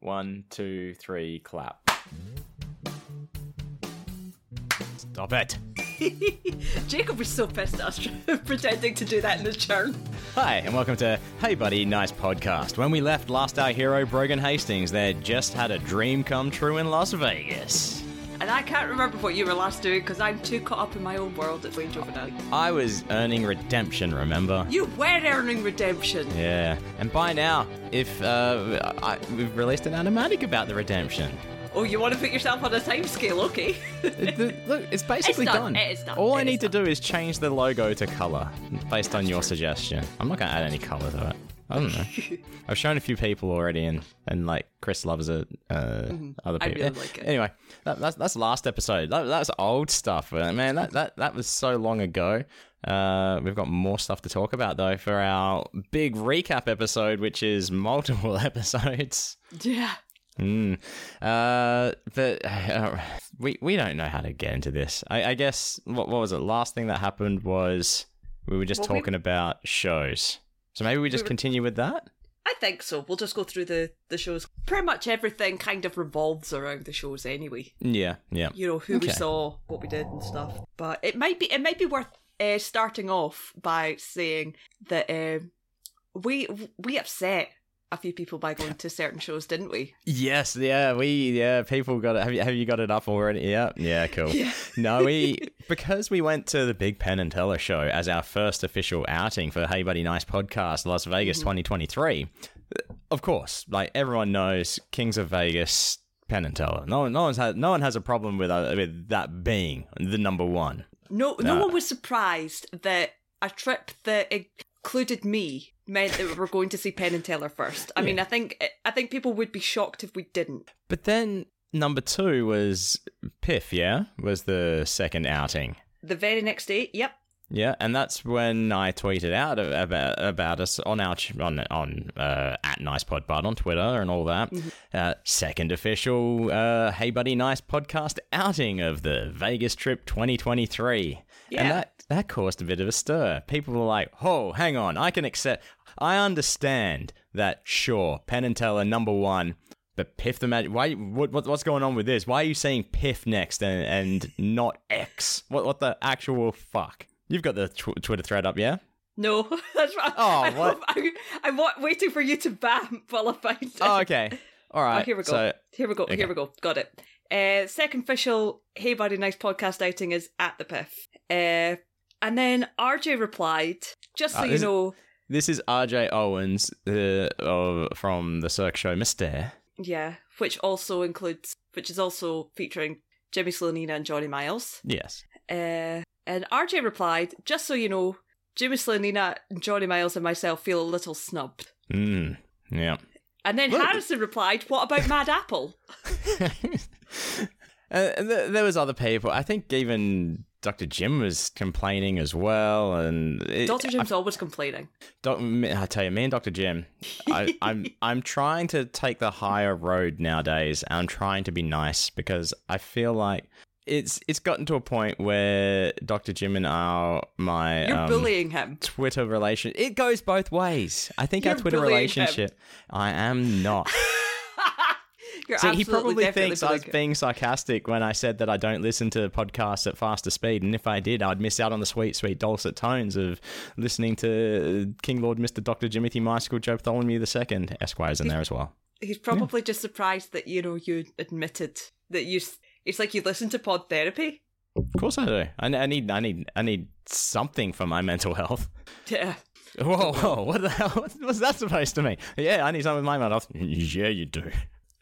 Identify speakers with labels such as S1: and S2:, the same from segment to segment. S1: One, two, three, clap.
S2: Stop it.
S3: Jacob was so pissed at us pretending to do that in the churn.
S1: Hi, and welcome to Hey Buddy, Nice Podcast. When we left last our hero, Brogan Hastings, there just had a dream come true in Las Vegas.
S3: And I can't remember what you were last doing because I'm too caught up in my own world at Wayne Juvenile.
S1: I was earning redemption, remember?
S3: You were earning redemption.
S1: Yeah, and by now, if uh, I, we've released an animatic about the redemption.
S3: Oh, you want to put yourself on a time scale, okay?
S1: It- the- look, it's basically
S3: It's done. It is done.
S1: All I
S3: It
S1: need
S3: is
S1: to do is change the logo to color based on your suggestion. I'm not going to add any color to it. I don't know. I've shown a few people already, and, and like Chris loves it. Uh, Other
S3: Mm-hmm. I
S1: people,
S3: really like it.
S1: Anyway, that, that's that's last episode. That, that's old stuff, uh, man. That that that was so long ago. Uh, we've got more stuff to talk about though for our big recap episode, which is multiple episodes.
S3: yeah.
S1: Mm. Uh, but uh, we we don't know how to get into this. I, I guess what what was it? Last thing that happened was we were just
S3: Well, we-
S1: talking about shows. So maybe we just
S3: were-
S1: continue with that.
S3: I think so. We'll just go through the, the shows. Pretty much everything kind of revolves around the shows anyway.
S1: Yeah, yeah.
S3: You know, who we
S1: Okay.
S3: saw, what we did and stuff. But it might be it might be worth uh, starting off by saying that um, we we upset a few people by going to certain shows, didn't we?
S1: Yes, yeah. We yeah. People got it. Have you have you got it up already? Yeah, yeah. Cool. no, we because we went to the Big Penn and Teller show as our first official outing for Hey Buddy Nice podcast, Las Vegas 2023. Of course, like everyone knows, Kings of Vegas, Penn and Teller. No, no one's had, no one has a problem with uh, with that being the number one.
S3: No, no
S1: Nah.
S3: one was surprised that a trip that included me meant that we were going to see Penn and Teller first. I mean, I think I think people would be shocked if we didn't.
S1: But then number two was Piff. Yeah, was the second outing.
S3: The very next day, yep,
S1: Yeah, and that's when I tweeted out a- about about us on our ch- on on uh, at Nice Pod Bud on Twitter and all that. Uh, second official uh, Hey Buddy Nice podcast outing of the Vegas trip 2023,
S3: Yeah.
S1: and that that caused a bit of a stir. People were like, "Oh, hang on, I can accept. I understand that. Sure, Penn and Teller number one." But Piff the Magic, why? What, what, what's going on with this? Why are you saying Piff next and, and not X? What, what the actual fuck? You've got the tw- Twitter thread up, yeah?
S3: no, that's right.
S1: Oh,
S3: I,
S1: what?
S3: I, I'm wa- waiting for you to bam while I find it.
S1: Oh, okay. All right.
S3: Oh, here we go.
S1: So,
S3: here we go.
S1: okay.
S3: Here we go. Got it. Uh, second official Hey Buddy Nice podcast outing is at the Piff. Uh, and then RJ replied, just so
S1: Ah,
S3: you
S1: is it-
S3: know,
S1: this is RJ Owens uh, of, from the Cirque Show Mister.
S3: yeah, which also includes, which is also featuring Jimmy Slonina and Johnny Miles.
S1: Yes.
S3: Uh, and RJ replied, just so you know, Jimmy Slonina, Johnny Miles, and myself feel a little snubbed.
S1: Mm. Yeah.
S3: And then
S1: Look.
S3: Harrison replied, what about Mad Apple?
S1: Uh, th- there was other people. I think even Dr. Jim was complaining as well, and it,
S3: Dr. Jim's always complaining.
S1: Doc, me- I tell you, me and Doctor Jim, I, I'm I'm trying to take the higher road nowadays. And I'm trying to be nice because I feel like it's it's gotten to a point where Doctor Jim and our my
S3: You're
S1: um,
S3: bullying him.
S1: Twitter relation it goes both ways. I think our
S3: You're
S1: Twitter
S3: bullying him.
S1: relationship. I am not.
S3: You're
S1: See, he
S3: absolutely
S1: probably
S3: definitely
S1: thinks I was
S3: bullying him.
S1: being sarcastic when I said that I don't listen to podcasts at faster speed, and if I did, I'd miss out on the sweet, sweet dulcet tones of listening to King Lord Mister Doctor Jimothy Michael Joe Bartholomew II. Esquire's in there as well.
S3: He's probably just surprised that, you know, you admitted that you... s- It's like you listen to pod therapy.
S1: Of course, I do. I, I need, I need, I need something for my mental health.
S3: Yeah.
S1: Whoa, whoa! What the hell? What was that supposed to mean? Yeah, I need something with my mental health. Yeah, you do.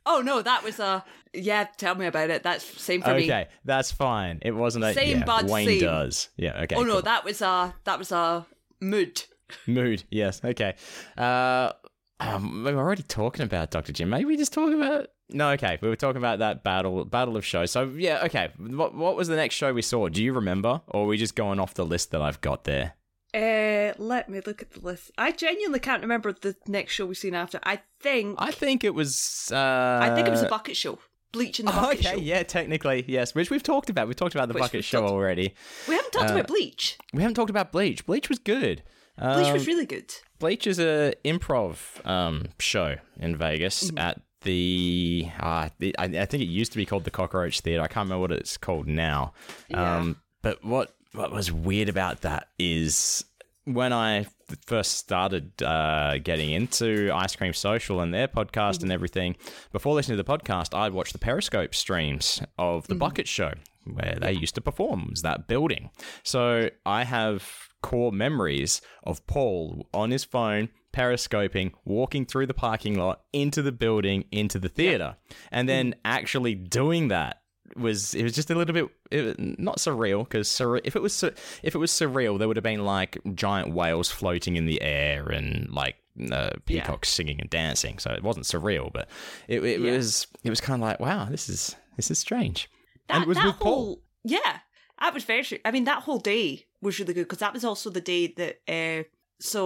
S3: Oh, no, that was a... Yeah, tell me about it. That's same for me.
S1: Okay, that's fine. It wasn't a
S3: Same,
S1: yeah,
S3: bud,
S1: Wayne
S3: same.
S1: does. Yeah. Okay.
S3: Oh no,
S1: cool.
S3: that was a that was a mood.
S1: Mood, yes. Okay. Uh, um, we were already talking about Dr. Jim. Maybe we just talk about. No, okay. We were talking about that battle battle of shows. So, yeah, okay. What, what was the next show we saw? Do you remember? Or are we just going off the list that I've got there?
S3: Uh, let me look at the list. I genuinely can't remember the next show we've seen after. I think I,
S1: I think it was. Uh, I
S3: think it was a bucket show, Bleach and the Bucket
S1: Okay,
S3: Show.
S1: yeah, technically, yes, which we've talked about. We've talked about the
S3: Which
S1: Bucket
S3: we've
S1: Show
S3: talked-
S1: already.
S3: We haven't talked
S1: Uh,
S3: about Bleach.
S1: We haven't talked about Bleach. Bleach was good.
S3: Bleach
S1: Um,
S3: was really good.
S1: Bleach is a improv um, show in Vegas at the, uh, the I, I think it used to be called the Cockroach Theatre. I can't remember what it's called now.
S3: Yeah.
S1: Um, but what what was weird about that is when I first started uh, getting into Ice Cream Social and their podcast and everything, before listening to the podcast, I'd watch the Periscope streams of the Bucket Show where they used to perform was that building. So I have core memories of Paul on his phone periscoping walking through the parking lot into the building into the theater and then actually doing that was it was just a little bit it, not surreal because surre- if it was sur- if it was surreal there would have been like giant whales floating in the air and like uh, peacocks singing and dancing so it wasn't surreal but it, it
S3: Yeah.
S1: was it was kind of like wow this is this is strange
S3: That,
S1: and it was
S3: that
S1: with
S3: whole,
S1: Paul
S3: Yeah, that was very. I mean, that whole day was really good because that was also the day that. Uh, so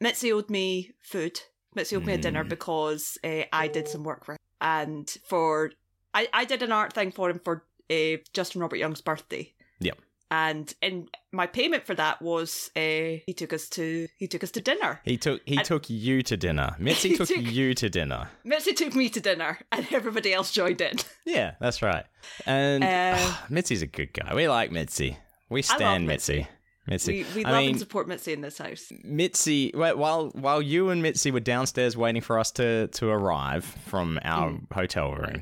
S3: Mitzi owed me food. Mitzi owed me a dinner
S1: Mm.
S3: because uh, I did some work for him, and for I I did an art thing for him for uh, Justin Robert Young's birthday.
S1: Yep.
S3: And and my payment for that was uh, he took us to he took us to dinner.
S1: He took he
S3: And-
S1: took you to dinner. Mitzi
S3: He
S1: took,
S3: took-
S1: you to dinner.
S3: Mitzi took me to dinner, and everybody else joined in.
S1: Yeah, that's right. And
S3: Um,
S1: Mitzi's a good guy. We like Mitzi. We
S3: love
S1: stand Mitzi.
S3: Mitzi.
S1: Mitzi.
S3: We we
S1: I
S3: love
S1: mean,
S3: and support Mitzi in this house.
S1: Mitzi. wh- While while you and Mitzi were downstairs waiting for us to to arrive from our hotel room,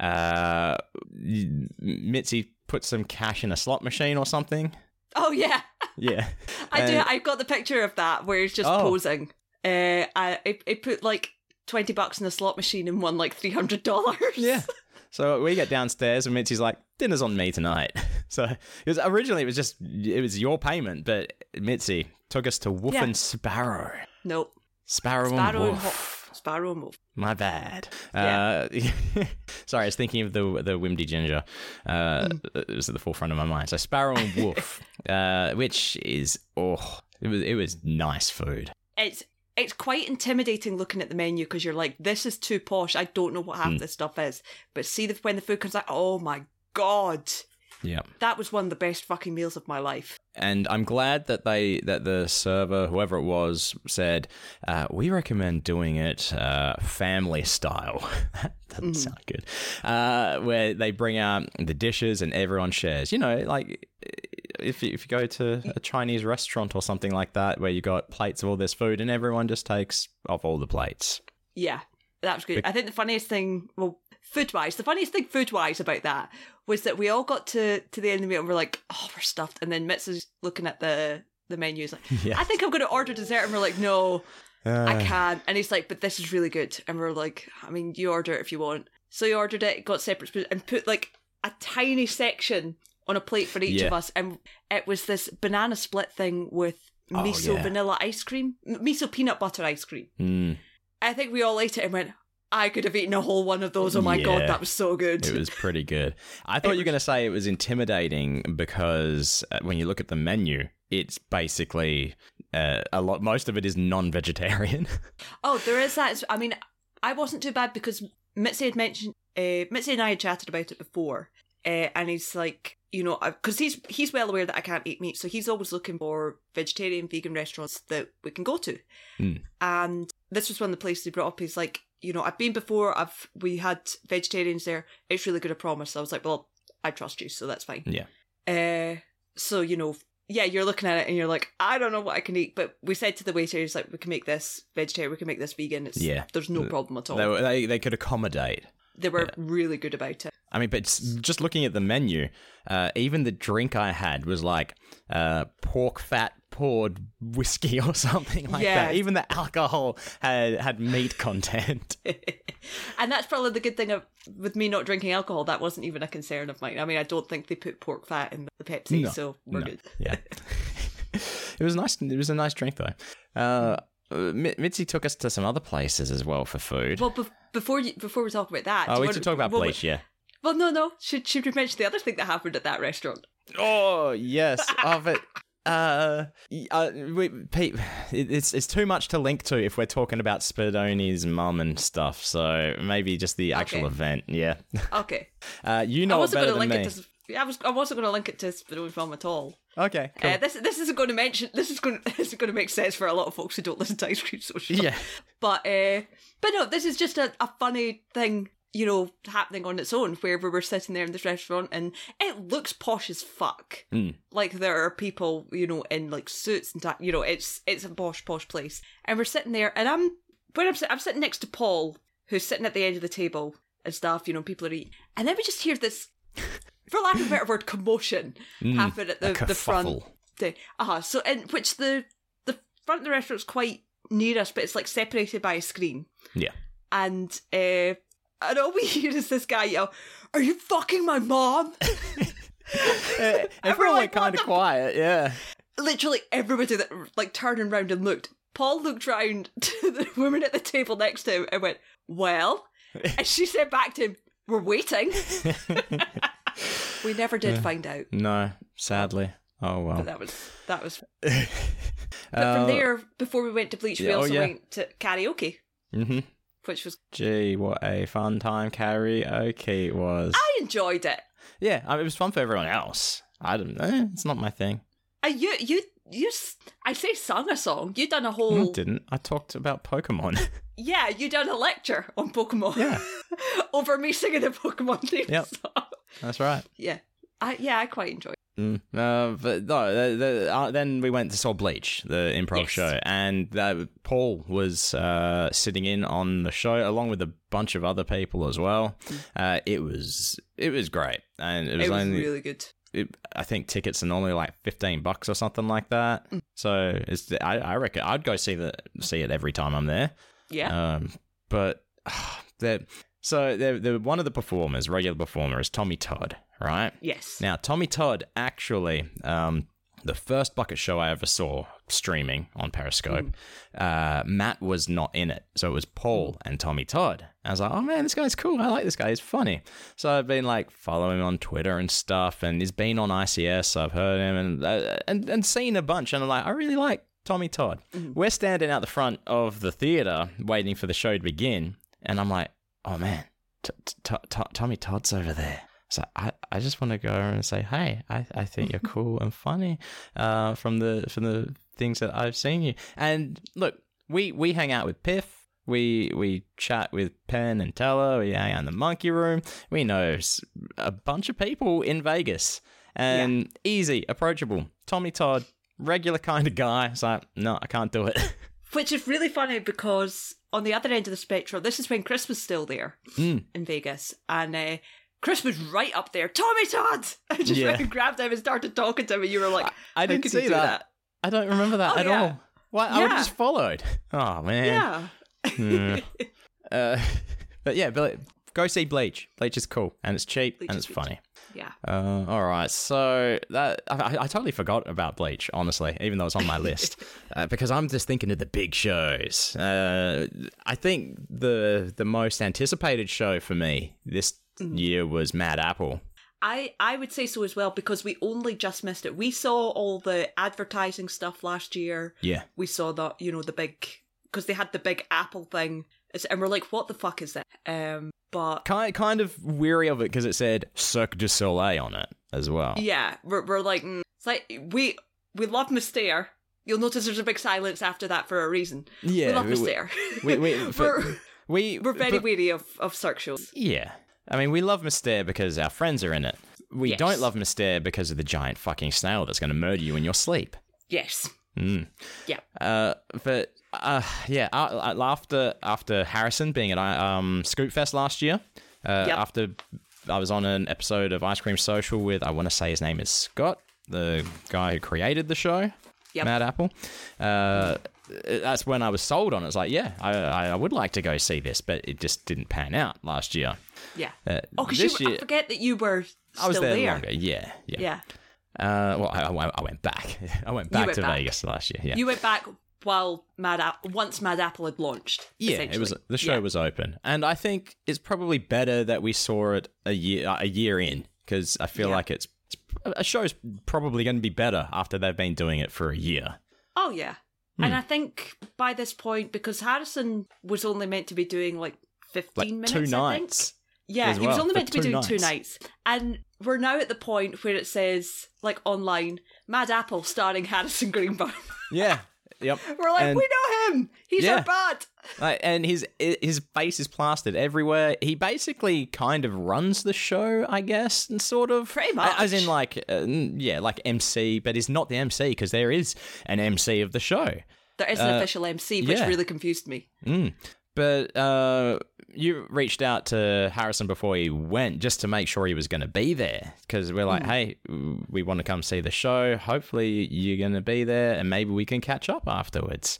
S1: uh, y- Mitzi put some cash in a slot machine or something.
S3: Oh yeah.
S1: Yeah,
S3: I do.
S1: And-
S3: I've got the picture of that where he's just
S1: Uh, Oh.
S3: posing. Uh, I it, it put like twenty bucks in the slot machine and won like three hundred dollars.
S1: Yeah. So we get downstairs and Mitzi's like, dinner's on me tonight. So it was originally it was just it was your payment, but Mitzi took us to Wolf
S3: Yeah.
S1: and Sparrow.
S3: No.
S1: Sparrow,
S3: Sparrow
S1: and
S3: and
S1: Wolf.
S3: Ho- Sparrow and Wolf.
S1: My bad. Uh, sorry, I was thinking of the the Wimdy Ginger. Uh, It was at the forefront of my mind. So Sparrow and Wolf, uh, which is oh, it was it was nice food.
S3: It's it's quite intimidating looking at the menu because you're like, this is too posh. I don't know what half
S1: Hmm.
S3: this stuff is. But see the when the food comes out, oh my god,
S1: Yeah.
S3: that was one of the best fucking meals of my life.
S1: and I'm glad that they that the server, whoever it was, said uh, we recommend doing it uh, family style. that doesn't
S3: Mm.
S1: sound good. Uh, where they bring out the dishes and everyone shares. You know, like if you, if you go to a Chinese restaurant or something like that, where you got plates of all this food and everyone just takes off all the plates.
S3: Yeah, that was good.
S1: Bec-
S3: I think the funniest thing, well, food wise, the funniest thing food wise about that was that we all got to to the end of the meal and we're like, oh, we're stuffed. And then Mitz is looking at the the menu. He's like,
S1: Yeah.
S3: I think I'm going to order dessert. And we're like, no, I
S1: Uh,
S3: can't. And he's like, but this is really good. And we're like, I mean, you order it if you want. So he ordered it, got separate spoons, and put like a tiny section on a plate for each
S1: Yeah.
S3: of us. And it was this banana split thing with miso
S1: Oh, yeah.
S3: vanilla ice cream, m- miso peanut butter ice cream.
S1: mm,
S3: I think we all ate it and went, I could have eaten a whole one of those. Oh my god,
S1: Yeah.
S3: that was so good.
S1: it was pretty good. I thought you were going to say it was intimidating because uh, when you look at the menu, it's basically uh, a lot. Most of it is non-vegetarian.
S3: Oh, there is that. I mean, I wasn't too bad because Mitzi had mentioned, uh, Mitzi and I had chatted about it before, uh, and he's like, you know, because he's he's well aware that I can't eat meat, so he's always looking for vegetarian, vegan restaurants that we can go to.
S1: Mm.
S3: And this was one of the places he brought up. He's like, you know, I've been before. I've we had vegetarians there. It's really good. I promise. I was like, well, I trust you, so that's fine.
S1: Yeah.
S3: Uh, so you know, yeah, you're looking at it and you're like, I don't know what I can eat. But we said to the waiter, he's like, we can make this vegetarian, we can make this vegan. It's,
S1: Yeah.
S3: there's no problem at all.
S1: they, were- they they could accommodate.
S3: They were really good about it.
S1: I mean, but s- just looking at the menu, uh, even the drink I had was like uh, pork fat poured whiskey or something like
S3: Yeah.
S1: that. Even the alcohol had had meat content.
S3: and that's probably the good thing of, with me not drinking alcohol. That wasn't even a concern of mine. I mean, I don't think they put pork fat in the Pepsi,
S1: No,
S3: so we're
S1: no.
S3: good.
S1: yeah. it was nice. It was a nice drink though. Uh, Mi- Mitzi took us to some other places as well for food.
S3: Well, bef- before you, before we talk about that, do
S1: oh,
S3: you
S1: we
S3: want-
S1: should talk about
S3: well,
S1: bleach, yeah.
S3: Well, no, no. Should should we mention the other thing that happened at that restaurant?
S1: Oh yes, oh, but uh, y- uh we, Pete, it- it's it's too much to link to if we're talking about Spadoni's mum and stuff. So maybe just the actual
S3: Okay.
S1: event. Yeah,
S3: Okay,
S1: uh, you know
S3: I
S1: it
S3: wasn't
S1: better
S3: going to
S1: than
S3: link
S1: me.
S3: it to. s- I was I wasn't going to link it to their own film at all.
S1: Okay. Cool.
S3: Uh, this this isn't going to mention this is going this is going to make sense for a lot of folks who don't listen to Ice Cream Social.
S1: yeah.
S3: But uh, but no, this is just a, a funny thing you know happening on its own where we were sitting there in this restaurant and it looks posh as fuck.
S1: Mm.
S3: Like there are people you know in like suits and ta- you know it's it's a posh posh place and we're sitting there and I'm when I'm sit- I'm sitting next to Paul who's sitting at the edge of the table and stuff you know people are eating and then we just hear this. For lack of a better word, commotion happen at the, the front day. Uh-huh. So in which the the front of the restaurant's quite near us, but it's like separated by a screen.
S1: Yeah.
S3: And uh and all we hear is this guy yell, Are you fucking my mom?
S1: Uh, everyone
S3: like,
S1: went
S3: what
S1: kind of
S3: the-
S1: quiet. Yeah.
S3: Literally everybody that like turned round and looked. Paul looked round to the woman at the table next to him and went, Well and she said back to him, We're waiting. we never did find out.
S1: No, sadly. Oh well.
S3: But that was that was But
S1: Uh,
S3: from there, before we went to Bleach, we
S1: yeah, oh,
S3: also
S1: yeah.
S3: went to karaoke,
S1: mhm.
S3: which was
S1: Gee, what a fun time karaoke was.
S3: I enjoyed it.
S1: Yeah, I mean, it was fun for everyone else. I don't. Eh, it's not my thing.
S3: Uh, you you you s- I say sung a song. You done
S1: No,
S3: a
S1: I
S3: whole
S1: didn't. I talked about Pokemon.
S3: yeah. You done a lecture on Pokemon.
S1: Yeah.
S3: over me singing a Pokemon theme
S1: Yep.
S3: song.
S1: That's right.
S3: Yeah. I yeah I quite enjoyed. it.
S1: Mm. Uh, but no, the, the, uh, then we went to saw Bleach, the improv
S3: Yes.
S1: show, and uh, Paul was uh, sitting in on the show along with a bunch of other people as well. Uh, it was it was great, and it
S3: Mm. It
S1: was,
S3: was,
S1: only
S3: really good.
S1: it, I think tickets are normally like fifteen bucks or something like that. So it's I, I reckon I'd go see the see it every time I'm there.
S3: Yeah.
S1: Um, but they're, so they're, they're, one of the performers, regular performer, is Tommy Todd, right?
S3: yes.
S1: Now, Tommy Todd actually, um, the first bucket show I ever saw streaming on Periscope, uh, Matt was not in it. So it was Paul and Tommy Todd. I was like, oh man, this guy's cool. I like this guy. He's funny. So I've been like following him on Twitter and stuff, and he's been on ICS. So I've heard him and, uh, and, and seen a bunch. And I'm like, I really like Tommy Todd. We're standing out the front of the theater waiting for the show to begin. And I'm like, oh man, t- t- t- T- Tommy Todd's over there. So I, I just want to go over and say, hey, I, I think you're cool and funny uh, from the from the things that I've seen you. And look, we we hang out with Piff. We we chat with Penn and Teller. We hang out in the monkey room. We know s- a bunch of people in Vegas and easy, approachable. Tommy Todd, regular kind of guy. It's like, no, I can't do it.
S3: Which is really funny because on the other end of the spectrum, this is when Chris was still there
S1: Mm.
S3: in Vegas, and uh, Chris was right up there. Tommy Todd, I just
S1: Yeah.
S3: went and grabbed him and started talking to him, and you were like,
S1: I
S3: "How
S1: didn't
S3: could you
S1: see
S3: do
S1: that. I don't remember that
S3: Oh,
S1: at
S3: yeah.
S1: all. Why? I would
S3: Yeah.
S1: have just followed. Oh man.
S3: Yeah,
S1: Uh, but yeah, Ble- go see Bleach. Bleach is cool and it's cheap
S3: Bleach
S1: and
S3: is
S1: it's
S3: good.
S1: funny.
S3: yeah.
S1: Uh, all right, so that I, I- I totally forgot about Bleach, honestly, even though it's on my list, uh, because I'm just thinking of the big shows. Uh, I think the the most anticipated show for me this year was Mad Apple.
S3: I, I would say so as well because we only just missed it. We saw all the advertising stuff last year.
S1: Yeah,
S3: We saw the you know the big because they had the big Apple thing, It's- and we're like, what the fuck is that? Um, but
S1: kind kind of weary of it because it said Cirque du Soleil on it as well.
S3: yeah, we're, we're like, mm. it's like we we love Mystere. You'll notice there's a big silence after that for a reason.
S1: Yeah,
S3: we love
S1: we- we-
S3: Mystere.
S1: we- we-
S3: we're,
S1: we
S3: we're very
S1: but-
S3: wary of of Cirque shows.
S1: Yeah. I mean, we love Mystere because our friends are in it. We
S3: Yes.
S1: don't love Mystere because of the giant fucking snail that's going to murder you in your sleep.
S3: Yes.
S1: Mm.
S3: Yeah.
S1: Uh, but uh, yeah, uh, uh, after after Harrison being at I- um, Scoopfest last year, uh,
S3: Yep.
S1: after I was on an episode of Ice Cream Social with, I want to say his name is Scott, the guy who created the show,
S3: Yep.
S1: Mad Apple. Uh, that's when I was sold on it. It's like, yeah, I, I I would like to go see this, but it just didn't pan out last year.
S3: Yeah.
S1: Uh,
S3: oh, because
S1: this
S3: you
S1: year-
S3: I forget that you were still
S1: I was there, longer. Yeah, yeah.
S3: Yeah.
S1: Uh, well, I, I went- I went back. I went back
S3: went
S1: to
S3: back.
S1: Vegas last year. Yeah,
S3: You went back while Mad App- once Mad Apple had launched.
S1: yeah. It was
S3: essentially.
S1: the show
S3: Yeah.
S1: was open, and I think it's probably better that we saw it a year a year in because I feel
S3: Yeah.
S1: like it's, it's a show's probably going to be better after they've been doing it for a year.
S3: Oh yeah, and
S1: Hmm.
S3: I think by this point because Harrison was only meant to be doing like fifteen
S1: Like
S3: minutes,
S1: two
S3: I think.
S1: nights.
S3: Yeah,
S1: as
S3: he was
S1: well,
S3: only
S1: for
S3: meant to be
S1: two
S3: doing two nights, and we're now at the point where it says, like online, Mad Apple starring Harrison Greenbaum.
S1: Yeah. Yep.
S3: we're like,
S1: And-
S3: we know him. He's
S1: Yeah.
S3: our bud.
S1: Like, and his his face is plastered everywhere. He basically kind of runs the show, I guess, and sort of
S3: Pretty much.
S1: as in like uh, yeah, like MC, but he's not the MC because there is an MC of the show.
S3: There is an
S1: Uh,
S3: official MC, which
S1: yeah.
S3: really confused me.
S1: Mm. But uh, you reached out to Harrison before he went just to make sure he was going to be there because we're like, hey, we want to come see the show. Hopefully, you're going to be there and maybe we can catch up afterwards.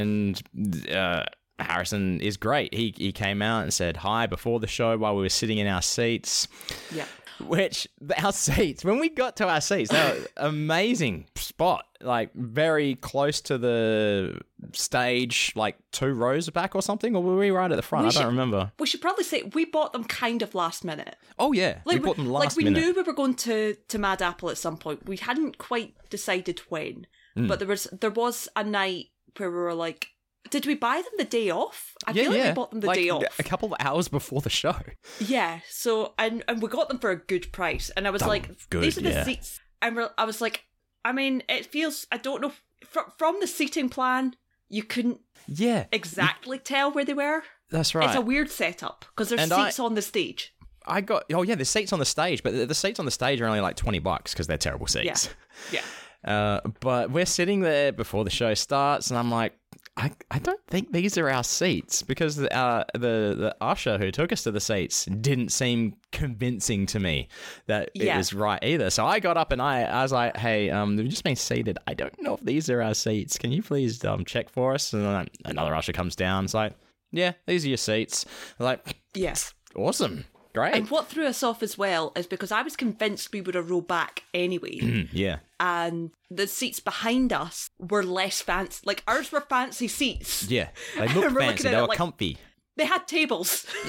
S1: And uh, Harrison is great. He, he came out and said hi before the show while we were sitting in our seats.
S3: Yeah.
S1: Which our seats, when we got to our seats, they were amazing spot, like very close to the stage, like two rows back or something, or were we right at the front?
S3: We
S1: I don't
S3: should-
S1: remember.
S3: We should probably say we bought them kind of last minute.
S1: Oh yeah, we bought them last
S3: like we
S1: minute.
S3: knew we were going to to Mad Apple at some point. We hadn't quite decided when,
S1: Hmm.
S3: but there was there was a night where we were like, did we buy them the day off? I
S1: yeah,
S3: feel like
S1: yeah.
S3: we bought them the
S1: Like,
S3: day off.
S1: a couple of hours before the show.
S3: Yeah. So and and we got them for a good price, and I was
S1: That was
S3: like,
S1: good,
S3: these are the
S1: yeah.
S3: seats, and we're, I was like, I mean, it feels I don't know from from the seating plan. You couldn't
S1: Yeah,
S3: exactly tell where they were.
S1: that's right.
S3: It's a weird setup because there's
S1: And I-
S3: seats on the stage.
S1: I got oh yeah, the seats on the stage, but the, the seats on the stage are only like twenty bucks because they're terrible seats.
S3: Yeah.
S1: Uh, but we're sitting there before the show starts, and I'm like, I, I don't think these are our seats because the, uh, the the usher who took us to the seats didn't seem convincing to me that it
S3: Yeah.
S1: was right either. So I got up and I, I was like, hey, um, we've just been seated. I don't know if these are our seats. Can you please um check for us? And then another usher comes down. It's like, yeah, these are your seats. I'm like,
S3: Yeah.
S1: awesome, great,
S3: And what threw us off as well is because I was convinced we would have rolled back anyway,
S1: Mm, yeah.
S3: and the seats behind us were less fancy. Like ours were fancy seats.
S1: Yeah, they
S3: we're
S1: looked
S3: looking
S1: fancy.
S3: at
S1: They
S3: it
S1: were
S3: like-
S1: comfy.
S3: They had tables.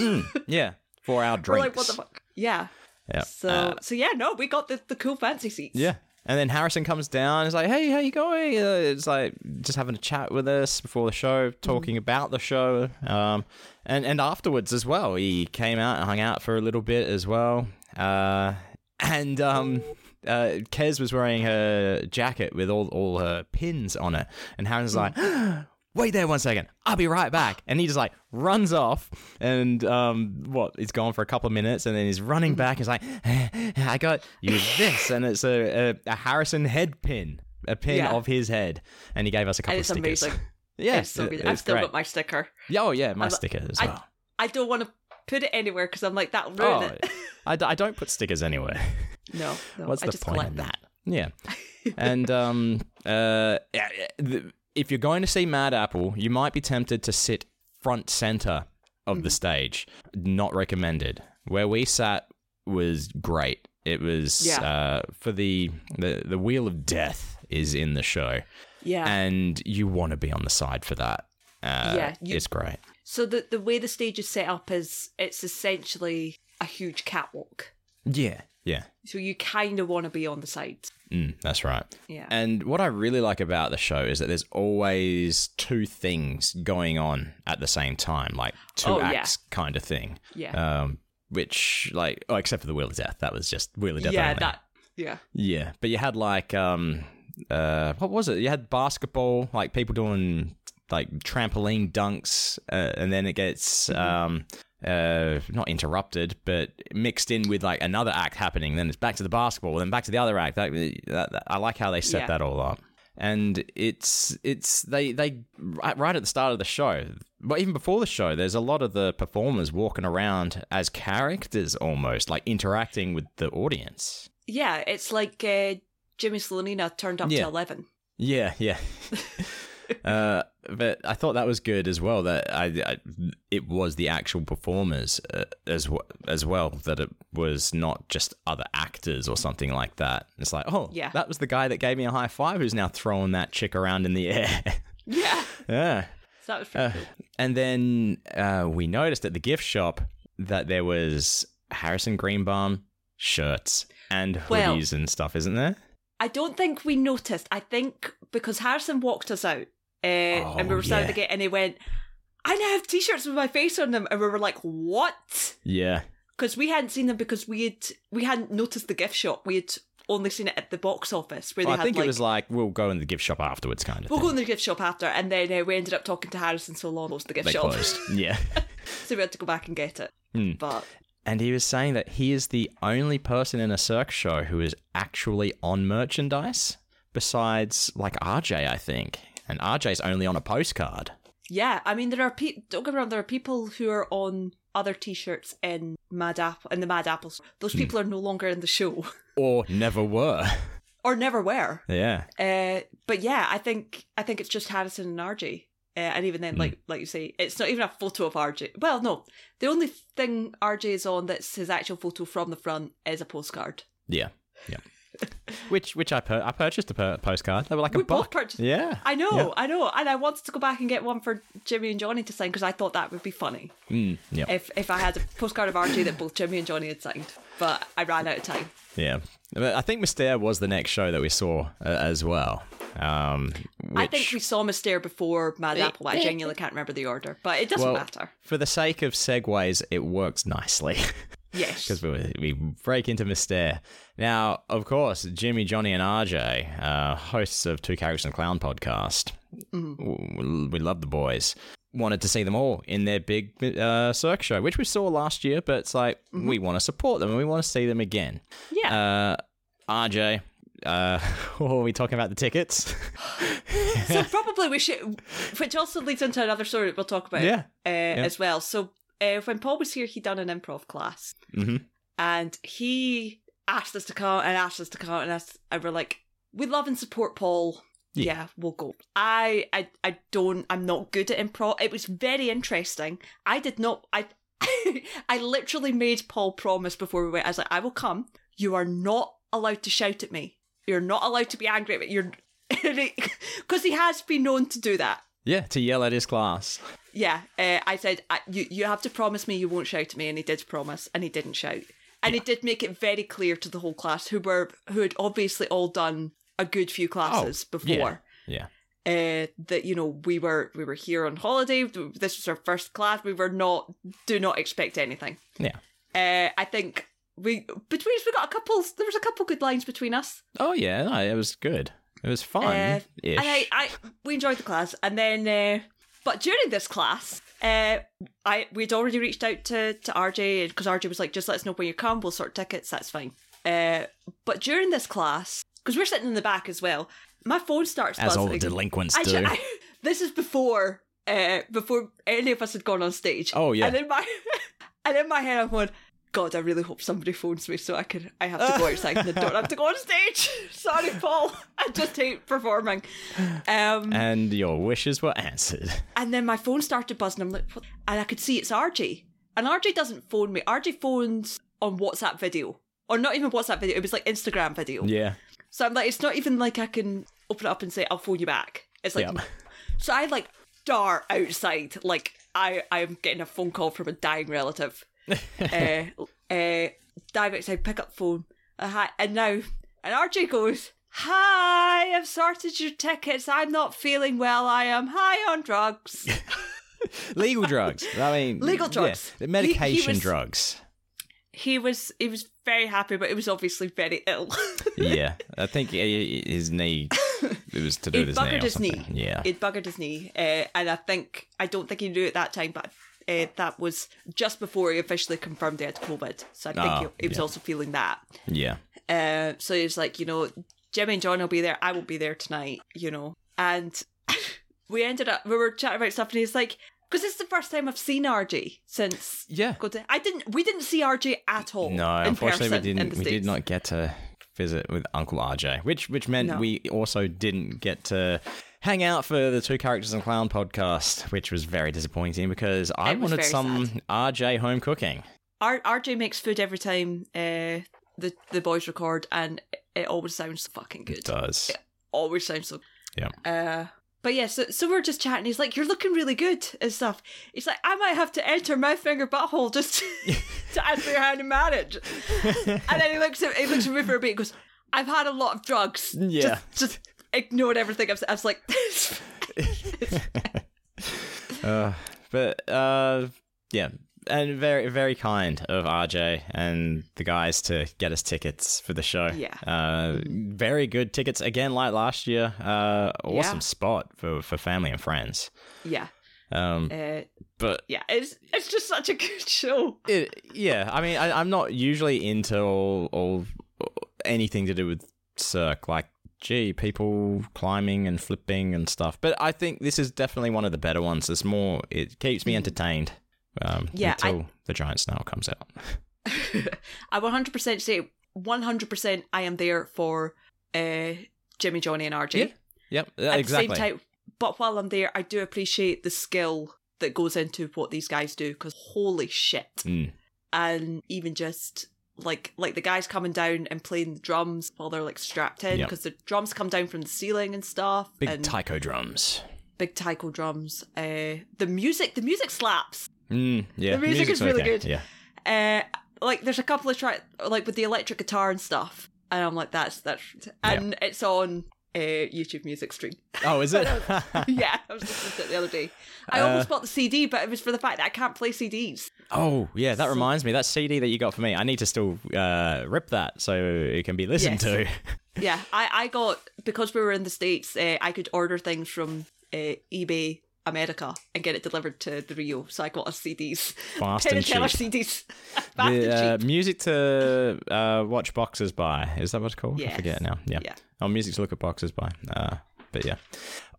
S1: Yeah, for our drinks.
S3: we're like, what the fuck? Yeah.
S1: Yeah.
S3: So so yeah, no, we got the, the cool fancy seats.
S1: Uh, Yeah. And then Harrison comes down. He's like, "Hey, how you going?" Uh, it's like just having a chat with us before the show, talking about the show, um, and and afterwards as well. He came out and hung out for a little bit as well. Uh, and um, uh, Kez was wearing her jacket with all all her pins on it, and Harrison's like. Wait there one second. I'll be right back. And he just like runs off and um what he's gone for a couple of minutes and then he's running back. He's like, I got you this, and it's a, a, a Harrison head pin, a pin
S3: Yeah.
S1: of his head, and he gave us a couple
S3: And
S1: of
S3: it's
S1: stickers.
S3: amazing.
S1: Yeah,
S3: It's so
S1: it-
S3: good. I've
S1: it's
S3: still
S1: great.
S3: got my sticker.
S1: Yeah, Oh yeah, my
S3: I've-
S1: stickers as
S3: I-
S1: well.
S3: I don't want to put it anywhere because I'm like that'll ruin
S1: Oh,
S3: it.
S1: I, d- I don't put stickers anywhere.
S3: No, no
S1: What's
S3: I
S1: the
S3: just
S1: point
S3: collect
S1: in
S3: that.
S1: that? Yeah. and um uh yeah, yeah, the- if you're going to see Mad Apple, you might be tempted to sit front center of
S3: Mm-hmm.
S1: the stage. Not recommended. Where we sat was great. It was
S3: Yeah.
S1: uh, for the, the the wheel of death is in the show,
S3: Yeah.
S1: and you want to be on the side for that. Uh,
S3: Yeah, you-
S1: it's great.
S3: So the the way the stage is set up is it's essentially a huge catwalk.
S1: Yeah, yeah.
S3: So you kind of want to be on the sides.
S1: Mm, that's right.
S3: Yeah.
S1: And what I really like about the show is that there's always two things going on at the same time, like two
S3: Oh, yeah.
S1: acts kind of thing.
S3: Yeah.
S1: Um, which like, oh, except for the Wheel of Death, that was just Wheel of Death.
S3: yeah,
S1: only.
S3: that yeah.
S1: Yeah, but you had like, um, uh, what was it? You had basketball, like people doing like trampoline dunks, uh, and then it gets um, uh, not interrupted, but mixed in with like another act happening. Then it's back to the basketball, then back to the other act. That, that, that- I like how they set
S3: Yeah.
S1: that all up. And it's it's they they right right at the start of the show, but even before the show, there's a lot of the performers walking around as characters almost, like interacting with the audience.
S3: Yeah, it's like uh, Jimmy Solonina turned up
S1: Yeah.
S3: to 11.
S1: Yeah, yeah. uh, but I thought that was good as well. That I, I it was the actual performers uh, as w- as well. That it was not just other actors or something like that. It's like, oh,
S3: Yeah.
S1: that was the guy that gave me a high five who's now throwing that chick around in the air.
S3: Yeah.
S1: yeah.
S3: So that was pretty
S1: Uh, And then uh, we noticed at the gift shop that there was Harrison Greenbaum shirts and hoodies
S3: Well-
S1: and stuff, isn't there?
S3: I don't think we noticed. I think because Harrison walked us out uh, and we
S1: Oh,
S3: were starting to
S1: yeah.
S3: get and he went, I now have t shirts with my face on them. And we were like, what?
S1: Yeah.
S3: because we hadn't seen them because we had we hadn't noticed the gift shop. We had only seen it at the box office where they
S1: Well, Oh, I
S3: had
S1: think
S3: like
S1: it was like we'll go in the gift shop afterwards, kind of.
S3: we'll
S1: thing.
S3: go in the gift shop after, and then uh, we ended up talking to Harrison so long was the gift
S1: they
S3: shop,
S1: closed. Yeah.
S3: so we had to go back and get it.
S1: Hmm.
S3: But
S1: And he was saying that he is the only person in a circus show who is actually on merchandise, besides like RJ, I think. And RJ's only on a postcard.
S3: yeah, I mean there are pe- don't get me wrong, there are people who are on other T-shirts in Mad Apple in the Mad Apples. Those people are no longer in the show
S1: Or never were.
S3: or never were.
S1: yeah.
S3: Uh, but yeah, I think I think it's just Harrison and RJ. Uh, and even then, like like you say, it's not even a photo of RJ. Well, no, the only thing RJ is on that's his actual photo from the front is a postcard.
S1: Yeah. Yeah. which which I per- I purchased a per- postcard. They were like
S3: We
S1: a buck.
S3: both purchased.
S1: yeah.
S3: I know,
S1: Yeah.
S3: I know, and I wanted to go back and get one for Jimmy and Johnny to sign because I thought that would be funny
S1: Mm, yeah.
S3: if if I had a postcard of RJ that both Jimmy and Johnny had signed. But I ran out of time.
S1: Yeah. But I think Mystere was the next show that we saw uh, as well. Um,
S3: I think
S1: which-
S3: we saw Mystere before Mad Apple. I genuinely can't remember the order, but it doesn't
S1: well,
S3: matter.
S1: For the sake of segues, it works nicely.
S3: Yes,
S1: because we, we break into Mystere. Now, of course, Jimmy, Johnny, and RJ, uh, hosts of Two Characters and a Clown podcast, w- we love the boys. Wanted to see them all in their big uh, Cirque show, which we saw last year, but it's like we want to support them and we want to see them again.
S3: yeah.
S1: Uh, RJ, uh, oh, are we talking about the tickets?
S3: so probably we should, which also leads into another story that we'll talk about
S1: Yeah.
S3: uh, as well. So uh, when Paul was here, he'd done an improv class,
S1: Mhm.
S3: and he asked us to come and asked us to come and us, and we're like, we love and support Paul. Yeah.
S1: Yeah.
S3: we'll go. I, I, I don't. I'm not good at improv. It was very interesting. I did not. I, I literally made Paul promise before we went. I was like, I will come. You are not allowed to shout at me. You're not allowed to be angry at me. You're, because he has been known to do that.
S1: yeah, to yell at his class.
S3: Yeah, uh, I said I, you you have to promise me you won't shout at me, and he did promise, and he didn't shout, and he did make it very clear to the whole class who were who had obviously all done a good few classes before
S1: Yeah.
S3: uh, that you know we were we were here on holiday. This was our first class. We were not do not expect anything.
S1: Yeah.
S3: Uh, I think we between us we got a couple. There was a couple good lines between us.
S1: Oh, yeah, no, it was good. It was fun. ish.
S3: And Uh, I, I we enjoyed the class, and then uh, but during this class, uh, I we'd already reached out to to RJ because RJ was like, just let us know when you come, we'll sort tickets, that's fine. Uh, but during this class, because we're sitting in the back as well, my phone starts
S1: As all
S3: buzzing.
S1: the delinquents
S3: I
S1: do.
S3: ju- I- this is before uh, before any of us had gone on stage.
S1: Oh, yeah.
S3: and in my and in my head, I'm going. God, I really hope somebody phones me so I can. I have to go outside and I don't have to go on stage. Sorry, Paul. I just hate performing. Um,
S1: and your wishes were answered.
S3: and then my phone started buzzing. I'm like, what? and I could see it's RJ. And RJ doesn't phone me. RJ phones on WhatsApp video, or not even WhatsApp video. It was like Instagram video.
S1: Yeah.
S3: So I'm like, it's not even like I can open it up and say I'll phone you back. It's like,
S1: Yeah.
S3: so I like dart outside, like I I am getting a phone call from a dying relative. uh, uh, dive outside, pick up phone, uh, hi, and now and RJ goes. Hi, I've sorted your tickets. I'm not feeling well. I am high on drugs.
S1: Legal drugs. I mean,
S3: Legal
S1: yeah.
S3: drugs.
S1: The medication
S3: He- he was-
S1: drugs.
S3: he was he was very happy, but he was obviously very ill.
S1: Yeah. I think i- i- his knee, it was to do
S3: He'd
S1: with his knee.
S3: buggered
S1: Or
S3: his knee.
S1: something. Yeah.
S3: He'd buggered his knee, uh, and I think I don't think he knew it that time, but uh, that was just before he officially confirmed he had COVID. So I think
S1: Ah,
S3: he, he was
S1: yeah.
S3: also feeling that.
S1: yeah.
S3: Uh, so he was like, you know, Jimmy and John will be there. I will be there tonight. You know, and we ended up we were chatting about stuff, and he's like, because this is the first time I've seen RJ since.
S1: Yeah.
S3: Go to, I didn't. We didn't see RJ at all.
S1: No,
S3: in
S1: unfortunately, we
S3: person in
S1: didn't.
S3: the
S1: We did
S3: States.
S1: not get to visit with Uncle RJ, which which meant
S3: No.
S1: we also didn't get to hang out for the two characters and clown podcast, which was very disappointing because I
S3: It was
S1: wanted
S3: very
S1: some RJ home cooking.
S3: R- RJ makes food every time uh, the the boys record, and it always sounds so fucking
S1: It
S3: good.
S1: does.
S3: Always sounds so.
S1: Yeah.
S3: Uh, but yeah, so so we we're just chatting. He's like, "You're looking really good" and stuff. He's like, "I might have to enter my finger butthole just to ask for your hand in marriage." and then he looks at he looks at me for a bit. and goes, "I've had a lot of drugs.
S1: Yeah.
S3: Just, just ignored everything I've said." I was like,
S1: Uh, but uh, yeah, and very very kind of RJ and the guys to get us tickets for the show.
S3: Yeah.
S1: Uh, very good tickets again, like last year. Uh, awesome
S3: Yeah.
S1: spot for for family and friends.
S3: Yeah.
S1: Um,
S3: Uh,
S1: but
S3: yeah, it's it's just such a good show.
S1: it, yeah, I mean, I, I'm not usually into all, all anything to do with Cirque, like gee, people climbing and flipping and stuff. But I think this is definitely one of the better ones. It's more, it keeps me entertained. Um,
S3: Mm. Yeah, I-
S1: until the giant snail comes out.
S3: I 100% say 100% I am there for uh, Jimmy, Johnny, and RJ.
S1: Yeah, Yep,
S3: At
S1: exactly.
S3: the same time, but while I'm there, I do appreciate the skill that goes into what these guys do because holy shit.
S1: Mm.
S3: And even just like like the guys coming down and playing the drums while they're like strapped in
S1: Yep.
S3: because the drums come down from the ceiling and stuff
S1: Big
S3: and
S1: taiko drums.
S3: big taiko drums uh the music the music slaps
S1: Mm, yeah,
S3: The music
S1: music's
S3: is really
S1: okay.
S3: good.
S1: Yeah,
S3: uh like there's a couple of track like with the electric guitar and stuff and i'm like that's that's and it's on uh youtube music stream
S1: Oh, is it?
S3: uh, yeah i was listening to it the other day i
S1: Uh,
S3: almost bought the cd but it was for the fact that i can't play cds
S1: oh, yeah. That reminds me. That CD that you got for me, I need to still uh, rip that so it can be listened
S3: Yes.
S1: to.
S3: yeah i i got because we were in the states uh, i could order things from uh, ebay america and get it delivered to the rio so i got us cds
S1: Fast
S3: Penn
S1: and
S3: Teller
S1: cheap.
S3: cds Fast
S1: the,
S3: and cheap.
S1: Uh, music to uh, watch boxes by. Is that what it's called? I
S3: Yes.
S1: forget now. Yeah.
S3: Yeah.
S1: Oh, music to look at boxes by. Uh, but yeah.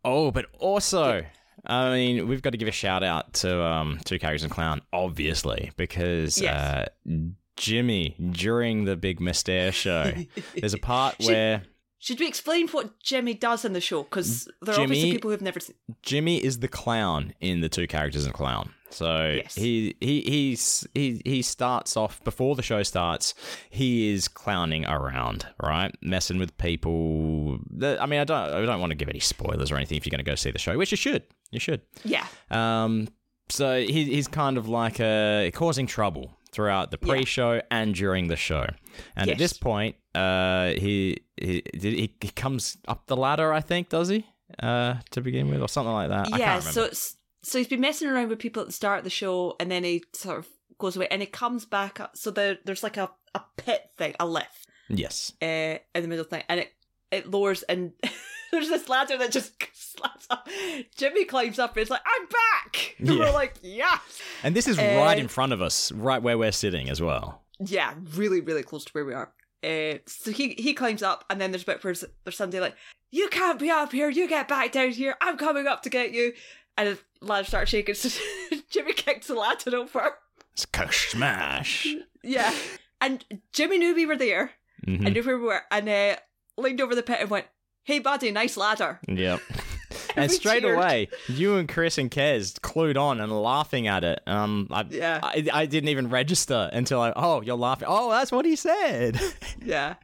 S1: Oh, but also, I mean, we've got to give a shout out to um, Two Characters and Clown, obviously, because
S3: Yes.
S1: uh, Jimmy, during the Big Mystere show, there's a part where
S3: should we explain what jimmy does in the show because there are
S1: Jimmy-
S3: obviously people who've never seen
S1: Jimmy is the clown in the two characters and clown. So
S3: Yes.
S1: he he he's he he starts off before the show starts. He is clowning around, right, messing with people. The- I mean, I don't I don't want to give any spoilers or anything if you're going to go see the show, which you should. You should.
S3: yeah
S1: Um, so he, he's kind of like uh, causing trouble throughout the
S3: Yeah.
S1: pre-show and during the show. And at
S3: Yes.
S1: this point, uh, he, he he he comes up the ladder, I think, does he? Uh, to begin with, or something like that. I
S3: yeah,
S1: can't remember.
S3: so it's so he's been messing around with people at the start of the show, and then he sort of goes away, and he comes back up. So there, there's like a a pit thing, a lift,
S1: yes,
S3: uh, in the middle of the night, and it it lowers, and there's this ladder that just slaps up. Jimmy climbs up, and it's like, "I'm back!" And
S1: Yeah.
S3: we're like, "Yeah,
S1: and this is right
S3: Uh,
S1: in front of us, right where we're sitting as well.
S3: yeah, really, really close to where we are." Uh, so he he climbs up, and then there's a bit where there's somebody like, "You can't be up here. You get back down here. I'm coming up to get you." And the ladder starts shaking. So Jimmy kicks the ladder over.
S1: It's Kush smash.
S3: Yeah. And Jimmy knew we were there.
S1: Mhm.
S3: I knew where we were. And uh, leaned over the pit and went, Hey, buddy, nice ladder.
S1: Yep. and
S3: We
S1: straight
S3: cheered.
S1: away, you and Chris and Kez clued on and laughing at it. Um, I,
S3: Yeah.
S1: I, I didn't even register until I, oh, you're laughing. Oh, that's what he said.
S3: Yeah.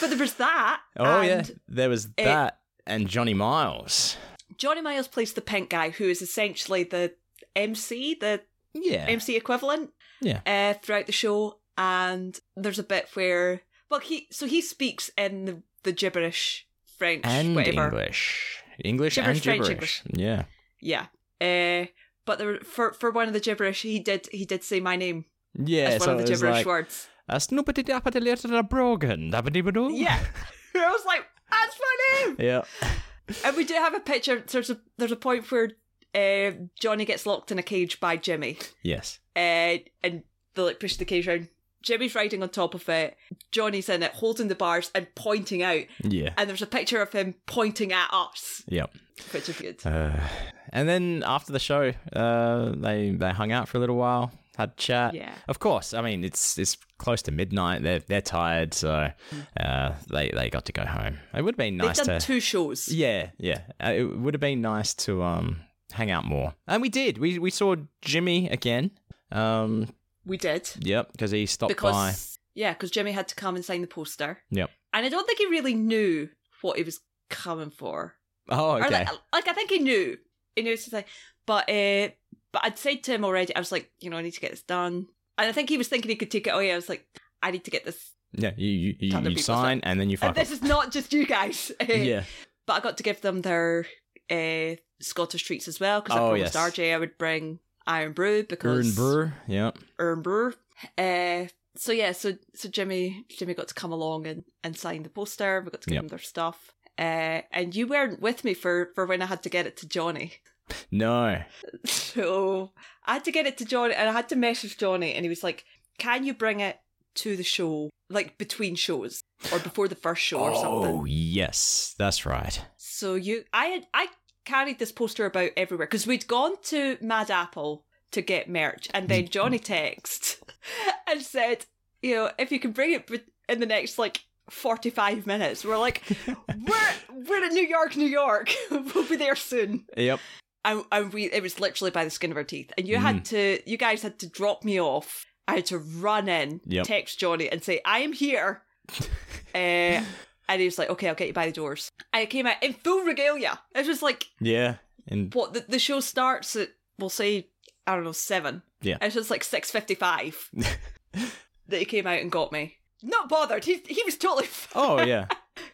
S3: But there was that.
S1: oh,
S3: and
S1: yeah. There was that and Johnny Miles.
S3: Johnny Miles plays the pink guy, who is essentially the MC, the
S1: Yeah.
S3: MC equivalent.
S1: Yeah.
S3: Uh, throughout the show. And there's a bit where, well, he, so he speaks in the, the gibberish French,
S1: and
S3: whatever.
S1: English. English
S3: Gibberish,
S1: and
S3: French,
S1: gibberish. Yeah.
S3: Yeah. Uh, but there, for, for one of the gibberish, he did, he did say my name
S1: Yeah.
S3: as one
S1: so
S3: of the
S1: it was
S3: gibberish
S1: like, "Ah,
S3: words.
S1: "A snoopity dappity little brogan, dappity badoo."
S3: Yeah. I was like, that's my name.
S1: Yeah.
S3: And we do have a picture. There's a there's a point where uh, Johnny gets locked in a cage by Jimmy,
S1: Yes.
S3: uh, and they like push the cage around. Jimmy's riding on top of it. Johnny's in it, holding the bars and pointing out.
S1: Yeah.
S3: And there's a picture of him pointing at us,
S1: Yep.
S3: which is good.
S1: Uh, and then after the show, uh, they they hung out for a little while, had a chat.
S3: Yeah.
S1: Of course, I mean it's it's close to midnight. They're they're tired, so uh, they they got to go home. It would have been nice
S3: They've done
S1: to
S3: two shows.
S1: yeah yeah. Uh, it would have been nice to um hang out more, and we did. We we saw Jimmy again. Um,
S3: We did
S1: yep, because he stopped
S3: because
S1: by.
S3: yeah, because Jimmy had to come and sign the poster.
S1: Yep.
S3: And I don't think he really knew what he was coming for.
S1: Oh
S3: Or
S1: okay.
S3: like, like I think he knew. He knew it's just like, but uh, but I'd said to him already. I was like, you know, I need to get this done, and I think he was thinking he could take it away. I was like, I need to get this.
S1: Yeah, you you, you,
S3: Other
S1: you
S3: people's
S1: sign and then you fuck.
S3: And this is not just you guys.
S1: yeah.
S3: But I got to give them their uh, eh, Scottish treats as well because
S1: Oh,
S3: I promised
S1: yes.
S3: RJ I would bring Iron Brew because
S1: Brewer, yeah.
S3: Iron Brew. Uh, so yeah, so so Jimmy Jimmy got to come along and, and sign the poster. We got to give
S1: Yep.
S3: him their stuff. Uh, and you weren't with me for, for when I had to get it to Johnny.
S1: No.
S3: So I had to get it to Johnny and I had to message Johnny and he was like, Can you bring it to the show? Like between shows or before the first show or something.
S1: Oh, yes. That's right.
S3: So you I had I carried this poster about everywhere because we'd gone to Mad Apple to get merch and then Johnny texted and said, you know, if you can bring it bet- in the next like 45 minutes. We're like, we're we're in New York, New York. we'll be there soon
S1: Yep.
S3: and, and we it was literally by the skin of our teeth and you
S1: Mm.
S3: had to you guys had to drop me off i had to run in
S1: Yep.
S3: text johnny and say i am here uh, and he was like okay i'll get you by the doors i came out in full regalia it was like
S1: Yeah. And
S3: what the, the show starts at we'll say i don't know seven
S1: Yeah.
S3: it was like 6.55 that he came out and got me not bothered he, he was totally
S1: oh yeah,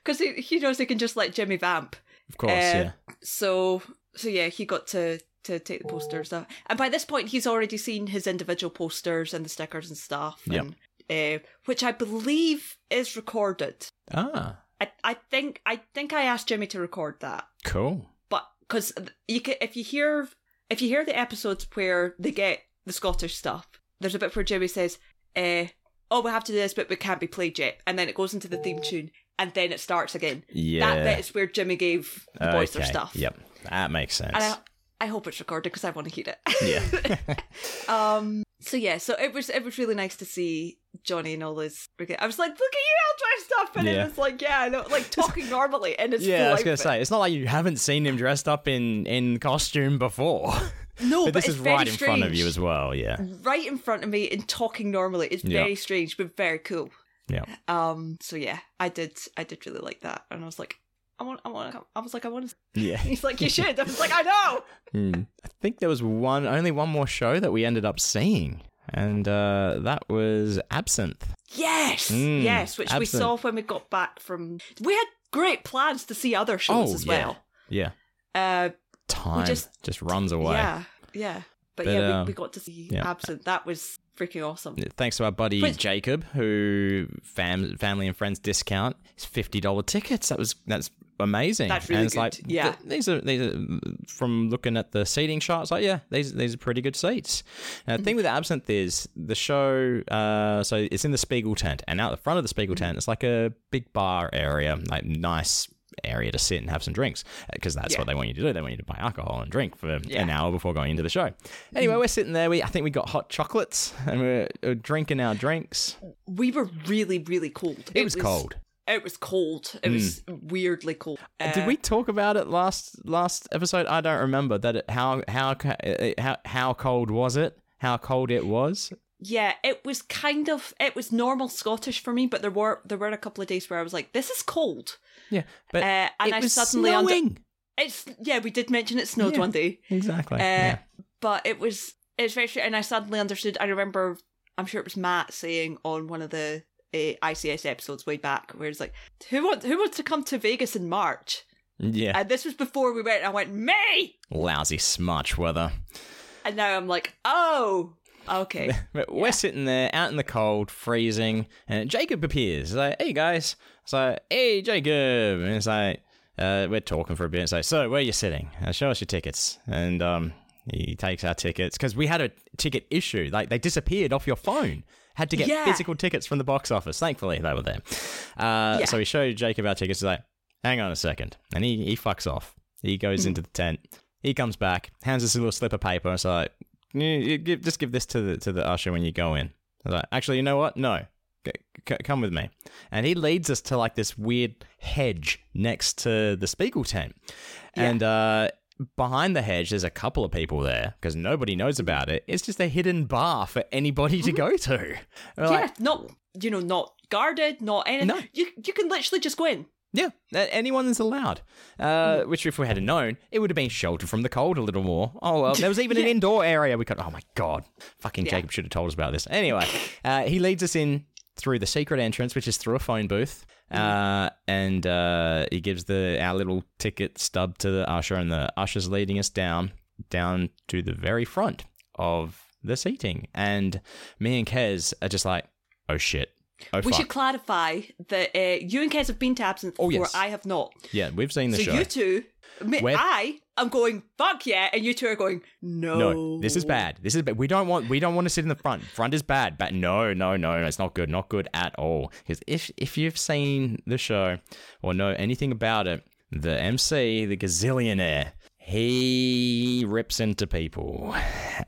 S3: because he, he knows he can just let jimmy vamp
S1: of course.
S3: Uh,
S1: yeah.
S3: so so yeah, he got to to take the posters
S1: Oh.
S3: up, and by this point he's already seen his individual posters and the stickers and stuff.
S1: Yep.
S3: And, uh, which I believe is recorded.
S1: Ah,
S3: I I think I think I asked Jimmy to record that,
S1: cool.
S3: but because you can, if you hear if you hear the episodes where they get the Scottish stuff, there's a bit where Jimmy says, uh, "Oh, we have to do this, but we can't be played yet," and then it goes into the theme tune, and then it starts again.
S1: Yeah.
S3: That bit is where Jimmy gave the boys their
S1: Okay,
S3: stuff.
S1: Yep. That makes sense.
S3: and I, I hope it's recorded because I want to hear it.
S1: yeah.
S3: um. So yeah, so it was it was really nice to see Johnny and all his. I was like, look at you, all dressed up, and
S1: Yeah.
S3: it was like, yeah, I know, like talking normally, and it's
S1: yeah, I was gonna
S3: going
S1: say it's not like you haven't seen him dressed up in in costume before,
S3: no,
S1: but
S3: but,
S1: this
S3: it's
S1: is right
S3: very
S1: in front of you
S3: strange.
S1: as well. Yeah.
S3: right in front of me and talking normally. It's
S1: Yeah.
S3: very strange, but very cool.
S1: Yeah.
S3: Um. So yeah, I did I did really like that, and I was like, I want I want I was like I want. To...
S1: Yeah.
S3: He's like, you should. I was like, I know.
S1: Hmm. I think there was one only one more show that we ended up seeing, and uh, that was Absinthe.
S3: Yes,
S1: Mm,
S3: yes, which we
S1: absent.
S3: saw when we got back from. We had great plans to see other shows
S1: Oh,
S3: as
S1: yeah.
S3: well.
S1: Yeah.
S3: Uh,
S1: Time
S3: just-
S1: just, runs away.
S3: yeah, yeah, but,
S1: But,
S3: yeah,
S1: um,
S3: we, we got to see
S1: yeah.
S3: Absent. That was freaking awesome.
S1: Thanks to our buddy
S3: Which-
S1: Jacob, who fam- family and friends discount is fifty dollar tickets. That was that's amazing.
S3: That's really
S1: and it's
S3: good,
S1: like
S3: yeah.
S1: th- these are these are from looking at the seating charts. Like yeah, these these are pretty good seats. Now the thing with Absinthe is the show. Uh, so it's in the Spiegel tent, and out the front of the Spiegel tent, it's like a big bar area, like nice area to sit and have some drinks because that's
S3: Yeah.
S1: what they want you to do they want you to buy alcohol and drink for
S3: Yeah.
S1: an hour before going into the show anyway we're sitting there we i think we got hot chocolates and we're, uh drinking our drinks
S3: We were really, really cold.
S1: it, was, cold Mm.
S3: It was cold. It was weirdly cold. Uh,
S1: did we talk about it last last episode i don't remember that it, how how ca- uh, how how cold was it how cold it was
S3: Yeah, it was kind of it was normal Scottish for me, but there were there were a couple of days where I was like, this is cold.
S1: yeah but
S3: Uh, and
S1: it
S3: I
S1: was
S3: suddenly under-
S1: snowing.
S3: It's yeah, we did mention it snowed
S1: Yeah.
S3: one day.
S1: exactly
S3: Uh,
S1: yeah.
S3: But it was it was very strange, and I suddenly understood. I remember, I'm sure it was Matt saying on one of the uh, ICS episodes way back, where it's like, "Who wants who wants to come to Vegas in March?"
S1: yeah
S3: And this was before we went. And I went me,
S1: lousy smudge weather
S3: and now I'm like, "Oh, okay."
S1: But we're sitting there out in the cold, freezing, and Jacob appears. He's like, hey guys. It's like, hey Jacob. And it's like, uh, we're talking for a bit. It's like, so where are you sitting? Uh, show us your tickets. And um, he takes our tickets because we had a ticket issue. Like they disappeared off your phone. Had to get
S3: Yeah.
S1: physical tickets from the box office. Thankfully, they were there. Uh,
S3: Yeah.
S1: So we showed Jacob our tickets. He's like, hang on a second. And he, he fucks off. He goes
S3: Hmm.
S1: into the tent. He comes back, hands us a little slip of paper. It's like, "You- you give, just give this to the to the usher when you go in. I was like, actually, you know what? No, C- c- come with me. And he leads us to like this weird hedge next to the Spiegel tent,
S3: Yeah.
S1: and uh, behind the hedge, there's a couple of people there because nobody knows about it. It's just a hidden bar for anybody to go to. And we're
S3: yeah,
S1: like,
S3: not you know, not guarded, not anything.
S1: No.
S3: You you can literally just go in.
S1: Yeah, a- anyone is allowed. Uh,
S3: Hmm.
S1: which, if we had known, it would have been sheltered from the cold a little more. Oh well, there was even an indoor area we could. Oh my god, fucking
S3: Yeah.
S1: Jacob should have told us about this. Anyway, uh, he leads us in through the secret entrance, which is through a phone booth,
S3: Hmm.
S1: uh, and uh, he gives the our little ticket stub to the usher, and the usher's leading us down down to the very front of the seating. And me and Kez are just like, oh shit. Oh,
S3: we
S1: fuck.
S3: should clarify that uh, you and Kez have been to absinthe
S1: Oh,
S3: before.
S1: yes.
S3: I have not.
S1: yeah, we've seen the
S3: so
S1: show.
S3: you two, me,
S1: We're-
S3: I am going fuck yeah, and you two are going no.
S1: No, this is bad. This is bad. We don't want we don't want to sit in the front. Front is bad. But no, no, no, no, it's not good. Not good at all. Because if if you've seen the show or know anything about it, the MC, the gazillionaire, he rips into people,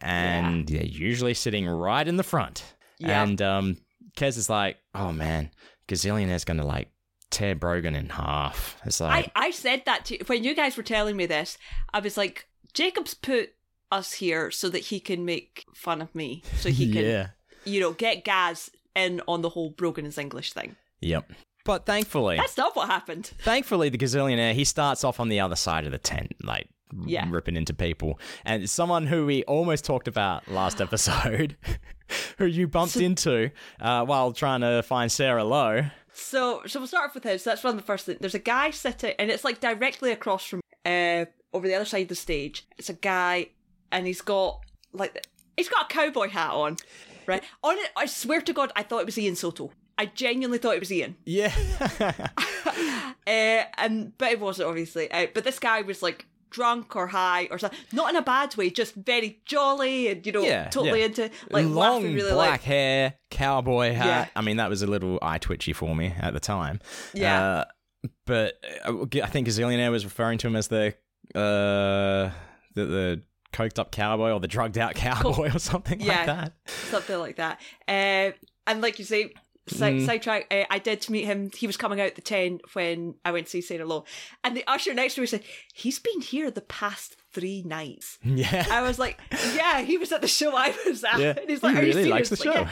S1: and they're usually sitting right in the front.
S3: Yeah.
S1: And um, Kez is like, oh man, gazillionaire's gonna like tear Brogan in half. It's like.
S3: I, I said that to when you guys were telling me this. I was like, Jacob's put us here so that he can make fun of me, so he can
S1: yeah.
S3: you know get Gaz in on the whole broken is English thing.
S1: Yep. But thankfully,
S3: That's not what happened.
S1: Thankfully, the gazillionaire he starts off on the other side of the tent, like r-
S3: Yeah.
S1: ripping into people, and it's someone who we almost talked about last episode, who you bumped into uh, while trying to find Sarah Lowe.
S3: So, so we'll start off with his. That's one of the first things. There's a guy sitting, and it's like directly across from, uh, over the other side of the stage. It's a guy, and he's got like, he's got a cowboy hat on, right? On it, I swear to God, I thought it was Ian Soto. I genuinely thought it was Ian,
S1: Yeah,
S3: uh, and but it wasn't obviously. Uh, but this guy was like drunk or high or something, not in a bad way, just very jolly and you know,
S1: Yeah,
S3: totally
S1: yeah.
S3: into like
S1: long
S3: laughing really
S1: black
S3: like,
S1: hair, cowboy hat.
S3: Yeah.
S1: I mean, that was a little eye twitchy for me at the time.
S3: Yeah.
S1: Uh, but uh, I think gazillionaire was referring to him as the uh, the, the coked up cowboy or the drugged out cowboy or something
S3: Yeah.
S1: like that.
S3: something like that. Uh, and like you say,
S1: Mm.
S3: side, sidetrack. Uh, I did meet him. He was coming out the ten when I went to see Sarah Law, and the usher next to me said, "He's been here the past three nights."
S1: Yeah.
S3: I was like, "Yeah, he was at the show I was at."
S1: Yeah,
S3: And he's like,
S1: he
S3: "Are
S1: really
S3: you serious?"
S1: likes the
S3: Like,
S1: show.
S3: yeah.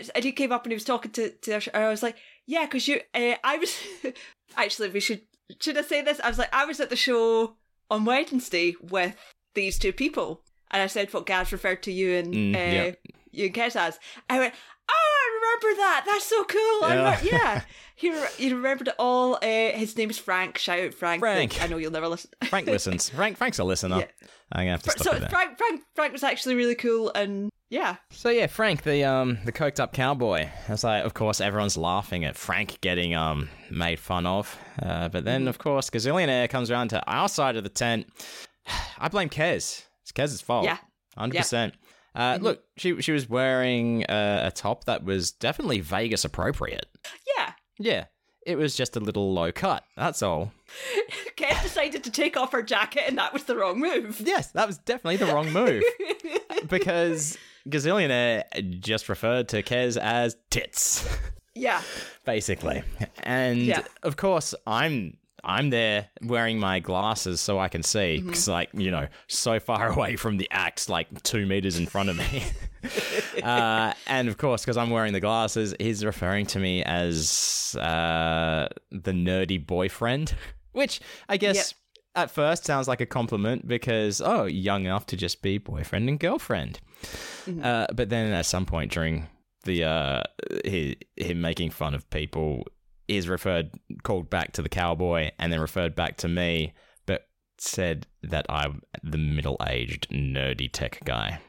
S3: Uh, and he came up and he was talking to to the usher. And I was like, "Yeah, because you." Uh, I was actually. We should should I say this? I was like, I was at the show on Wednesday with these two people, and I said what Gaz referred to you and
S1: Mm,
S3: uh,
S1: yeah.
S3: you and Kes as. I went, oh, I remember that. That's so cool. I
S1: Yeah.
S3: remember, yeah. He, re- he remembered it all. Uh, his name is Frank. Shout out Frank.
S1: Frank.
S3: I know you'll never listen.
S1: Frank listens. Frank Frank's a listener.
S3: Yeah.
S1: I'm gonna have to stop
S3: so
S1: it there.
S3: Frank, Frank, Frank was actually really cool, and yeah,
S1: so yeah, Frank, the um the coked up cowboy. It's like, of course, everyone's laughing at Frank getting um made fun of. Uh, but then, of course, Gazillionaire comes around to our side of the tent. I blame Kez. It's Kez's fault.
S3: Yeah.
S1: hundred percent. Uh, Look, she she was wearing uh, a top that was definitely Vegas appropriate.
S3: yeah.
S1: Yeah, it was just a little low cut. That's all.
S3: Kes decided to take off her jacket, and that was the wrong move.
S1: Yes, that was definitely the wrong move. because Gazillionaire just referred to Kez as tits,
S3: Yeah,
S1: basically. And
S3: Yeah.
S1: of course, I'm I'm there wearing my glasses so I can see because, like, you know, so far away from the axe, like two meters in front of me. uh, and of course, because I'm wearing the glasses, he's referring to me as uh, the nerdy boyfriend, which I guess
S3: Yep.
S1: at first sounds like a compliment because oh young enough to just be boyfriend and girlfriend
S3: Mm-hmm.
S1: uh, but then at some point during the uh hi him making fun of people is referred called back to the cowboy and then referred back to me but said that i'm the middle-aged nerdy tech guy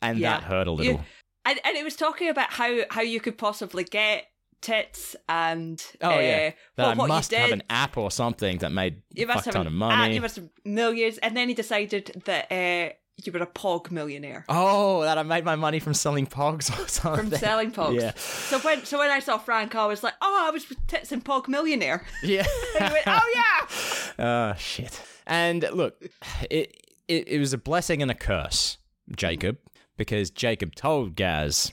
S1: and
S3: Yeah.
S1: that hurt a
S3: You-
S1: little
S3: and and it was talking about how how you could possibly get tits and
S1: Oh,
S3: uh,
S1: yeah. that
S3: well,
S1: i
S3: what
S1: must
S3: you did.
S1: have an app or something that made
S3: you
S1: a
S3: must
S1: fuck
S3: have
S1: ton
S3: an
S1: of
S3: app,
S1: money
S3: you must have millions, and then he decided that uh, you were a pog millionaire
S1: oh that i made my money from selling pogs or something
S3: from selling pogs.
S1: yeah
S3: So when so when I saw Frank, I was like, oh, I was with tits and pog millionaire.
S1: yeah
S3: And he went, oh yeah,
S1: Oh shit! And look, it, it it was a blessing and a curse, Jacob, because Jacob told Gaz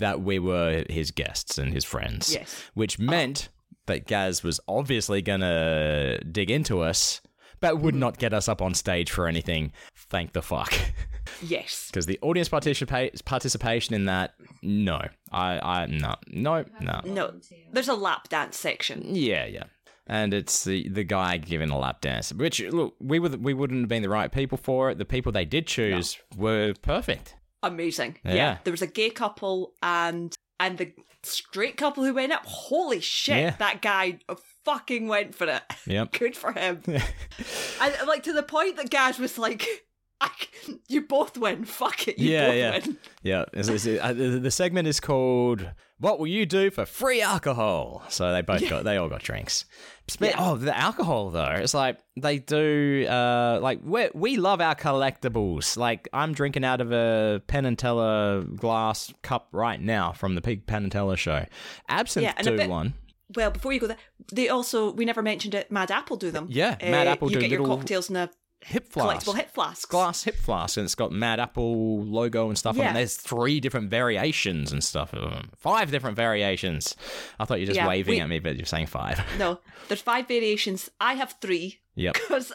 S1: that we were his guests and his friends.
S3: Yes. Uh-huh.
S1: Which meant that Gaz was obviously gonna dig into us, but
S3: Mm-hmm.
S1: would not get us up on stage for anything. Thank the fuck,
S3: yes,
S1: because the audience participa- participation in that, no, I, I, no, no, no.
S3: no. There's a lap dance section.
S1: Yeah, yeah. And it's the the guy giving a lap dance, which look we were we wouldn't have been the right people for it. The people they did choose were perfect.
S3: Amazing.
S1: Yeah.
S3: There was a gay couple and and the straight couple who went up. Holy shit!
S1: Yeah.
S3: That guy fucking went for it.
S1: Yep.
S3: Good for him. and like to the point that Gaz was like, I c- you both win. Fuck it. You
S1: Yeah,
S3: both
S1: yeah.
S3: win.
S1: Yeah, it's- it's- it- uh, the the segment is called "What Will You Do for Free Alcohol?" So they both got, they all got drinks. Spe-
S3: Yeah.
S1: Oh, the alcohol though, it's like they do. Uh, like we we love our collectibles. Like I'm drinking out of a Penn and Teller glass cup right now from the Pig Penn and Teller show. Absinthe
S3: Yeah, and a
S1: do
S3: bit-
S1: one.
S3: Well, before you go there, they also we never mentioned it. Mad Apple do them. Uh,
S1: Yeah, Mad Apple
S3: you
S1: do
S3: get your
S1: little
S3: cocktails in a
S1: Hip flask.
S3: collectible hip flasks.
S1: glass hip flask and it's got Mad Apple logo and stuff on it.
S3: Yeah.
S1: And there's three different variations and stuff. of 'em. Five different variations. I thought you were just
S3: Yeah,
S1: waving
S3: we-
S1: at me, but you're saying five.
S3: No, there's five variations. I have three
S1: yep.
S3: because,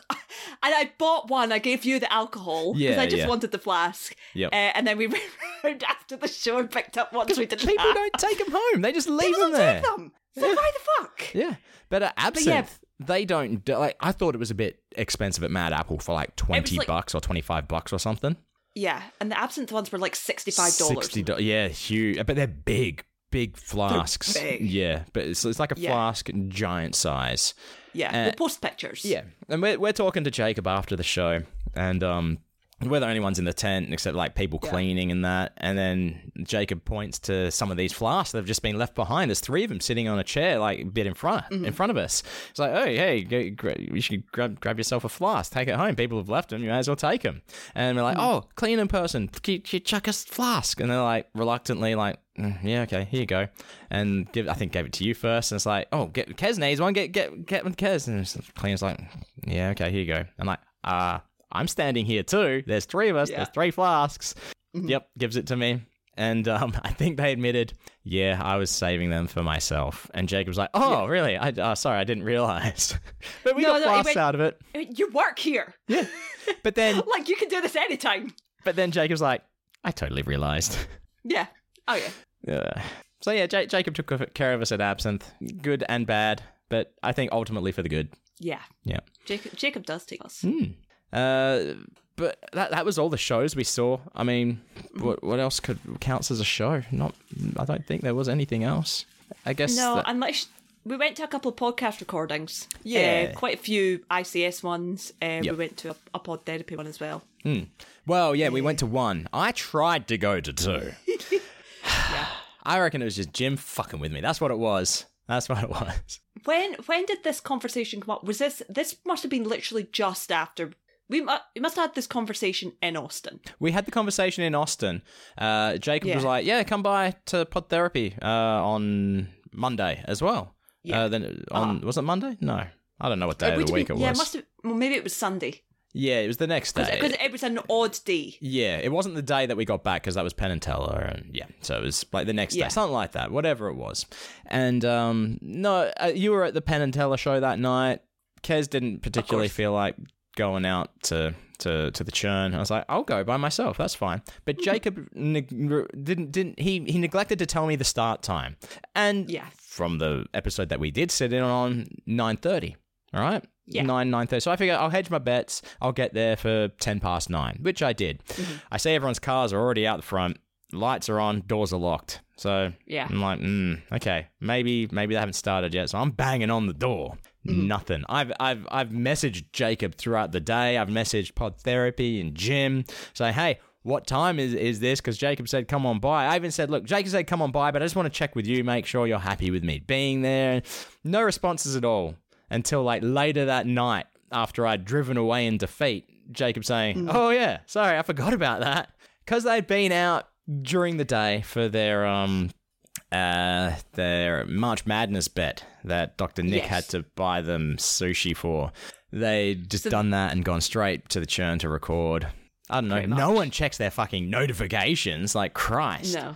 S3: and I bought one. I gave you the alcohol because
S1: Yeah,
S3: I just
S1: yeah.
S3: wanted the flask.
S1: Yep.
S3: Uh, and then we went round after the show and picked up ones we didn't
S1: People
S3: have.
S1: don't take them home. They just leave
S3: People
S1: them
S3: don't
S1: there.
S3: take them. So why the fuck?
S1: Yeah. But uh, absinthe,
S3: yeah.
S1: they don't. do- Like, I thought it was a bit expensive at Mad Apple for like 20
S3: like-
S1: bucks or 25 bucks or something.
S3: Yeah, and the absinthe ones were like sixty-five dollars.
S1: Sixty dollars. Yeah, huge. But they're big, big flasks.
S3: big.
S1: Yeah, but it's, it's like a
S3: Yeah.
S1: flask, giant size.
S3: Yeah,
S1: Uh,
S3: we'll post pictures.
S1: Yeah, and we're, we're talking to Jacob after the show, and um, we're the only ones in the tent except like people cleaning and that. And then Jacob points to some of these flasks that have just been left behind. There's three of them sitting on a chair, like a bit in front in front of us. It's like, oh hey, go, gra- you should grab grab yourself a flask, take it home. People have left them, you may as well take them. And we're like,
S3: Hmm.
S1: oh, cleaning person, c- c- chuck us flask. And they're like reluctantly like. "Mm, Yeah, okay, here you go, and give, I think gave it to you first, and it's like, oh, get Kes needs one, get get get one Kes, and it's- Clean's like, yeah, okay, here you go. I'm like, ah, I'm standing here too. There's three of us.
S3: Yeah. Mm-hmm.
S1: There's three flasks. Yep, gives it to me. And um, I think they admitted, yeah, I was saving them for myself. And Jacob's like, oh, really? I, uh, sorry, I didn't realize. but we
S3: No,
S1: got
S3: no, it
S1: flasks
S3: went-
S1: out of it.
S3: you work here.
S1: But then,
S3: Like you can do this anytime.
S1: but then Jacob's like, I totally realized.
S3: Yeah. Oh yeah.
S1: Yeah. So yeah, Ja- Jacob took care of us at Absinthe, good and bad, but I think ultimately for the good.
S3: Yeah.
S1: Yeah.
S3: Jacob Jacob does take us.
S1: Mm, Uh, but that that was all the shows we saw. I mean, what what else could counts as a show? Not, I don't think there was anything else. I guess
S3: No,
S1: that-
S3: unless we went to a couple of podcast recordings.
S1: Yeah.
S3: Uh, quite a few ICS ones. Uh, We
S1: Yep.
S3: went to a, a pod therapy one as well.
S1: well, yeah, we went to one. I tried to go to two. I reckon it was just Jim fucking with me. That's what it was. That's what it was.
S3: When when did this conversation come up? Was this this must have been literally just after we, mu- we must have had this conversation in Austin.
S1: We had the conversation in Austin. Uh, Jacob
S3: Yeah.
S1: was like, "Yeah, come by to pod therapy uh, on Monday as well."
S3: Yeah. Ah.
S1: Uh, then on was it Monday? No, I don't know what day
S3: It
S1: of
S3: would
S1: the
S3: have
S1: week
S3: been-
S1: it was. Uh,
S3: Yeah, it must have. Well, maybe it was Sunday
S1: Yeah, it was the next day.
S3: because it was an odd day.
S1: yeah, it wasn't the day that we got back because that was Penn and Teller, and yeah, so it was like the next
S3: Yeah.
S1: day, something like that, whatever it was. And um, no, uh, you were at the Penn and Teller show that night. Kez didn't particularly
S3: course.
S1: feel like going out to to to the churn. I was like, I'll go by myself. That's fine. But
S3: Hmm.
S1: Jacob neg- didn't didn't he he neglected to tell me the start time. And
S3: Yeah.
S1: from the episode that we did sit in on nine thirty. All right.
S3: Yeah.
S1: Nine nine thirty. So I figure I'll hedge my bets. I'll get there for ten past nine, which I did. I see everyone's cars are already out the front. Lights are on. Doors are locked. So
S3: Yeah.
S1: I'm like, mm, okay, maybe maybe they haven't started yet. So I'm banging on the door. Nothing. I've I've I've messaged Jacob throughout the day. I've messaged Pod Therapy and Jim. Say, hey. What time is, is this? Because Jacob said, come on by. I even said, look, Jacob said, come on by, but I just want to check with you, make sure you're happy with me being there. No responses at all until like later that night after I'd driven away in defeat. Jacob saying, "Oh yeah, sorry, I forgot about that," because they'd been out during the day for their um uh their March Madness bet that Dr. Nick
S3: Yes.
S1: had to buy them sushi for. They'd just done that and gone straight to the churn to record. I don't know.
S3: Pretty
S1: No
S3: much.
S1: one checks their fucking notifications. Like Christ.
S3: No.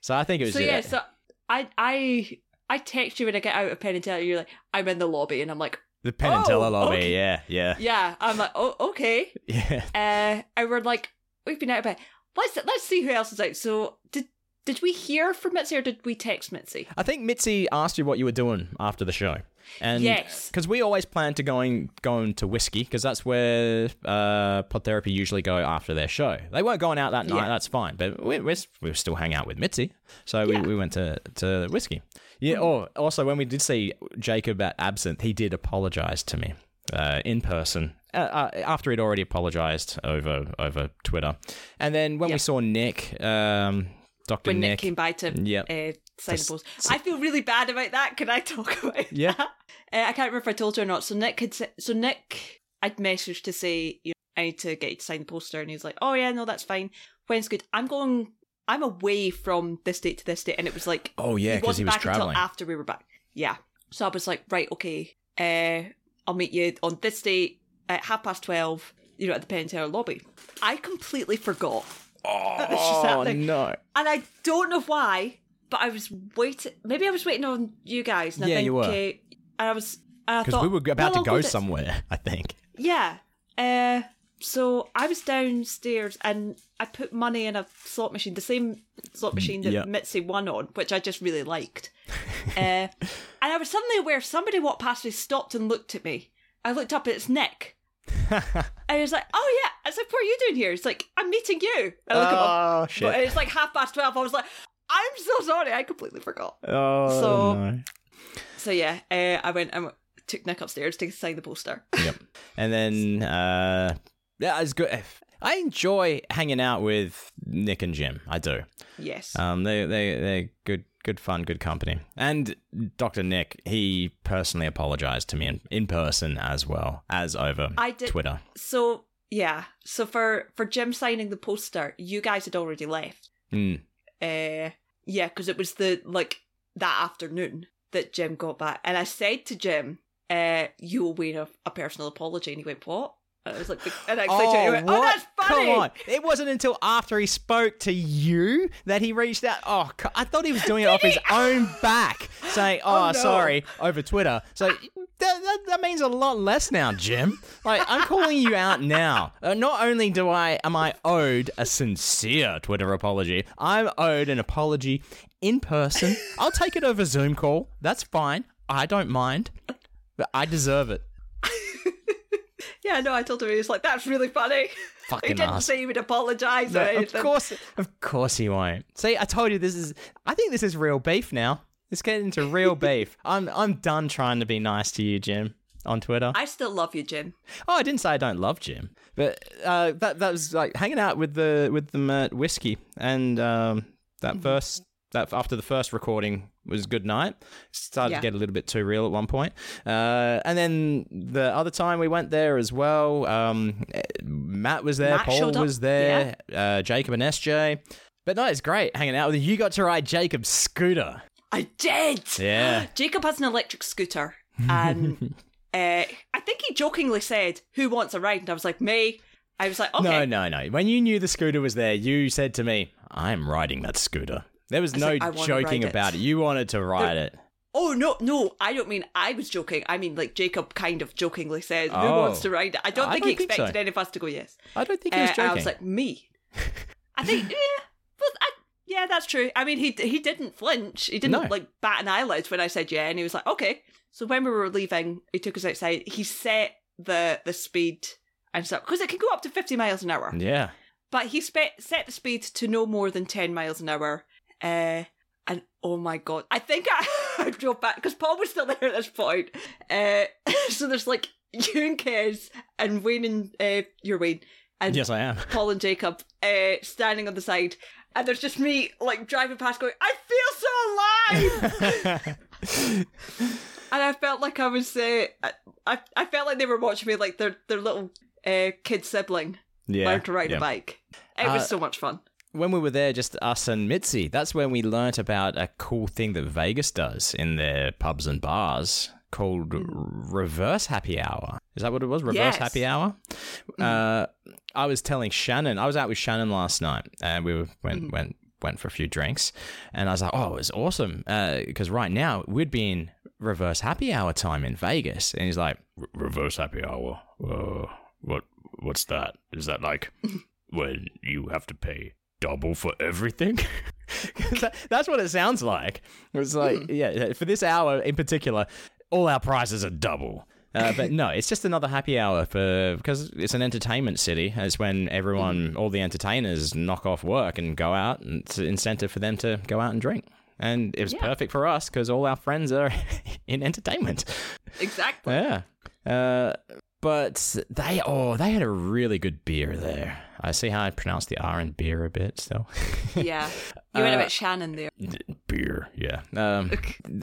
S1: So I think it was.
S3: so
S1: just-
S3: yeah, so I I I text you when I get out of Penn and Teller. You're like, I'm in the lobby, and I'm like,
S1: the Penn and
S3: Oh,
S1: Teller lobby.
S3: okay.
S1: Yeah, yeah,
S3: yeah. I'm like, oh okay.
S1: yeah.
S3: Uh, and we're like, we've been out of bed. Let's let's see who else is out. So did did we hear from Mitzi or did we text Mitzi?
S1: I think Mitzi asked you what you were doing after the show. And
S3: Yes.
S1: Because we always plan to going going to whiskey because that's where uh, pod therapy usually go after their show. They weren't going out that night.
S3: Yeah.
S1: That's fine. But we we we still hang out with Mitzi, so
S3: Yeah. Mm.
S1: we, we went to to whiskey. Yeah. Oh, also when we did see Jacob at absinthe, he did apologize to me uh, in person uh, uh, after he'd already apologized over over Twitter, and then when
S3: Yeah.
S1: we saw Nick, um, Doctor
S3: when Nick,
S1: Nick,
S3: came by to
S1: Yep.
S3: uh, sign the
S1: Just-
S3: balls. I feel really bad about that. Can I talk about it?
S1: yeah,
S3: Uh, I can't remember if I told you or not. So Nick had sa- so Nick I'd messaged to say you know, I need to get you to sign the poster, and he was like, "Oh yeah, no, that's fine. When's good? I'm going. I'm away from this date to this date." And it was like,
S1: oh yeah,
S3: he
S1: because he
S3: wasn't
S1: was
S3: back until
S1: traveling.
S3: after we were back. Yeah. So I was like, right, okay, uh, I'll meet you on this date at half past twelve. You know, at the Penn Tower lobby. I completely forgot that this was
S1: Oh
S3: happening.
S1: no,
S3: And I don't know why, but I was waiting. Maybe I was waiting on you guys. And I
S1: Yeah,
S3: think,
S1: you were.
S3: uh, and I was. And I
S1: because
S3: thought
S1: we were about
S3: well,
S1: to
S3: I'll
S1: go,
S3: this-
S1: somewhere. I think.
S3: Yeah. Uh, so I was downstairs and I put money in a slot machine, the same slot machine that
S1: Mm, yeah.
S3: Mitzi won on, which I just really liked. uh, and I was suddenly aware somebody walked past me, stopped and looked at me. I looked up at its neck. and I was like, oh yeah. I said, what are you doing here? It's like, I'm meeting you. I look at my
S1: Oh
S3: but
S1: shit!
S3: it's like half past twelve. I was like, I'm so sorry, I completely forgot.
S1: Oh
S3: So-
S1: no.
S3: So yeah, uh, I went and w- took Nick upstairs to sign the poster.
S1: Yep. And then uh yeah, it's good. I enjoy hanging out with Nick and Jim. I do.
S3: yes,
S1: Um they they they're good good fun, good company. And Dr. Nick, he personally apologized to me in, in person as well as over
S3: I did.
S1: Twitter.
S3: So yeah, so for for Jim signing the poster, you guys had already left.
S1: Mm.
S3: Uh, yeah, because it was the like that afternoon that Jim got back, and I said to Jim, uh, "You owe me a, a personal apology," and he went, "What?" And I was like, and I explained to him, he went, "Oh, that's funny."
S1: Come on. It wasn't until after he spoke to you that he reached out. Oh, co- I thought he was doing it off his own back, saying, oh,
S3: no.
S1: sorry, over Twitter. So that, that, that means a lot less now, Jim. Like, I'm calling you out now. Uh, not only do I am I owed a sincere Twitter apology, I'm owed an apology in person. I'll take it over Zoom call. That's fine. I don't mind. But I deserve it.
S3: Yeah, no, I told him he was like, "That's really funny."
S1: Fucking
S3: he didn't
S1: ass.
S3: say he would apologise
S1: No,
S3: or
S1: of
S3: anything.
S1: course, of course he won't. See, I told you this is. I think this is real beef now. Let's get into real beef. I'm I'm done trying to be nice to you, Jim, on Twitter.
S3: I still love you, Jim.
S1: oh, I didn't say I don't love Jim, but uh, that that was like hanging out with the with them at whiskey, and um,
S3: Mm-hmm.
S1: that first that after the first recording was good night. Started
S3: Yeah.
S1: to get a little bit too real at one point, uh, and then the other time we went there as well. Um, eh, Matt was there,
S3: Matt
S1: Paul
S3: showed up,
S1: was there, uh, Jacob and SJ. But no, it's great hanging out with you. You got to ride Jacob's scooter.
S3: I did.
S1: Yeah.
S3: Jacob has an electric scooter, and uh, I think he jokingly said, "Who wants a ride?" And I was like, "Me." I was like, "Okay."
S1: No, no, no. When you knew the scooter was there, you said to me, I'm riding that scooter. There was
S3: I was
S1: no
S3: like, "I wanna
S1: joking
S3: ride it."
S1: about it. You wanted to ride it.
S3: Oh no, no! I don't mean I was joking. I mean like Jacob kind of jokingly said, "Who
S1: Oh.
S3: wants to ride?" it?" I don't
S1: I
S3: think he
S1: don't think so.
S3: expected any of us to go yes.
S1: I don't think he
S3: Uh,
S1: was joking.
S3: I was like, "Me." I think yeah, well, I, yeah, that's true. I mean, he he didn't flinch. He didn't
S1: No.
S3: like bat an eyelid when I said yeah, and he was like, "Okay." So when we were leaving, he took us outside. He set the the speed and stuff because it can go up to fifty miles an hour.
S1: yeah.
S3: But he spe- set the speed to no more than 10 miles an hour. Uh, and oh my god, I think I, I drove back because Paul was still there at this point. Uh, so there's like you and Kez and Wayne and uh, you're Wayne and
S1: Yes, I am.
S3: Paul and Jacob uh, standing on the side. And there's just me like driving past going, I feel so alive! and I felt like I was, uh, I, I I felt like they were watching me like their, their little uh, kid sibling
S1: yeah.
S3: learn to ride
S1: yeah.
S3: a bike. It
S1: Uh,
S3: was so much fun.
S1: When we were there, just us and Mitzi, that's when we learnt about a cool thing that Vegas does in their pubs and bars called reverse happy hour. Is that what it was? Reverse
S3: Yes.
S1: happy hour? Uh, I was telling Shannon, I was out with Shannon last night and we were, went, went, went for a few drinks and I was like, oh, it was awesome. Because right now we'd be in reverse happy hour time in Vegas. And he's like,
S2: R- reverse happy hour. Uh, what? What's that? Is that like when you have to pay double for everything?
S1: 'Cause that- that's what it sounds like. It was like, yeah, for this hour in particular, all our prices are double. Uh, but no, it's just another happy hour for because it's an entertainment city. It's when everyone, all the entertainers, knock off work and go out, and it's an incentive for them to go out and drink. And it was perfect for us because all our friends are in entertainment.
S3: Exactly.
S1: Yeah. Uh, But they oh they had a really good beer there. I see how I pronounce the R in beer a bit still.
S3: Yeah. You
S1: Uh,
S3: went a bit Shannon there.
S2: Beer, yeah.
S1: Um,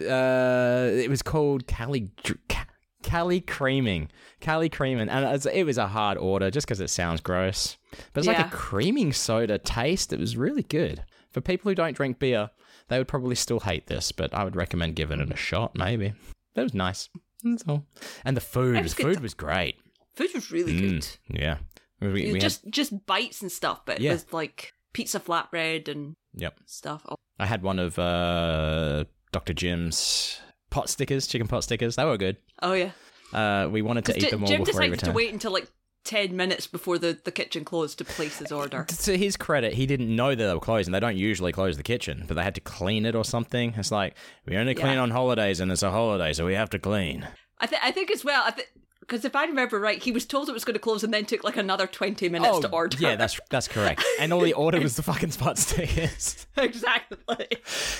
S1: uh, it was called Cali Dr- Ca- Cali Creaming, Cali Creaming, and it was, it was a hard order just because it sounds gross. But it's like
S3: Yeah.
S1: a creaming soda taste. It was really good for people who don't drink beer. They would probably still hate this, but I would recommend giving it a shot. Maybe that was nice. That's all. And the food,
S3: That was
S1: the
S3: good
S1: food
S3: to-
S1: was great.
S3: Food was really good.
S1: Yeah, we, mm. we
S3: It
S1: had-
S3: just just bites and stuff, but
S1: Yeah.
S3: it was like pizza flatbread and
S1: yep.
S3: stuff. Oh,
S1: I had one of uh, Dr. Jim's pot stickers, chicken pot stickers. They were good.
S3: oh yeah.
S1: Uh, we wanted to eat
S3: J-
S1: them all
S3: Jim
S1: before he
S3: decided to
S1: returned.
S3: wait until like ten minutes before the, the kitchen closed to place his order.
S1: to his credit, he didn't know that they were closed, and they don't usually close the kitchen, but they had to clean it or something. It's like we only clean
S3: Yeah.
S1: on holidays, and it's a holiday, so we have to clean.
S3: I think I think as well. I think because if I remember right, he was told it was going to close and then took like another twenty minutes to order.
S1: Oh, yeah, that's that's correct. And all he ordered was the fucking pot stickers.
S3: exactly.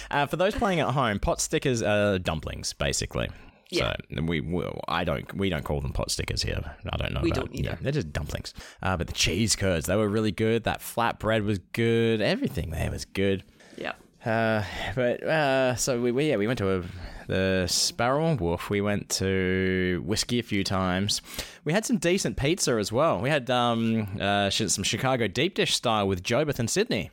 S1: Uh, for those playing at home, pot stickers are dumplings, basically.
S3: Yeah.
S1: So we, we, I don't, we don't call them pot stickers here. I don't know.
S3: We
S1: about,
S3: don't either.
S1: Yeah, they're just dumplings. Uh, but the cheese curds, they were really good. That flatbread was good. Everything there was good.
S3: Yeah.
S1: Uh, but uh, so we, we yeah we went to a, the Sparrow and Wolf. We went to whiskey a few times. We had some decent pizza as well. We had um uh, sh- some Chicago deep dish style with Jobeth and Sydney.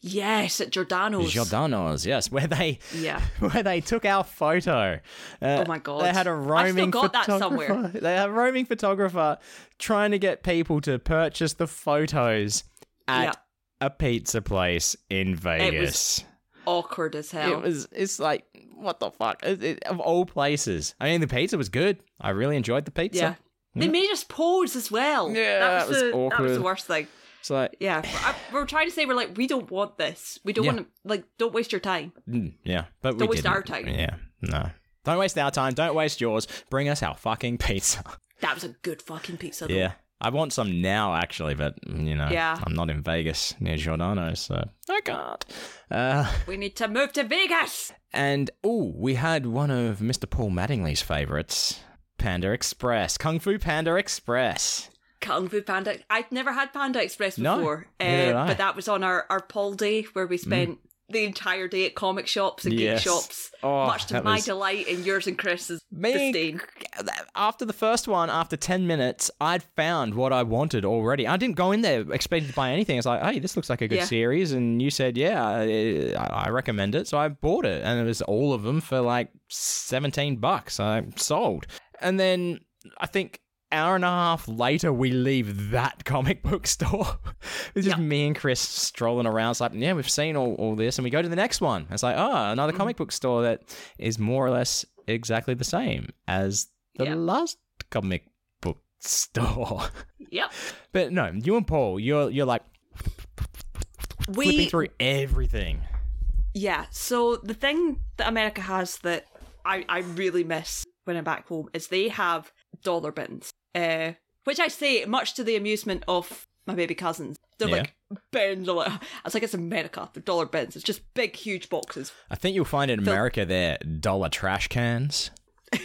S3: Yes, at Giordano's.
S1: Giordano's, yes, where they
S3: Yeah.
S1: where they took our photo. Uh,
S3: Oh my God.
S1: They had a
S3: I've still
S1: roaming
S3: got that
S1: photographer.
S3: somewhere.
S1: They had a roaming photographer trying to get people to purchase the photos at
S3: Yeah.
S1: a pizza place in Vegas.
S3: Awkward as
S1: It was,
S3: hell.
S1: it's like what the fuck It- it- of all places. I mean, the pizza was good. I really enjoyed the pizza.
S3: yeah.
S1: Hmm?
S3: They made us pose as well.
S1: Yeah,
S3: that was,
S1: that was
S3: the, That was
S1: awkward.
S3: the worst thing.
S1: It's like
S3: Yeah, I, we're trying to say we're like we don't want this. We don't
S1: Yeah.
S3: want to like don't waste your time.
S1: mm, yeah, but we
S3: Don't waste
S1: didn't.
S3: our time.
S1: Yeah, no. Don't waste our time. Don't waste yours. Bring us our fucking pizza.
S3: That was a good fucking pizza. Though.
S1: Yeah. I want some now, actually, but you know,
S3: Yeah.
S1: I'm not in Vegas near Giordano, so I can't. Uh,
S3: we need to move to Vegas.
S1: and oh, we had one of Mr. Paul Mattingly's favorites, Panda Express, Kung Fu Panda Express.
S3: Kung Fu Panda. I'd never had Panda Express
S1: No,
S3: before, uh,
S1: neither had I. Mm.
S3: but that was on our our Paul day where we spent the entire day at comic shops and
S1: Yes.
S3: geek shops,
S1: Oh,
S3: much to
S1: that
S3: my
S1: was-
S3: delight and yours and Chris's
S1: Me-
S3: disdain.
S1: After the first one, after ten minutes, I'd found what I wanted already. I didn't go in there expecting to buy anything. It's like, hey, this looks like a good
S3: Yeah.
S1: series, and you said, yeah, I, I I recommend it, so I bought it, and it was all of them for like seventeen bucks. I sold, and then I think hour and a half later, we leave that comic book store. it's just
S3: Yeah.
S1: me and Chris strolling around. It's like, yeah, we've seen all, all this, and we go to the next one. It's like, oh, another
S3: Mm.
S1: comic book store that is more or less exactly the same as the
S3: Yeah.
S1: last comic book store.
S3: Yep,
S1: but no, you and Paul, you're you're like flipping
S3: we
S1: through everything.
S3: yeah. So the thing that America has that I I really miss when I'm back home is they have dollar bins, uh, which I say much to the amusement of my baby cousins. They're
S1: Yeah.
S3: like bins. I'm like, I was like, it's America. They're dollar bins. It's just big, huge boxes.
S1: I think you'll find in America there dollar trash cans.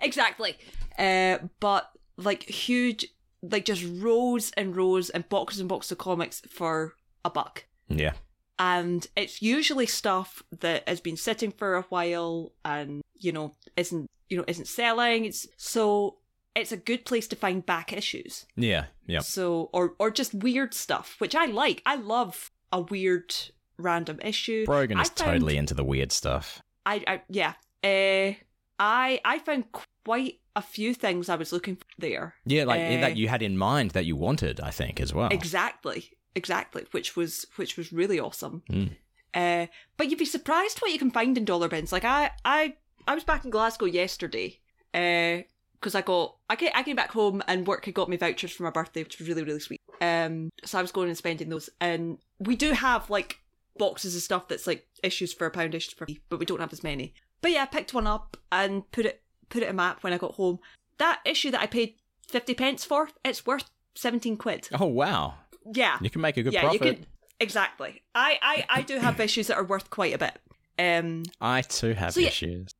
S3: exactly. Uh, but like huge, like just rows and rows and boxes and boxes of comics for a buck.
S1: Yeah.
S3: And it's usually stuff that has been sitting for a while and, you know, isn't, you know, isn't selling. It's so it's a good place to find back issues.
S1: Yeah. Yep.
S3: So, or, or just weird stuff, which I like. I love a weird random issue.
S1: Brogan
S3: I
S1: is
S3: found-
S1: totally into the weird stuff.
S3: I, I yeah. Uh, I I found quite a few things I was looking for there.
S1: Yeah, like
S3: Uh,
S1: that you had in mind that you wanted, I think, as well.
S3: Exactly, exactly, which was which was really awesome.
S1: Mm.
S3: Uh, but you'd be surprised what you can find in dollar bins. Like I I I was back in Glasgow yesterday. Uh, because I got I came, I came back home and work had got me vouchers for my birthday, which was really really sweet. Um, so I was going and spending those, and we do have like boxes of stuff that's like issues for a pound, issues for a fee, but we don't have as many. But yeah, I picked one up and put it put it in my app when I got home. That issue that I paid fifty pence for, it's worth seventeen quid.
S1: Oh wow,
S3: Yeah,
S1: you can make a good
S3: yeah,
S1: profit.
S3: you could exactly. I, I I do have issues that are worth quite a bit. Um,
S1: I too have
S3: So, yeah.
S1: issues.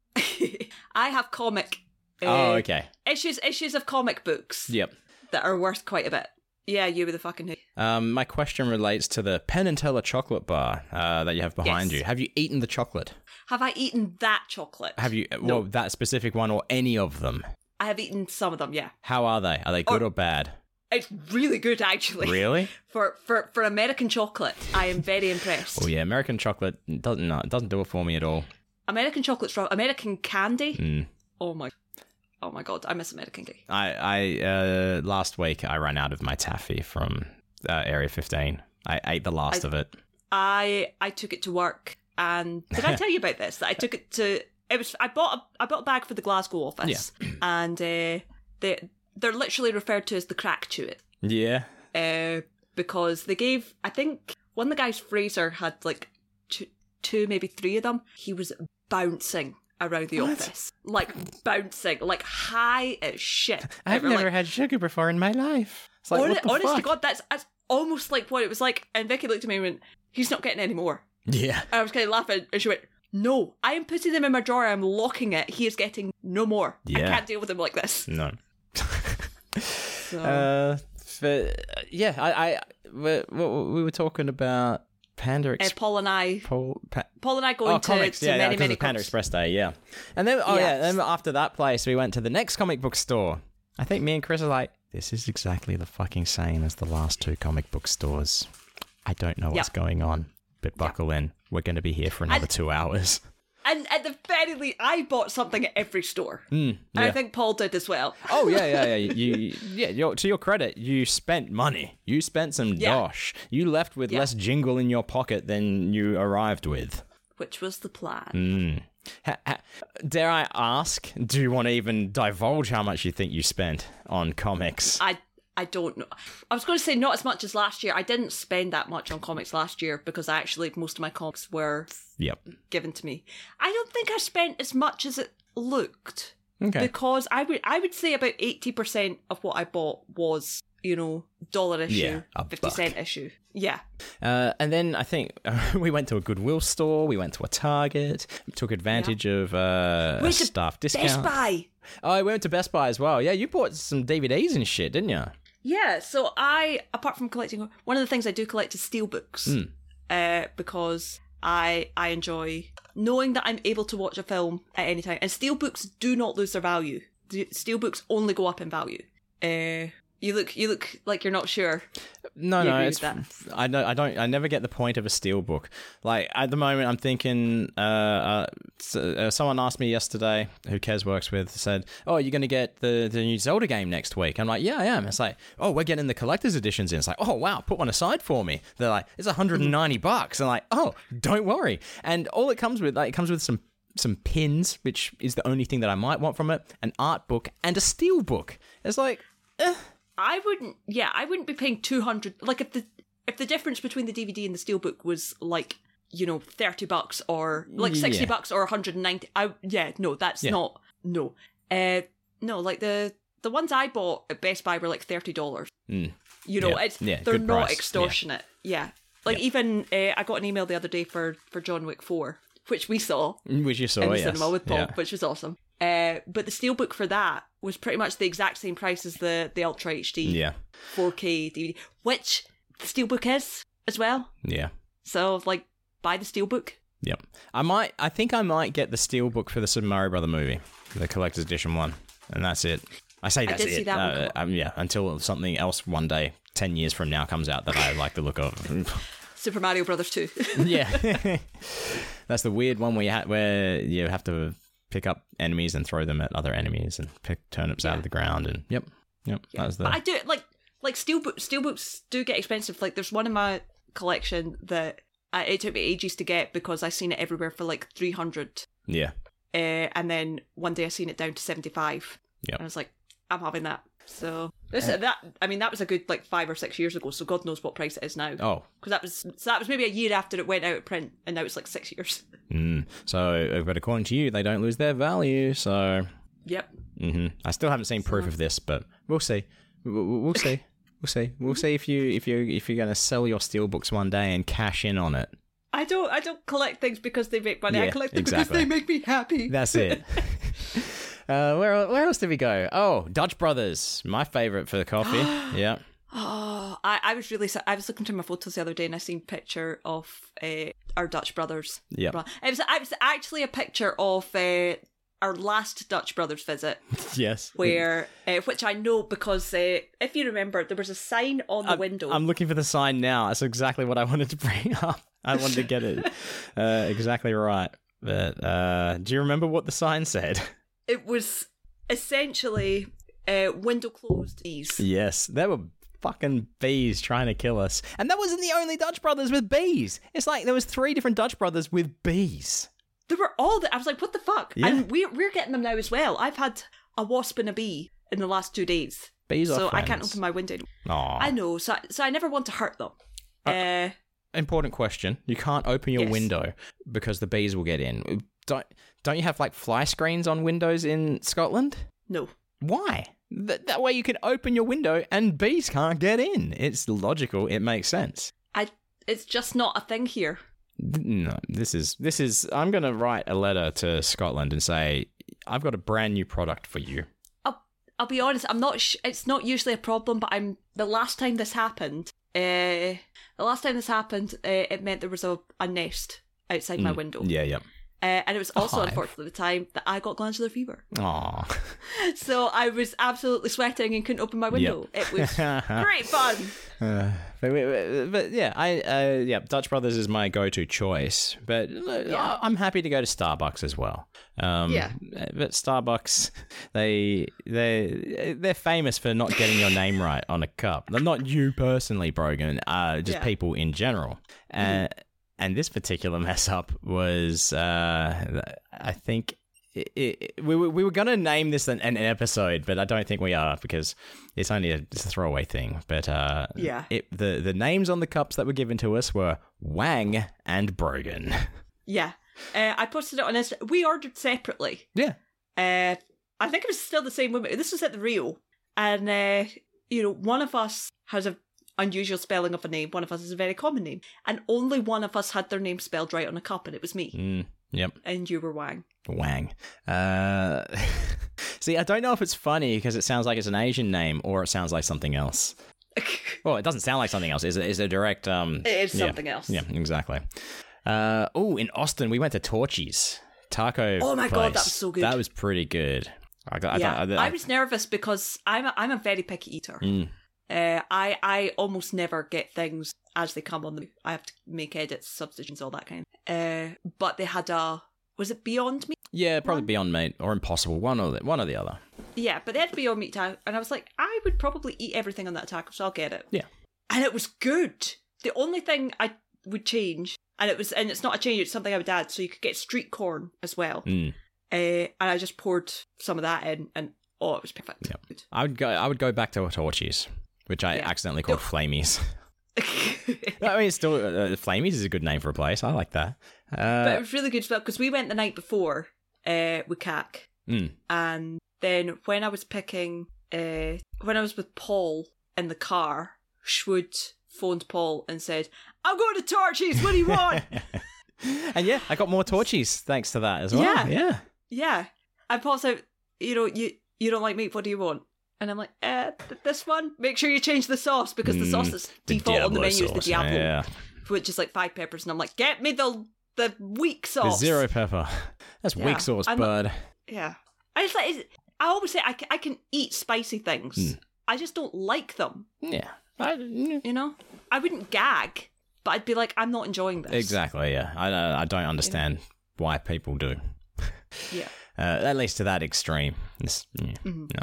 S3: I have comic
S1: Oh,
S3: Uh,
S1: okay.
S3: Issues issues of comic books
S1: Yep.
S3: that are worth quite a bit. Yeah, you were the fucking who.
S1: Um, my question relates to the Penn and Teller chocolate bar uh, that you have behind
S3: Yes.
S1: you. Have you eaten the chocolate?
S3: Have I eaten that chocolate?
S1: Have you,
S3: No.
S1: well, that specific one or any of them?
S3: I have eaten some of them. Yeah,
S1: How are they? Are they
S3: Oh.
S1: good or bad?
S3: it's really good actually.
S1: Really?
S3: For for for American chocolate, I am very impressed.
S1: Oh yeah, American chocolate doesn't no, it doesn't do it for me at all.
S3: American chocolate's from American candy.
S1: Mm.
S3: Oh my, oh my god, I miss American candy.
S1: I I uh, last week I ran out of my taffy from uh, Area 15. I ate the last
S3: I-
S1: of it.
S3: I I took it to work, and did I tell you about this? That I took it to it was I bought a I bought a bag for the Glasgow office, and uh, they they're literally referred to as the crack to it,
S1: Yeah.
S3: uh, because they gave I think one of the guys Fraser had like two, two maybe three of them. He was bouncing around the office, like bouncing, like high as shit. They were like-
S1: had sugar before in my life. It's
S3: Hon- honest to God, that's that's almost like what it was like. And Vicky looked at me and went, "He's not getting any more."
S1: Yeah.
S3: And I was kind of laughing, and she went, "No, I am putting them in my drawer. I'm locking it. He is getting no more.
S1: Yeah. Mm.
S3: I can't deal with him like this."
S1: No.
S3: So,
S1: Uh, f- yeah, I, I we, we we were talking about Panda
S3: uh,
S1: Express.
S3: Paul and I,
S1: Paul, pa-
S3: Paul and I going
S1: oh,
S3: to,
S1: comics,
S3: to
S1: yeah,
S3: many
S1: yeah, 'cause
S3: many
S1: of Panda
S3: comics.
S1: Express Day, yeah. And then, oh yeah,
S3: Yes.
S1: then after that place, we went to the next comic book store. I think me and Chris are like, this is exactly the fucking same as the last two comic book stores. I don't know what's
S3: Yeah.
S1: going on, but buckle in. We're going to be here for another two hours.
S3: And at the very least, I bought something at every store, and I
S1: Mm, yeah.
S3: think Paul did as well.
S1: Oh yeah, yeah, yeah. You, yeah. Your, to your credit, you spent money. You spent some
S3: Yeah.
S1: dosh. You left with
S3: Yeah.
S1: less jingle in your pocket than you arrived with.
S3: Which was the plan?
S1: Ha- ha- Dare I ask? Do you want to even divulge how much you think you spent on comics?
S3: I I don't know. I was going to say not as much as last year. I didn't spend that much on comics last year because actually most of my comics were
S1: Yep.
S3: given to me. I don't think I spent as much as it looked
S1: Okay.
S3: because I would I would say about eighty percent of what I bought was you know dollar issue,
S1: Yeah, a
S3: fifty
S1: buck.
S3: cent issue. Yeah,
S1: Uh, and then I think we went to a Goodwill store. We went to a Target. Took advantage of uh, a
S3: Went to
S1: staff discount.
S3: Best Buy.
S1: Oh, we went to Best Buy as well. Yeah, you bought some DVDs and shit, didn't you?
S3: Yeah, so I, apart from collecting, one of the things I do collect is steel books
S1: Hmm.
S3: uh, because I I enjoy knowing that I'm able to watch a film at any time. And steel books do not lose their value. The- Steel books only go up in value. Uh, you look you look like you're not sure.
S1: No,
S3: You
S1: no,
S3: agree
S1: it's,
S3: with that?
S1: f- I don't, I don't, I never get the point of a steel book. Like at the moment, I'm thinking. Uh, uh, s- uh, someone asked me yesterday, who Kez works with, said, "Oh, you're going to get the the new Zelda game next week." I'm like, "Yeah, I am." It's like, "Oh, we're getting the collector's editions in." It's like, "Oh, wow, put one aside for me." They're like, "It's 190 bucks." I'm like, "Oh, don't worry." And all it comes with, like, it comes with some some pins, which is the only thing that I might want from it, an art book, and a steel book. It's like,
S3: I wouldn't. Yeah, I wouldn't be paying two hundred. Like if the if the difference between the DVD and the steel book was like you know thirty bucks or like sixty
S1: Yeah.
S3: bucks or one hundred and ninety. I yeah no that's
S1: Yeah.
S3: not no uh no like the the ones I bought at Best Buy were like thirty dollars. You know
S1: Mm. Yeah.
S3: it's
S1: Yeah,
S3: they're
S1: good
S3: not
S1: price. Yeah.
S3: extortionate. Yeah, like even uh, I got an email the other day for for John Wick Four, which we saw
S1: which you saw,
S3: in the
S1: Oh, yes.
S3: cinema with Paul,
S1: Yeah.
S3: which was awesome. Uh, but the steelbook for that was pretty much the exact same price as the the Ultra HD
S1: yeah,
S3: 4K DVD, which the steelbook is as well.
S1: yeah.
S3: So like, buy the steelbook.
S1: Yep. I might. I think I might get the steel book for the Super Mario Brother movie, the collector's edition one, and that's it. I say that's
S3: did
S1: it.
S3: see that one come
S1: uh,
S3: up.
S1: um, yeah. Until something else one day, ten years from now, comes out that I like the look of.
S3: Super Mario Brothers 2.
S1: yeah. that's the weird one where you ha- where you have to pick up enemies and throw them at other enemies and pick turnips out of the ground and yep, yep. That was the.
S3: but I do like like steelbook steelbooks do get expensive. Like there's one in my collection that uh, it took me ages to get because I seen it everywhere for like 300,
S1: yeah.
S3: uh, and then one day I seen it down to 75.
S1: Yep.
S3: And I was like, I'm having that. So this that I mean that was a good like five or six years ago. So God knows what price it is now.
S1: Oh,
S3: Because that was so that was maybe a year after it went out of print, and now it's like six years.
S1: mm. so but according to you, they don't lose their value. So
S3: Yep.
S1: hmm I still haven't seen proof of this, but we'll see. W- w- We'll see. We'll see. We'll see if you if you if you're going to sell your steelbooks one day and cash in on it.
S3: I don't I don't collect things because they make money. I
S1: Yeah,
S3: collect them
S1: exactly.
S3: because they make me happy.
S1: That's it. Uh, where el- where else did we go? Oh, Dutch Brothers, my favorite for the coffee. yeah.
S3: Oh, I, I was really. sa- I was looking through my photos the other day and I seen a picture of uh, our Dutch brothers.
S1: Yep.
S3: Bro- It was, it was actually a picture of uh, our last Dutch brothers visit,
S1: Yes.
S3: where uh, which I know because uh, if you remember, there was a sign on the
S1: I'm,
S3: window.
S1: I'm looking for the sign now. That's exactly what I wanted to bring up. I wanted to get it uh, exactly right. But uh, do you remember what the sign said?
S3: it was essentially uh, window closed. Bees.
S1: Yes, there were fucking bees trying to kill us. And that wasn't the only Dutch brothers with bees. It's like there was three different Dutch brothers with bees.
S3: They were all. The- I was like, what the fuck?
S1: Yeah.
S3: And we're we're getting them now as well. I've had a wasp and a bee in the last two days,
S1: Bees
S3: so
S1: are Ah.
S3: I can't open my window. anymore.
S1: my Aww.
S3: I know. So I, so I never want to hurt them. Uh,
S1: important question. You can't open your
S3: Yes.
S1: window because the bees will get in. Don't don't you have like fly screens on windows in Scotland?
S3: no.
S1: Why? Th- that way you can open your window and bees can't get in. It's logical. It makes sense.
S3: I it's just not a thing here.
S1: Th- No, this is this is. I'm gonna write a letter to Scotland and say I've got a brand new product for you.
S3: I'll, I'll be honest, I'm not sh- it's not usually a problem, but I'm the last time this happened, uh the last time this happened, uh, it meant there was a, a nest outside my window.
S1: Mm, Yeah, yeah.
S3: Uh, and it was also
S1: Aw.
S3: unfortunately the time that I got glandular fever.
S1: Aw.
S3: So I was absolutely sweating and couldn't open my window. It was great fun.
S1: Uh, but, but- but yeah, I uh, yeah, Dutch Brothers is my go-to choice. But uh,
S3: Yeah.
S1: I'm happy to go to Starbucks as well. Um,
S3: Yeah.
S1: But Starbucks, they they they're famous for not getting your name right on a cup. Not you personally, Brogan. Uh, just
S3: Yeah. Mm-hmm.
S1: people in general. Uh, and this particular mess up was, uh, I think. It, it, we, were- we were going to name this an, an episode, but I don't think we are because it's only a, it's a throwaway thing. But uh,
S3: Yeah.
S1: it, the the names on the cups that were given to us were Wang and Brogan.
S3: Yeah. Uh, I posted it on Instagram. We ordered separately.
S1: Yeah,
S3: uh, I think it was still the same woman. This was at the Rio, and uh, you know, one of us has a unusual spelling of a name. One of us has a very common name, and only one of us had their name spelled right on a cup, and it was me.
S1: mm, yep.
S3: And you were Wang.
S1: Wang. Uh, see, I don't know if it's funny because it sounds like it's an Asian name or it sounds like something else.
S3: it
S1: Well, it doesn't sound like something else. Is it's a direct um?
S3: is
S1: yeah.
S3: something else.
S1: Yeah, exactly. Uh, oh, in Austin, we went to Torchy's taco.
S3: Oh my God, that
S1: place.
S3: was so good.
S1: That was pretty good. I got. I
S3: Yeah. I,
S1: don't- I, I,
S3: was nervous because I'm a, I'm a very picky eater.
S1: Mm.
S3: Uh, I I almost never get things as they come on the. I have to make edits, substitutions, all that kind. Uh, but they had a was it Beyond Me?
S1: yeah, probably Beyond Meat or Impossible. One or the, one or the other.
S3: Yeah, but they had Beyond Meat taco, and I was like, I would probably eat everything on that taco, so I'll get it.
S1: Yeah.
S3: and it was good. The only thing I would change, and it was, and it's not a change; it's something I would add. So you could get street corn as well,
S1: Mm.
S3: uh, and I just poured some of that in, and oh, it was perfect.
S1: I would go. I would go back to Torchies, which I
S3: Yeah.
S1: accidentally called
S3: No.
S1: Flamies. I mean, it's still uh, Flamies is a good name for a place. I like that.
S3: but it
S1: Uh,
S3: was really good as well because we went the night before uh, with CAC,
S1: mm,
S3: and then when I was picking, uh, when I was with Paul in the car, Schwood phoned Paul and said, "I'm going to Torchies. What do you want?"
S1: and yeah, I got more Torchies thanks to that as well.
S3: Yeah.
S1: yeah.
S3: yeah. And Paul's out, you know, you you don't like meat, what do you want? And I'm like, uh, th- this one, make sure you change the sauce because the
S1: Mm,
S3: sauce that's
S1: The
S3: default on
S1: Diablo
S3: the menu is
S1: sauce,
S3: the Diablo,
S1: Yeah.
S3: which is like five peppers. And I'm like, get me the the weak
S1: The
S3: sauce.
S1: zero pepper. That's
S3: Yeah.
S1: weak sauce,
S3: I'm-
S1: bud.
S3: Yeah. I just like, it's- I always say I can, I can eat spicy things.
S1: Hmm.
S3: I just don't like them,
S1: Yeah. I- mm,
S3: you know? I wouldn't gag, but I'd be like, I'm not enjoying this.
S1: exactly. Yeah. I don't- I don't understand why people do.
S3: Yeah.
S1: Uh, at least to that extreme. It's- yeah,
S3: Mhm.
S1: no.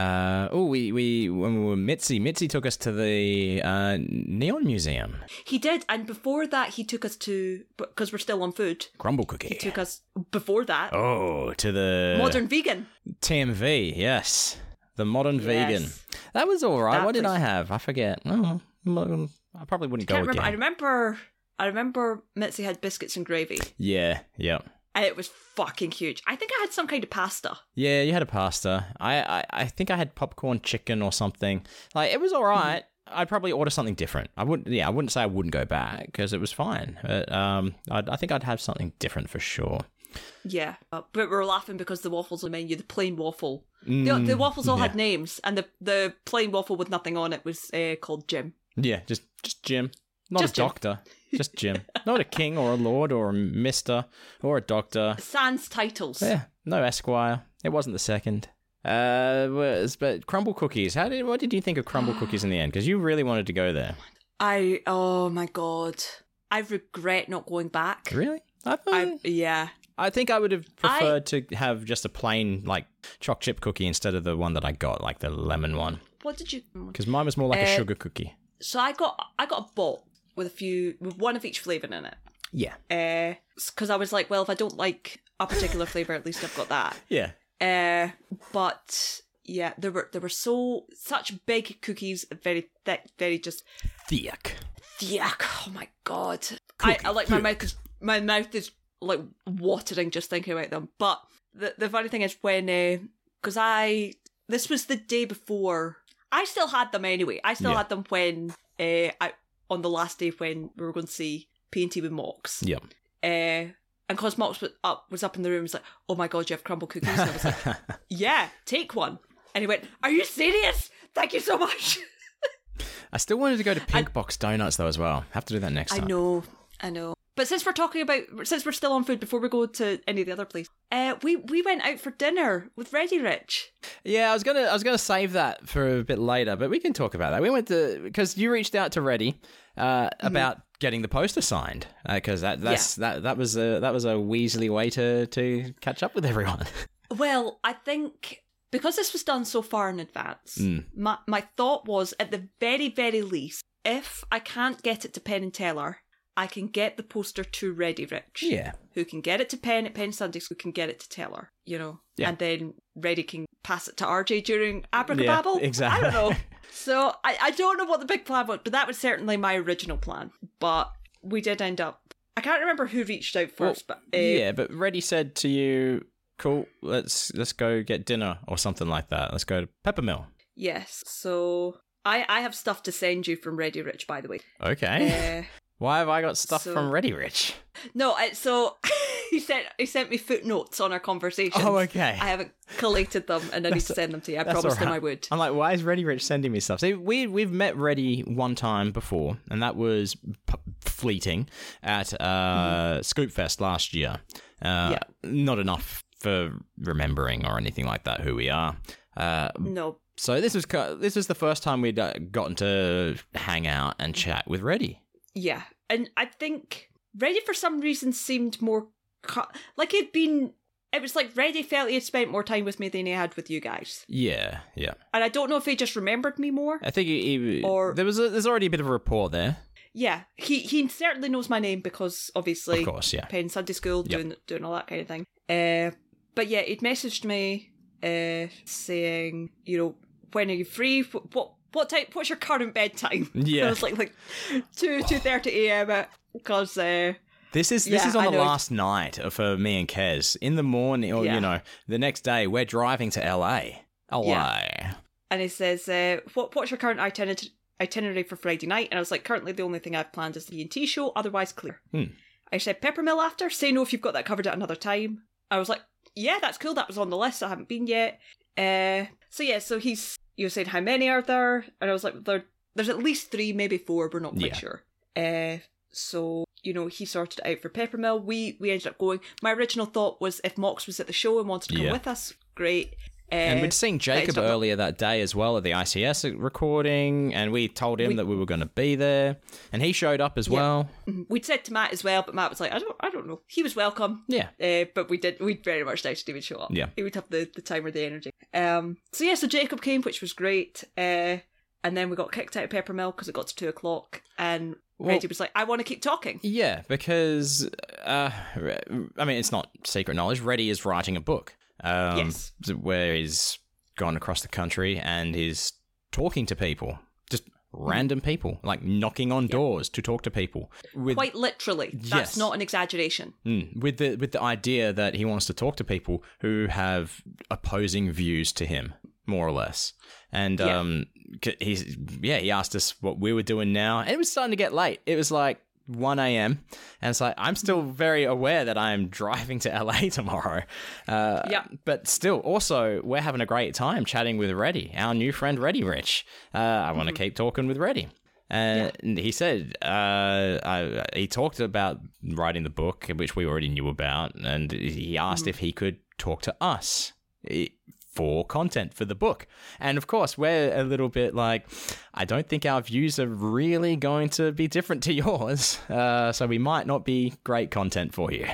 S1: Uh, oh, we, we when we were Mitzi, Mitzi took us to the uh, Neon Museum.
S3: He did. And before that, he took us to, because we're still on food,
S1: Crumble cookie.
S3: took us before that,
S1: Oh, to the
S3: modern vegan.
S1: TMV, yes. The modern vegan.
S3: Yes.
S1: That was all right.
S3: That
S1: what did
S3: was-
S1: I have? I forget. Oh, well, I probably wouldn't go
S3: Can't remember. I
S1: again.
S3: remember. I remember Mitzi had biscuits and gravy,
S1: Yeah, yeah.
S3: and it was fucking huge. I think I had some kind of pasta.
S1: Yeah, you had a pasta. I, I, I think I had popcorn chicken or something. Like it was all
S3: Mm-hmm.
S1: right. I'd probably order something different. I wouldn't. Yeah, I wouldn't say I wouldn't go back because it was fine. But um, I'd, I think I'd have something different for sure.
S3: Yeah, uh, but we're laughing because the waffles on the menu, the plain waffle. The,
S1: Mm,
S3: the waffles all had
S1: yeah.
S3: names, and the the plain waffle with nothing on it was uh, called Jim.
S1: Yeah, just just Jim. Not
S3: Just
S1: a
S3: Jim.
S1: doctor. Just Jim. Not a king or a lord or a mister or a doctor.
S3: Sans titles.
S1: Yeah, no Esquire. It wasn't the second. Uh, was- but crumble cookies. How did what did you think of crumble cookies in the end? Because you really wanted to go there.
S3: I oh my god, I regret not going back.
S1: Really? I thought,
S3: I
S1: I,
S3: yeah.
S1: think I would have preferred to have just a plain like choc chip cookie instead of the one that I got, like the lemon one,
S3: What did you?
S1: because mine was more like
S3: Uh,
S1: a sugar cookie.
S3: So I got I got a bowl with a few with one of each flavor in it.
S1: Yeah.
S3: because I was like, well, if I don't like a particular flavor, at least I've got that.
S1: Yeah.
S3: Uh, but yeah, there were there were so such big cookies, very thick, very just
S1: Thick.
S3: thick. Oh my god! I, I like my mouth is my mouth is like watering just thinking about them. But the the funny thing is when because I this was the day before. I still had them anyway. I still
S1: Yeah.
S3: had them when uh, I on the last day when we were going to see P and T with Mox.
S1: Yep.
S3: Uh, and cause Mox was up was up in the room, he was like, "Oh my god, you have crumble cookies." And I was like, "Yeah, take one." And he went, "Are you serious? Thank you so much."
S1: I still wanted to go to Pink Box Donuts though as well. Have to do that next
S3: I
S1: time.
S3: know, I know. But since we're talking about, since we're still on food, before we go to any of the other place, uh, we we went out for dinner with Ready Rich.
S1: Yeah, I was gonna I was gonna save that for a bit later, but we can talk about that. We went to because you reached out to Reddy uh, about getting the poster signed because that that's that that was a that was a Weasley way to to catch up with everyone.
S3: Well, I think because this was done so far in advance, my my thought was at the very very least, if I can't get it to Penn and Teller, I can get the poster to Ready Rich.
S1: yeah,
S3: who can get it to Penn at Penn Sundays, who can get it to Teller, you know?
S1: Yeah.
S3: And then Reddy can pass it to RJ during Abracababble.
S1: Yeah, exactly.
S3: I don't know. So I, I don't know what the big plan was, but that was certainly my original plan. But we did end up. I can't remember who reached out first, but. Uh,
S1: yeah. But Reddy said to you, "Cool, let's let's go get dinner or something like that. Let's go to Peppermill."
S3: Yes. So I, I have stuff to send you from Reddy Rich, by the way.
S1: Okay,
S3: Uh,
S1: why have I got stuff
S3: so-
S1: from Reddy Rich?
S3: no, I, so. He sent he sent me footnotes on our conversation.
S1: Oh, okay.
S3: I haven't collated them, and I need to send them to you. I
S1: That's
S3: promised
S1: all
S3: him
S1: right.
S3: I would.
S1: I'm like, why is Reddy Rich sending me stuff? See, we we've met Reddy one time before, and that was p- fleeting at uh, Scoop Fest last year. Uh,
S3: Mm-hmm. Yeah.
S1: Not enough for remembering or anything like that who we are. Uh,
S3: No,
S1: so this was ki- this was the first time we'd uh, gotten to hang out and chat with Reddy.
S3: Yeah, and I think Ready for some reason seemed more cu- like he'd been. It was like Ready felt he had spent more time with me than he had with you guys,
S1: Yeah, yeah.
S3: and I don't know if he just remembered me more.
S1: I think he, he-
S3: Or-
S1: there was a, there's already a bit of a rapport there.
S3: Yeah, he he certainly knows my name because obviously
S1: Of course, yeah.
S3: Penn Sunday School
S1: Yep.
S3: doing doing all that kind of thing. Uh, but yeah, he'd messaged me uh, saying, you know, when are you free? What what, what time? What's your current bedtime?
S1: Yeah.
S3: I was like like two two thirty a.m. because uh,
S1: This is this
S3: Yeah,
S1: is on
S3: I
S1: the
S3: know.
S1: last night for me and Kez. In the morning, or
S3: Yeah.
S1: you know, the next day, we're driving to LA. LA.
S3: and he says, uh, "What what's your current itiner- itinerary for Friday night?" And I was like, "Currently, the only thing I've planned is the E&T show. Otherwise, clear."
S1: Hmm.
S3: I said, "Peppermill after. Say no if you've got that covered at another time." I was like, "Yeah, that's cool. That was on the list. I haven't been yet." Uh, so yeah, so he's you said how many are there? And I was like, there, "There's at least three, maybe four. We're not quite
S1: Yeah.
S3: sure." Uh, so you know, he sorted it out for Peppermill. We we ended up going. My original thought was if Mox was at the show and wanted to come
S1: Yeah.
S3: with us, great. Uh,
S1: And we'd seen Jacob
S3: not-
S1: earlier that day as well at the ICS recording, and we told him
S3: We-
S1: that we were going to be there, and he showed up as
S3: Yeah.
S1: well.
S3: We'd said to Matt as well, but Matt was like, "I don't, I don't know." He was welcome,
S1: Yeah,
S3: uh, but we did, we very much doubted he would show up.
S1: Yeah.
S3: he would have the, the time or the energy. Um, so yeah, so Jacob came, which was great. Uh, and then we got kicked out of Peppermill because it got to two o'clock, and
S1: Well-
S3: Reggie was like, "I want to keep talking."
S1: yeah, because uh, I mean, it's not secret knowledge. Reddy is writing a book, um,
S3: Yes.
S1: where he's gone across the country and he's talking to people, just random people, like knocking on doors to talk to people with
S3: Quite literally, that's
S1: Yes.
S3: not an exaggeration.
S1: Mm, with the with the idea that he wants to talk to people who have opposing views to him, more or less. And
S3: Yeah.
S1: um, c- he's yeah, he asked us what we were doing now, and it was starting to get late. It was like 1 a.m. And it's like, I'm still very aware that I'm driving to LA tomorrow. Uh,
S3: Yeah.
S1: But still, also, we're having a great time chatting with Reddy, our new friend, Reddy Rich. Uh, I want to keep talking with Reddy. And he said uh, I, he talked about writing the book, which we already knew about, and he asked if he could talk to us eh, for content for the book. And of course, we're a little bit like, I don't think our views are really going to be different to yours, uh, so we might not be great content for you.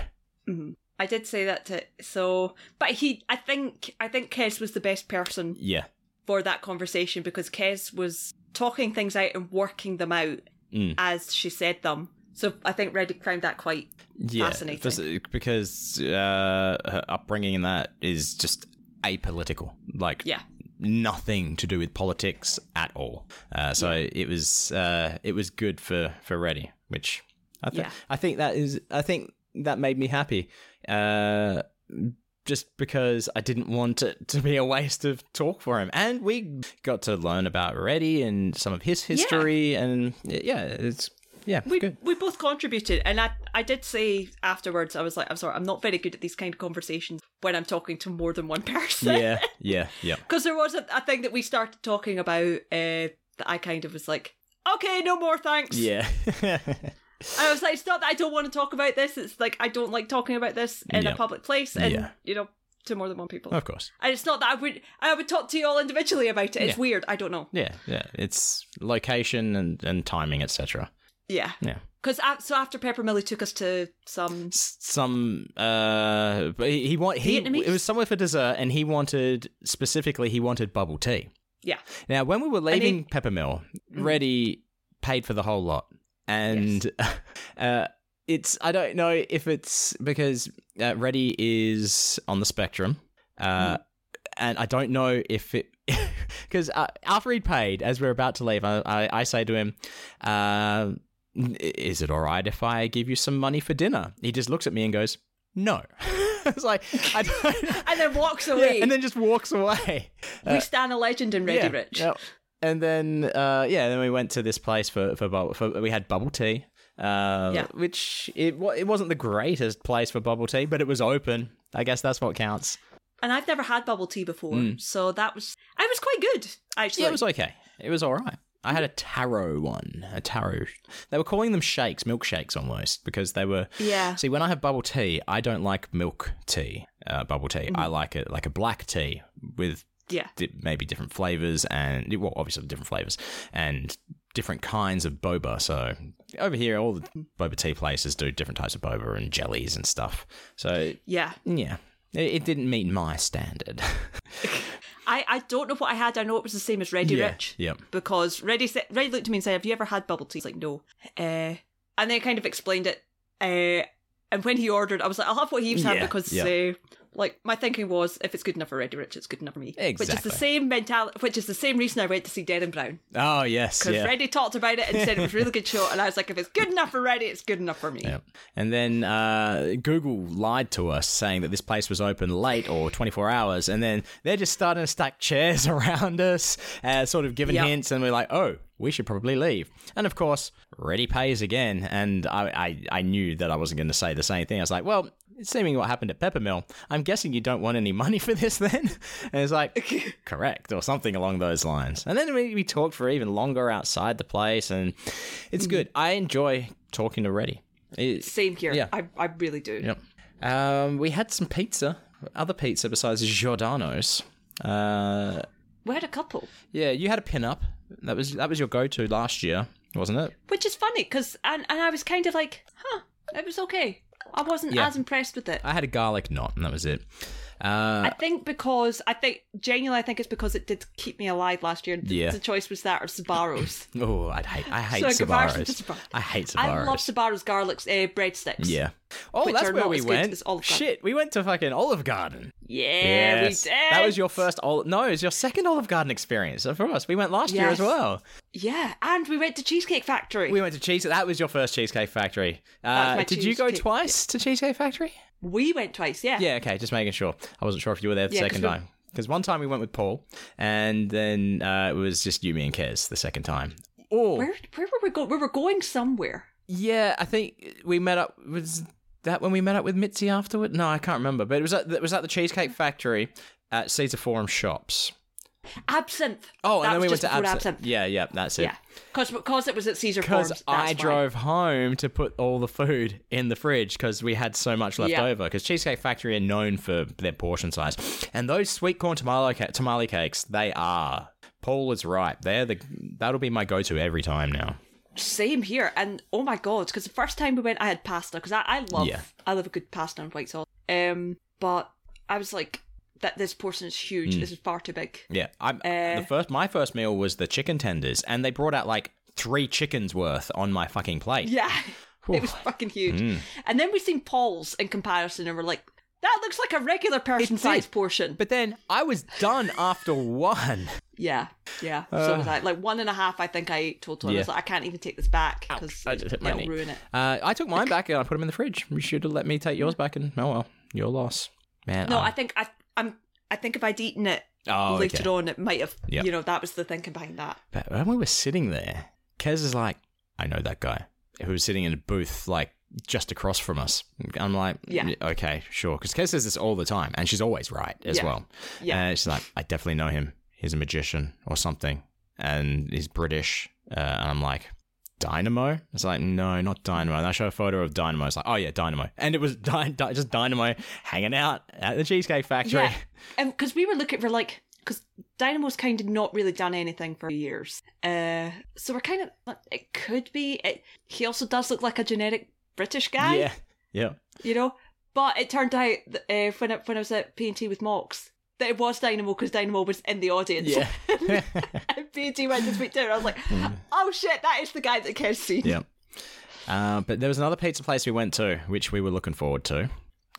S3: I did say that to so, but he, I think, I think Kes was the best person
S1: Yeah,
S3: for that conversation because Kes was talking things out and working them out
S1: Mm.
S3: as she said them. So I think Reddick found that quite
S1: yeah,
S3: Fascinating.
S1: This- because uh, her upbringing in that is just apolitical. Like,
S3: yeah.
S1: nothing to do with politics at all. Uh, so it was uh, it was good for for Reddy, which I think
S3: Yeah.
S1: I think that is I think that made me happy. Uh, just because I didn't want it to be a waste of talk for him, and we got to learn about Reddy and some of his history, and yeah, it's yeah,
S3: We,
S1: good.
S3: we both contributed, and I I did say afterwards I was like I'm sorry I'm not very good at these kind of conversations when I'm talking to more than one person.
S1: Yeah, yeah, yeah.
S3: Because there was a, a thing that we started talking about uh, that I kind of was like, okay, no more, thanks.
S1: Yeah.
S3: And I was like, it's not that I don't want to talk about this. It's like I don't like talking about this in
S1: Yeah.
S3: a public place, and
S1: Yeah.
S3: you know, to more than one people.
S1: of course.
S3: And it's not that I would I would talk to you all individually about it. It's
S1: Yeah.
S3: weird. I don't know.
S1: Yeah, yeah. It's location and, and timing, etc.
S3: Yeah.
S1: Yeah.
S3: Because so after Pepper Millie took us to some.
S1: s- some uh but he, he want he
S3: Vietnamese?
S1: it was somewhere for dessert and he wanted specifically he wanted bubble tea
S3: Yeah. Mm-hmm.
S1: now when we were leaving peppermill reddy paid for the whole lot and uh it's i don't know if it's because uh, reddy is on the spectrum uh
S3: Hmm.
S1: and i don't know if it because uh, after he'd paid as we we're about to leave i i, I say to him uh is it all right if I give you some money for dinner? He just looks at me and goes, no. it's like, I don't.
S3: And then walks
S1: Yeah,
S3: away.
S1: and then just walks away.
S3: we stand a legend in Ready
S1: Yeah,
S3: Rich.
S1: yep. And then, uh, yeah, then we went to this place for for, bubble, for we had bubble tea, uh,
S3: Yeah.
S1: which it wa- it wasn't the greatest place for bubble tea, but it was open. I guess that's what counts.
S3: And I've never had bubble tea before, so that was. I was quite good
S1: Hmm.
S3: actually.
S1: Yeah, it was okay. It was all right. I had a taro one, a taro. They were calling them shakes, milkshakes almost, because they were.
S3: Yeah.
S1: See, when I have bubble tea, I don't like milk tea, uh, bubble tea. I
S3: Mm.
S1: like it like a black tea with
S3: yeah.
S1: di- maybe different flavors and well, obviously different flavors and different kinds of boba. So over here, all the boba tea places do different types of boba and jellies and stuff. So
S3: Yeah.
S1: yeah, it, it didn't meet my standard.
S3: I, I don't know what I had. I know it was the same as Ready Rich.
S1: Yep.
S3: Because Reddy said, Reddy looked at me and said, "Have you ever had bubble tea?" I was like, "No." Uh, and then I kind of explained it. Uh, and when he ordered, I was like, "I'll have what he's had
S1: Yeah,
S3: because,
S1: yeah.
S3: uh, like, my thinking was, if it's good enough for Reddy Rich, it's good enough for me." Which is
S1: Exactly.
S3: the same mentality. Which is the same reason I went to see Dead and Brown
S1: Oh yes,
S3: because
S1: yeah.
S3: Reddy talked about it and said it was a really good show, and I was like, "If it's good enough for Reddy, it's good enough for me."
S1: Yep. And then uh, Google lied to us, saying that this place was open late or 24 hours. And then they're just starting to stack chairs around us, uh, sort of giving
S3: Yep.
S1: hints. And we're like, oh, we should probably leave. And of course, Ready pays again. And I, I, I knew that I wasn't going to say the same thing. I was like, well, seeming what happened at Peppermill, I'm guessing you don't want any money for this then? And it's like, correct, or something along those lines. And then we, we talked for even longer outside the place. And it's good. I enjoy talking to Reddy. It-
S3: Same here.
S1: Yeah.
S3: I, I really do.
S1: Yep. Um, we had some pizza, other pizza besides Giordano's. Uh,
S3: We had a couple.
S1: yeah, you had a pin up. That was that was your go to last year, wasn't it?
S3: which is funny because and, and I was kind of like, huh, it was okay. I wasn't
S1: Yeah.
S3: as impressed with it.
S1: I had a garlic knot, and that was it. Uh,
S3: I think because I think genuinely, I think it's because it did keep me alive last year. The,
S1: Yeah.
S3: the choice was that or Sbarro's.
S1: oh, I hate I hate
S3: So in comparison to
S1: Sbarro's.
S3: Sbarro's-
S1: I hate
S3: I
S1: Sbarro's.
S3: love Sbarro's garlic uh, breadsticks.
S1: yeah. Oh,
S3: Which
S1: that's
S3: are
S1: where
S3: not
S1: we
S3: as good
S1: went.
S3: as Olive Garden.
S1: Shit, we went to fucking Olive Garden.
S3: yeah,
S1: Yes.
S3: we did.
S1: That was your first Olive. No, it was your second Olive Garden experience. Of course, we went last year as
S3: Yes.
S1: well.
S3: yeah, and we went to Cheesecake Factory.
S1: We went to Cheese. That was your first Cheesecake Factory.
S3: was
S1: Uh,
S3: my
S1: did you go
S3: cheesecake-
S1: twice to Cheesecake Factory?
S3: We went twice. Yeah,
S1: Yeah, okay, just making sure. I wasn't sure if you were there the
S3: Yeah, 'cause
S1: second
S3: we-
S1: time. Because one time we went with Paul, and then uh, it was just you, me, and Kez the second time. Or
S3: Where where were we going? We were going somewhere.
S1: Yeah, I think we met up. Was that when we met up with Mitzi afterward? No, I can't remember. But it was at it was at the Cheesecake Factory at Caesar Forum Shops.
S3: Absinthe.
S1: Oh,
S3: That
S1: and then we went
S3: was just
S1: to
S3: before
S1: absinthe. Yeah, yeah, that's it.
S3: Yeah, because it was at Caesar
S1: Because
S3: Forms.
S1: I
S3: that's why.
S1: drove home to put all the food in the fridge because we had so much left
S3: Yeah.
S1: over. Because Cheesecake Factory are known for their portion size, and those sweet corn tamale ca- tamale cakes, they are. Paul is right. They're the that'll be my go to every time now.
S3: Same here, and oh my god, because the first time we went, I had pasta because I, I love
S1: Yeah.
S3: I love a good pasta and white sauce. Um, but I was like, that this portion is huge.
S1: Mm.
S3: This is far too big.
S1: Yeah, I
S3: Eh.
S1: the first my first meal was the chicken tenders, and they brought out like three chickens worth on my fucking plate.
S3: Yeah, it was fucking huge.
S1: Mm.
S3: And then we seen Paul's in comparison, and we're like, that looks like a regular person sized portion.
S1: But then I was done after one.
S3: yeah, yeah. so was I. Like one and a half, I think I ate total. And I was
S1: Uh. Yeah.
S3: like, I can't even take this back because
S1: I just hit my
S3: it'll
S1: knee.
S3: ruin it.
S1: Uh, I took mine back and I put them in the fridge. You should have let me take yours back, and oh well, your loss, man.
S3: No,
S1: I'm-
S3: I think I I'm I think if I'd eaten it
S1: Uh. Oh,
S3: later
S1: okay.
S3: on, it might have.
S1: Yeah.
S3: You know, that was the thinking behind that.
S1: But when we were sitting there, Kez is like, I know that guy who was sitting in a booth like just across from us. I'm like,
S3: Yeah.
S1: okay, sure. Because Kez says this all the time and she's always right as
S3: Yeah.
S1: well.
S3: Yeah.
S1: And she's like, I definitely know him. He's a magician or something and he's British. Uh, and I'm like, Dynamo? It's like, no, not Dynamo. And I show a photo of Dynamo. It's like, oh yeah, Dynamo. And it was dy- dy- just Dynamo hanging out at the Cheesecake Factory.
S3: Yeah, and because we were looking for like because Dynamo's kind of not really done anything for years, uh, so we're kind of like, it could be. It, he also does look like a generic British guy,
S1: Yeah. Yeah.
S3: you know. But it turned out that, uh, when I, when I was at P and T with Mox that it was Dynamo because Dynamo was in the audience.
S1: Yeah. Hmm.
S3: and P and T went to speak to her. I was like, oh shit, that is the guy that Kev's seen.
S1: Yeah. Uh, but there was another pizza place we went to, which we were looking forward to,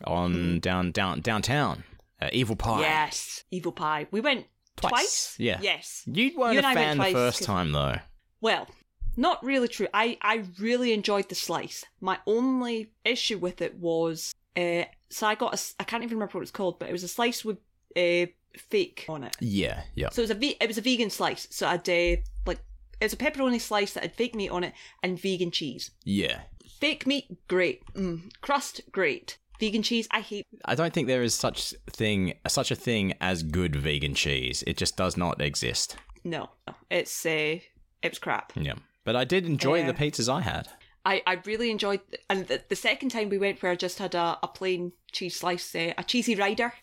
S1: on
S3: Hmm.
S1: down down downtown. Uh, Evil Pie.
S3: Yes, Evil Pie. We went
S1: Twice.
S3: twice.
S1: Yeah.
S3: Yes.
S1: You weren't
S3: You and
S1: a
S3: I went
S1: fan the
S3: twice,
S1: first
S3: 'cause-
S1: time though.
S3: Well, not really true. I, I really enjoyed the slice. My only issue with it was uh, so I got a s- I can't even remember what it's called, but it was a slice with uh, fake on it.
S1: Yeah. Yeah.
S3: So it was a ve- it was a vegan slice. So I'd uh, like it was a pepperoni slice that had fake meat on it and vegan cheese.
S1: Yeah.
S3: Fake meat, great. Mm. Crust, great. Vegan cheese, I hate.
S1: I don't think there is such thing such a thing as good vegan cheese. It just does not exist.
S3: No, no. it's uh, it was crap.
S1: Yeah. But I did enjoy the
S3: Yeah.
S1: pizzas I had.
S3: I, I really enjoyed, and the, the second time we went, where I just had a, a plain cheese slice, uh, a cheesy rider.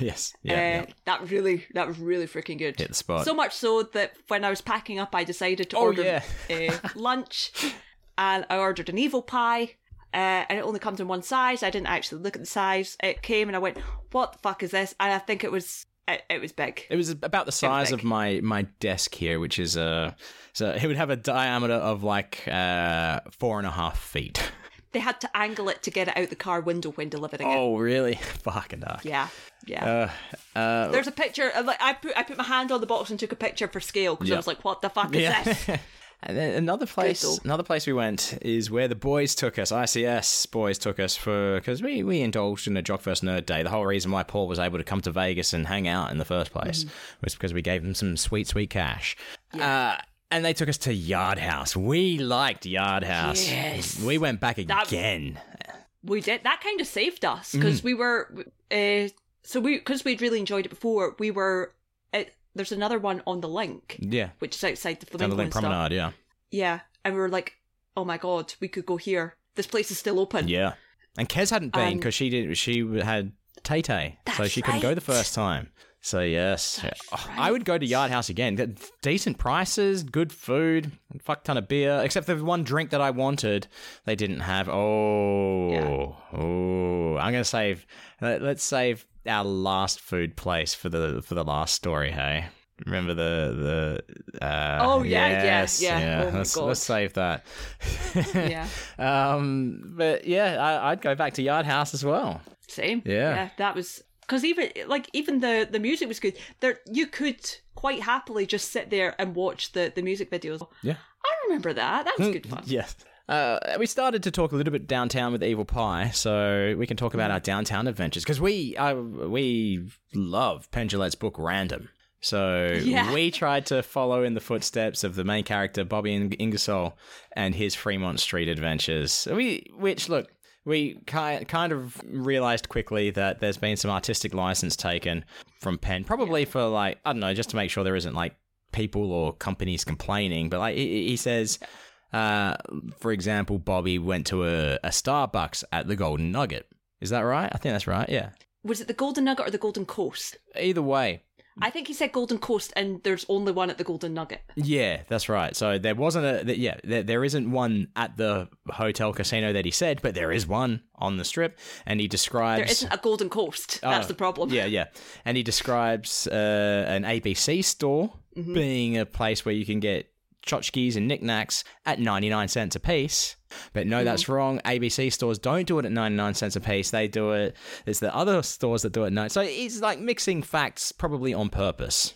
S1: yes. Yeah.
S3: uh,
S1: yeah.
S3: That really, that was really freaking good.
S1: Hit the spot.
S3: So much so that when I was packing up, I decided to
S1: Oh,
S3: order
S1: yeah.
S3: uh, lunch, and I ordered an evil pie. Uh, and it only comes in one size. I didn't actually look at the size. It came and I went, "What the fuck is this?" And I think it was it, it was big.
S1: It was about the size of
S3: big.
S1: my my desk here, which is uh, so it would have a diameter of like uh four and a half feet.
S3: They had to angle it to get it out the car window when delivering it.
S1: Oh, really? Fucking dark.
S3: Yeah, yeah.
S1: Uh, uh,
S3: There's a picture. of, Like I put, I put my hand on the box and took a picture for scale because
S1: Yeah.
S3: I was like, "What the fuck is
S1: yeah.
S3: this?"
S1: and then another place,
S3: though.
S1: another place we went is where the boys took us. ICS boys took us for because we we indulged in a Jockfest nerd day. The whole reason why Paul was able to come to Vegas and hang out in the first place
S3: Mm-hmm.
S1: was because we gave him some sweet sweet cash. Uh, and they took us to Yard House. We liked Yard House.
S3: Yes.
S1: We went back
S3: That-
S1: again.
S3: We did that kind of saved us
S1: Mm-hmm.
S3: because we were, uh, so we because we'd really enjoyed it before. We were. It, there's another one on the link,
S1: yeah.
S3: which is outside the
S1: Down the
S3: flamingo
S1: Link
S3: and stuff.
S1: Promenade, yeah.
S3: Yeah, and we were like, "Oh my god, we could go here. This place is still open."
S1: Yeah. And Kez hadn't been
S3: Um,
S1: because she did. She had Tay Tay, so
S3: That's
S1: she couldn't go the
S3: right.
S1: first time. So yes, Oh, I
S3: right.
S1: would go to Yard House again. Got Decent prices, good food, fuck ton of beer. Except for the one drink that I wanted, they didn't have. Oh, oh, I'm gonna save. let- Let's save our last food place for the for the last story. Hey. Remember the the uh,
S3: Oh, yeah, yeah,
S1: yes,
S3: yeah. Oh, my
S1: let's, let's
S3: God.
S1: save that.
S3: Yeah.
S1: Um, but yeah, I, I'd go back to Yard House as well.
S3: Same.
S1: Yeah.
S3: that was because even like even the the music was good. There, you could quite happily just sit there and watch the the music videos.
S1: Yeah. Hmm.
S3: I remember that. That was good fun.
S1: Yes. Uh, we started to talk a little bit downtown with Evil Pie, so we can talk about our downtown adventures because we uh, we love Pendulette's book Random. So
S3: Yeah.
S1: we tried to follow in the footsteps of the main character Bobby Ing- Ingersoll and his Fremont Street adventures. We, which look, we ki- kind of realized quickly that there's been some artistic license taken from Penn, probably for like I don't know, just to make sure there isn't like people or companies complaining. But like he, he says. Uh, for example, Bobby went to a, a Starbucks at the Golden Nugget. Is that right? I think that's right. Yeah.
S3: Was it the Golden Nugget or the Golden Coast?
S1: Either way,
S3: I think he said Golden Coast, and there's only one at the Golden Nugget.
S1: Yeah, that's right. So there wasn't a th- yeah, there, there isn't one at the hotel casino that he said, but there is one on the strip, and he describes
S3: There isn't a Golden Coast.
S1: Oh,
S3: That's the problem.
S1: Yeah, yeah, and he describes uh, an ABC store
S3: Mm-hmm.
S1: being a place where you can get tchotchkes and knickknacks at 99 cents a piece. But no,
S3: Mm-hmm.
S1: that's wrong. ABC stores don't do it at 99 cents a piece. They do it, it's the other stores that do it at 9. So it's like mixing facts probably on purpose.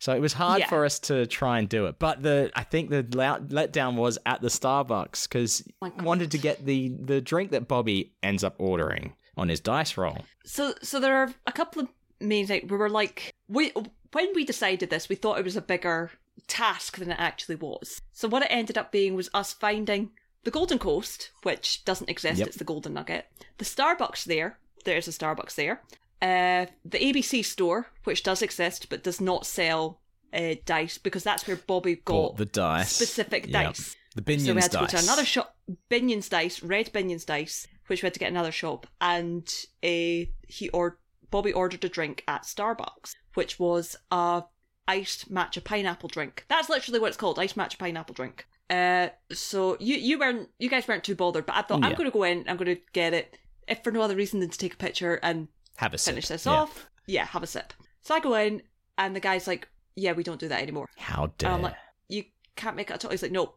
S1: So it was hard
S3: Yeah.
S1: for us to try and do it. But the I think the lou- letdown was at the Starbucks because
S3: Oh My God.
S1: wanted to get the, the drink that Bobby ends up ordering on his dice roll.
S3: So, so there are a couple of main things. We were like, we when we decided this, we thought it was a bigger task than it actually was. So what it ended up being was us finding the Golden Coast, which doesn't exist.
S1: Yep.
S3: It's the Golden Nugget. The Starbucks there. There's a Starbucks there. Uh, the ABC store, which does exist but does not sell uh, dice because that's where Bobby
S1: Bought
S3: got
S1: the dice.
S3: specific
S1: Yep.
S3: dice.
S1: The Binion's
S3: so we had to
S1: dice.
S3: go to another shop, Binion's Dice, Red Binion's Dice, which we had to get another shop, and uh, he or Bobby ordered a drink at Starbucks, which was a iced matcha pineapple drink. That's literally what it's called, iced matcha pineapple drink. Uh, so you you weren't you guys weren't too bothered, but I thought I'm
S1: Yeah.
S3: going to go in, I'm going to get it, if for no other reason than to take a picture and
S1: Have a sip.
S3: finish this
S1: Yeah.
S3: off. Yeah, have a sip. So I go in, and the guy's like, "Yeah, we don't do that anymore."
S1: How
S3: And
S1: dare.
S3: I'm Um, like, you can't make it at all. He's like, no.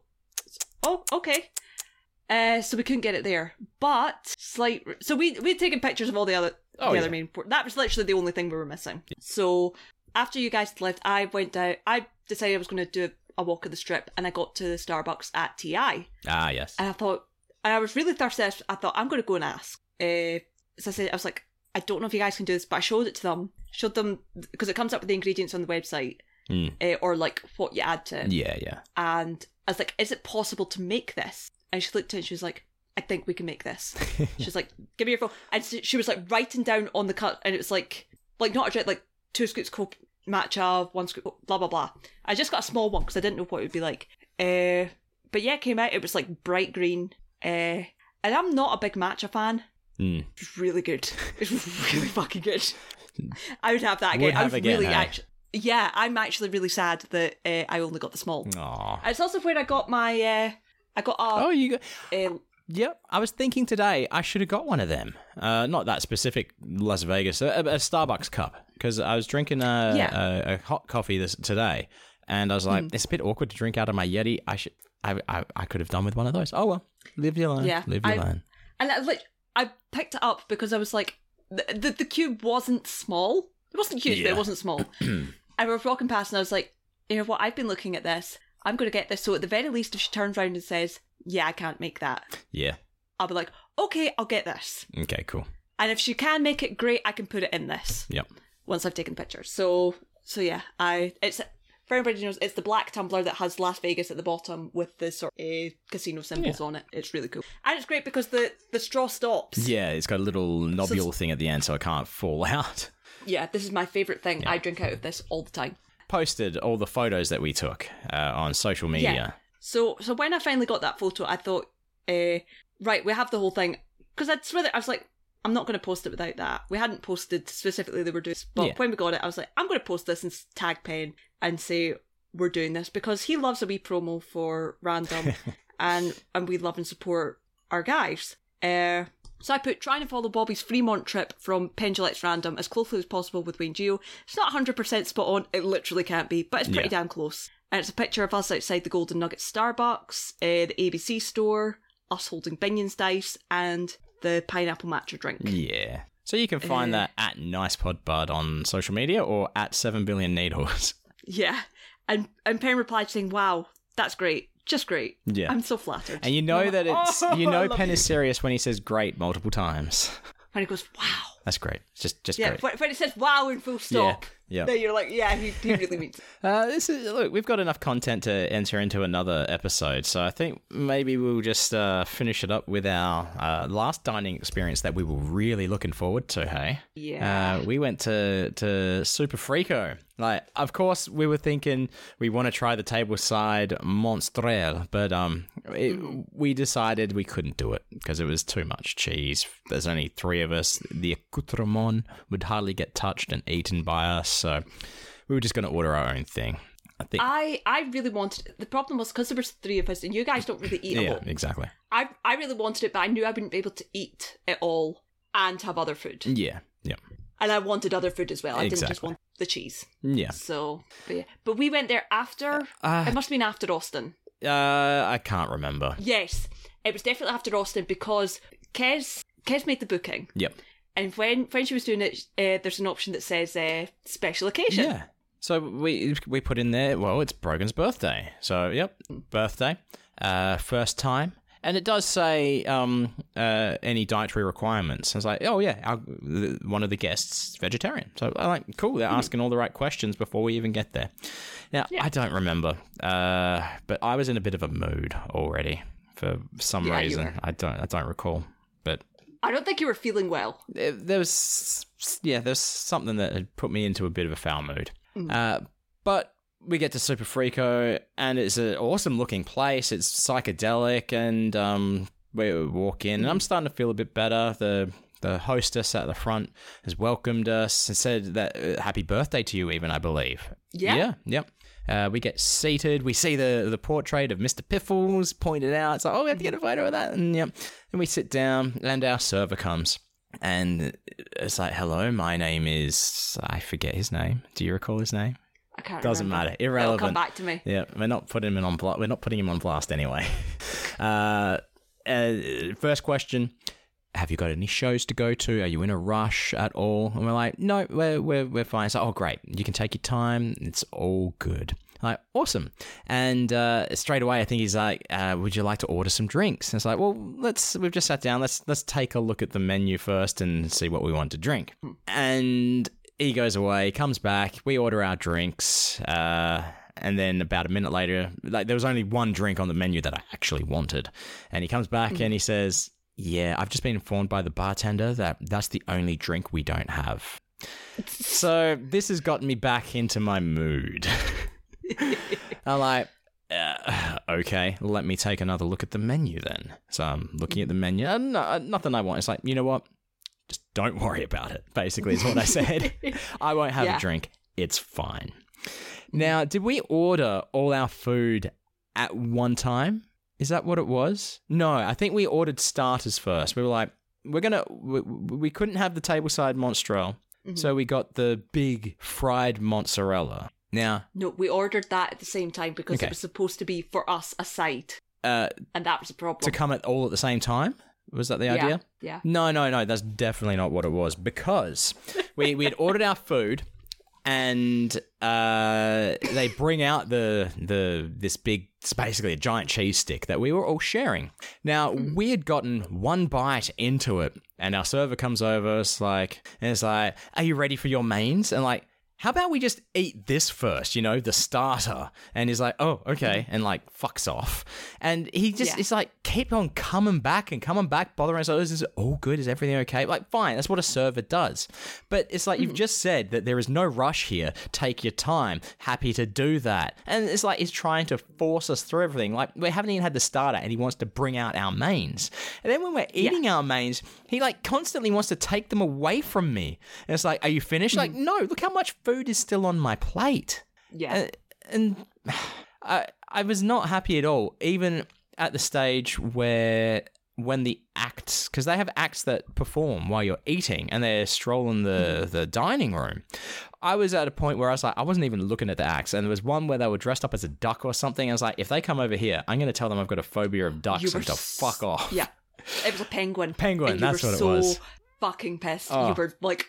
S3: Oh, okay. Uh, so we couldn't get it there, but slight. So we we'd taken pictures of all the other
S1: Oh,
S3: the
S1: yeah.
S3: other main. port- That was literally the only thing we were missing. So after you guys had left, I went down. I decided I was going to do a walk of the strip, and I got to the Starbucks at TI,
S1: ah, yes.
S3: and I thought, and I was really thirsty. I I thought I'm going to go and ask. Uh, so I said, I was like, I don't know if you guys can do this, but I showed it to them. Showed them because it comes up with the ingredients on the website,
S1: Mm.
S3: uh, or like what you add to it
S1: yeah, yeah.
S3: and I was like, "Is it possible to make this?" And she looked at it and she was like, "I think we can make this." she was like, "Give me your phone," and so she was like writing down on the cut, and it was like, like not a drink, like two scoops co- matcha, one scoop, blah blah blah. I just got a small one because I didn't know what it would be like. Uh, but yeah, it came out. It was like bright green, uh, and I'm not a big matcha fan.
S1: Mm.
S3: It was really good. It was really fucking good. I would have that again.
S1: Would
S3: I
S1: have
S3: was
S1: again, hey?
S3: really actu- yeah, I'm actually really sad that uh, I only got the small.
S1: Aw.
S3: It's also where I got my. Uh, I got
S1: Oh,
S3: a.
S1: you got.
S3: uh,
S1: Yep. I was thinking today I should have got one of them. Uh, not that specific Las Vegas, a, a Starbucks cup, because I was drinking a,
S3: Yeah. Mm.
S1: a, a hot coffee this today, and I was like, it's a bit awkward to drink out of my Yeti. I should. I, I, I could have done with one of those. Oh well, live your life.
S3: Yeah,
S1: live your
S3: I-
S1: life.
S3: and I, like, I picked it up because I was like, the the, the cube wasn't small. It wasn't huge, but
S2: Yeah.
S3: it wasn't small. and we were walking past, and I was like, you know what? I've been looking at this. I'm going to get this. So at the very least, if she turns around and says, "Yeah, I can't make that,"
S1: Yeah.
S3: I'll be like, "Okay, I'll get this."
S1: Okay. Cool.
S3: And if she can make it, great. I can put it in this
S1: Yep.
S3: once I've taken pictures. So, so yeah, I it's. For anybody who knows, it's the black tumbler that has Las Vegas at the bottom with the sort of uh, casino symbols on it. It's really cool, and it's great because the the straw stops.
S1: Yeah. It's got a little nobule thing at the end, so it can't fall out.
S3: Yeah, this is my favorite thing. I drink out of this all the time.
S1: Posted all the photos that we took uh, on social media.
S3: So so when I finally got that photo, I thought, uh, right, we have the whole thing because I swear that I was like, I'm not going to post it without that. We hadn't posted specifically that we're doing, this, but
S1: Yeah.
S3: when we got it, I was like, I'm going to post this and s- tag Pen and say we're doing this because he loves a wee promo for random, and and we love and support our guys. Uh, so I put trying to follow Bobby's Fremont trip from Pendulette's Random as closely as possible with Wayne Geo. It's not 100% spot on, it literally can't be, but it's pretty
S1: Yeah.
S3: damn close. And it's a picture of us outside the Golden Nugget Starbucks, uh, the ABC store, us holding Binion's dice, and the pineapple matcha drink.
S1: Yeah. So you can find
S3: Uh,
S1: that at NicePodBud on social media or at 7 Billion Needles.
S3: Yeah. And, and Perrin replied saying, wow, that's great. Just great.
S1: Yeah.
S3: I'm so flattered.
S1: And you know that it's, you know Penn is serious when he says great multiple times.
S3: and he goes, wow.
S1: That's great. It's just just
S3: Yeah,
S1: great.
S3: when, when it says wow in full stop,
S1: yeah.
S3: then you're like, yeah, he, he really means it.
S1: Uh, this is look. We've got enough content to enter into another episode, so I think maybe we'll just uh, finish it up with our uh, last dining experience that we were really looking forward to. Hey,
S3: Yeah.
S1: uh, we went to to Super Frico. Like, of course, we were thinking we want to try the tableside monstrel, but um, it, we decided we couldn't do it because it was too much cheese. There's only three of us. The accoutrement would hardly get touched and eaten by us, so we were just going to order our own thing. I think.
S3: I, I really wanted the problem was because there was three of us and you guys don't really eat a
S1: yeah,
S3: lot.
S1: exactly.
S3: I I really wanted it, but I knew I wouldn't be able to eat it all and have other food.
S1: Yeah, yeah,
S3: And I wanted other food as well. I didn't just
S1: Mm. Exactly.
S3: want the cheese.
S1: yeah.
S3: So, but, yeah. but we went there after.
S1: Uh,
S3: it must have been after Austin.
S1: Uh, I can't remember.
S3: Yes, it was definitely after Austin because Kes Kes made the booking,
S1: Yep.
S3: and when when she was doing it, uh, there's an option that says uh, special occasion.
S1: Yeah. So we we put in there. Well, it's Brogan's birthday. So yep, birthday, uh, first time, and it does say um, uh, any dietary requirements. I was like, oh yeah, our, the- one of the guests vegetarian. So I like cool. They're asking all the right questions before we even get there. Now I don't remember, uh, but I was in a bit of a mood already for some
S3: Yeah, you were.
S1: reason. I don't I don't recall, but
S3: I don't think you were feeling well.
S1: there there was yeah there's something that had put me into a bit of a foul mood uh, but we get to super freako and it's an awesome looking place it's psychedelic and um, we walk in and i'm starting to feel a bit better the the hostess at the front has welcomed us and said that uh, happy birthday to you even i believe
S3: Yeah.
S1: yeah yep uh, we get seated. We see the the portrait of Mr. Piffles pointed out. It's like, oh, we have to get a photo of that. And yep. And we sit down, and our server comes, and it's like, hello, my name is I forget his name. Do you recall his name?
S3: I can't.
S1: Doesn't
S3: remember.
S1: matter.
S3: It'll
S1: Irrelevant.
S3: come back to me.
S1: Yeah, we're not putting him on blast. We're not putting him on blast anyway. Uh, uh, first question: Have you got any shows to go to? Are you in a rush at all? And we're like, no, we're we're, we're fine. So, oh, great, you can take your time. It's all good. Like awesome, and uh, straight away I think he's like, uh, "Would you like to order some drinks?" And it's like, "Well, let's. We've just sat down. Let's let's take a look at the menu first and see what we want to drink." And he goes away, comes back. We order our drinks, uh, and then about a minute later, like there was only one drink on the menu that I actually wanted, and he comes back and he says, "Yeah, I've just been informed by the bartender that that's the only drink we don't have." so this has gotten me back into my mood. I'm like. Uh, okay, let me take another look at the menu then. So I'm looking at the menu. Uh, no, uh, nothing I want. It's like, you know what? just don't worry about it basically is what i said i won't have
S3: Yeah.
S1: a drink it's fine now did we order all our food at one time is that what it was no i think we ordered starters first we were like we're gonna we, we couldn't have the tableside mozzarella
S3: Mm-hmm.
S1: so we got the big fried mozzarella now
S3: No, we ordered that at the same time because
S1: Okay.
S3: it was supposed to be for us a side,
S1: uh,
S3: and that was a problem.
S1: to come at all at the same time was that the
S3: Oh. yeah,
S1: idea
S3: yeah.
S1: No, no, no. That's definitely not what it was because we we had ordered our food, and uh, they bring out the the this big, it's basically a giant cheese stick that we were all sharing. Now
S3: Hmm.
S1: we had gotten one bite into it, and our server comes over. It's like and it's like, are you ready for your mains? And like. How about we just eat this first, you know, the starter? And he's like, oh, okay. And like, fucks off. And he just,
S3: Yeah.
S1: it's like, keep on coming back and coming back, bothering us. Oh, is it all good? Is everything okay? Like, fine. That's what a server does. But it's like, you've just said that there is no rush here. Take your time. Happy to do that. And it's like, he's trying to force us through everything. Like, we haven't even had the starter and he wants to bring out our mains. And then when we're eating our mains, he like constantly wants to take them away from me. And it's like, are you finished? Like, no, look how much food is still on my plate
S3: Yeah.
S1: and, and I I was not happy at all, even at the stage where when the acts because they have acts that perform while you're eating and they're strolling
S3: Mm-hmm.
S1: the the dining room. I was at a point where I was like, I wasn't even looking at the acts, and there was one where they were dressed up as a duck or something. I was like, if they come over here, I'm going to tell them I've got a phobia of ducks
S3: You were
S1: and to
S3: s-
S1: fuck off.
S3: Yeah, it was a penguin.
S1: Penguin,
S3: And
S1: that's
S3: you were
S1: what it
S3: so
S1: was.
S3: Fucking pissed.
S1: Oh.
S3: You were like,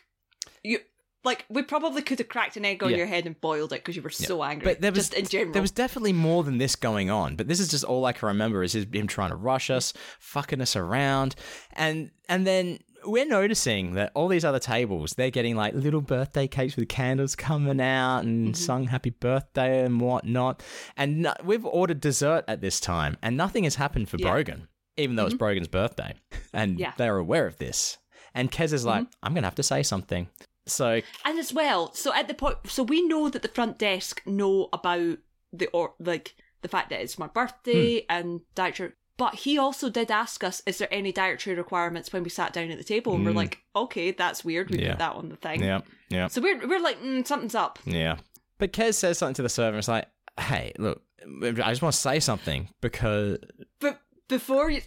S3: you like we probably could have cracked an egg on
S1: Yeah.
S3: your head and boiled it because you were so angry.
S1: But there was
S3: just in general.
S1: there was definitely more than this going on. But this is just all I can remember is his- him trying to rush us, fucking us around, and and then we're noticing that all these other tables, they're getting like little birthday cakes with candles coming out and
S3: Mm-hmm.
S1: sung happy birthday and whatnot. And no- we've ordered dessert at this time, and nothing has happened for
S3: Yeah. Mm-hmm.
S1: Brogan, even though it's Brogan's birthday. And
S3: Yeah. Mm-hmm.
S1: they're aware of this. And Kez is like, I'm going to have to say something. So,
S3: And as well, so at the point, so we know that the front desk know about the or like the fact that it's my birthday
S1: Hmm.
S3: and dietary. But he also did ask us, "Is there any dietary requirements?" When we sat down at the table, and we're like, "Okay, that's weird. We
S1: Hmm. Yeah.
S3: put that on the thing."
S1: yeah, yeah.
S3: So we're we're like, mm, "Something's up."
S1: Yeah. But Kez says something to the server. It's like, hey, look, I just want to say something because
S3: But before you,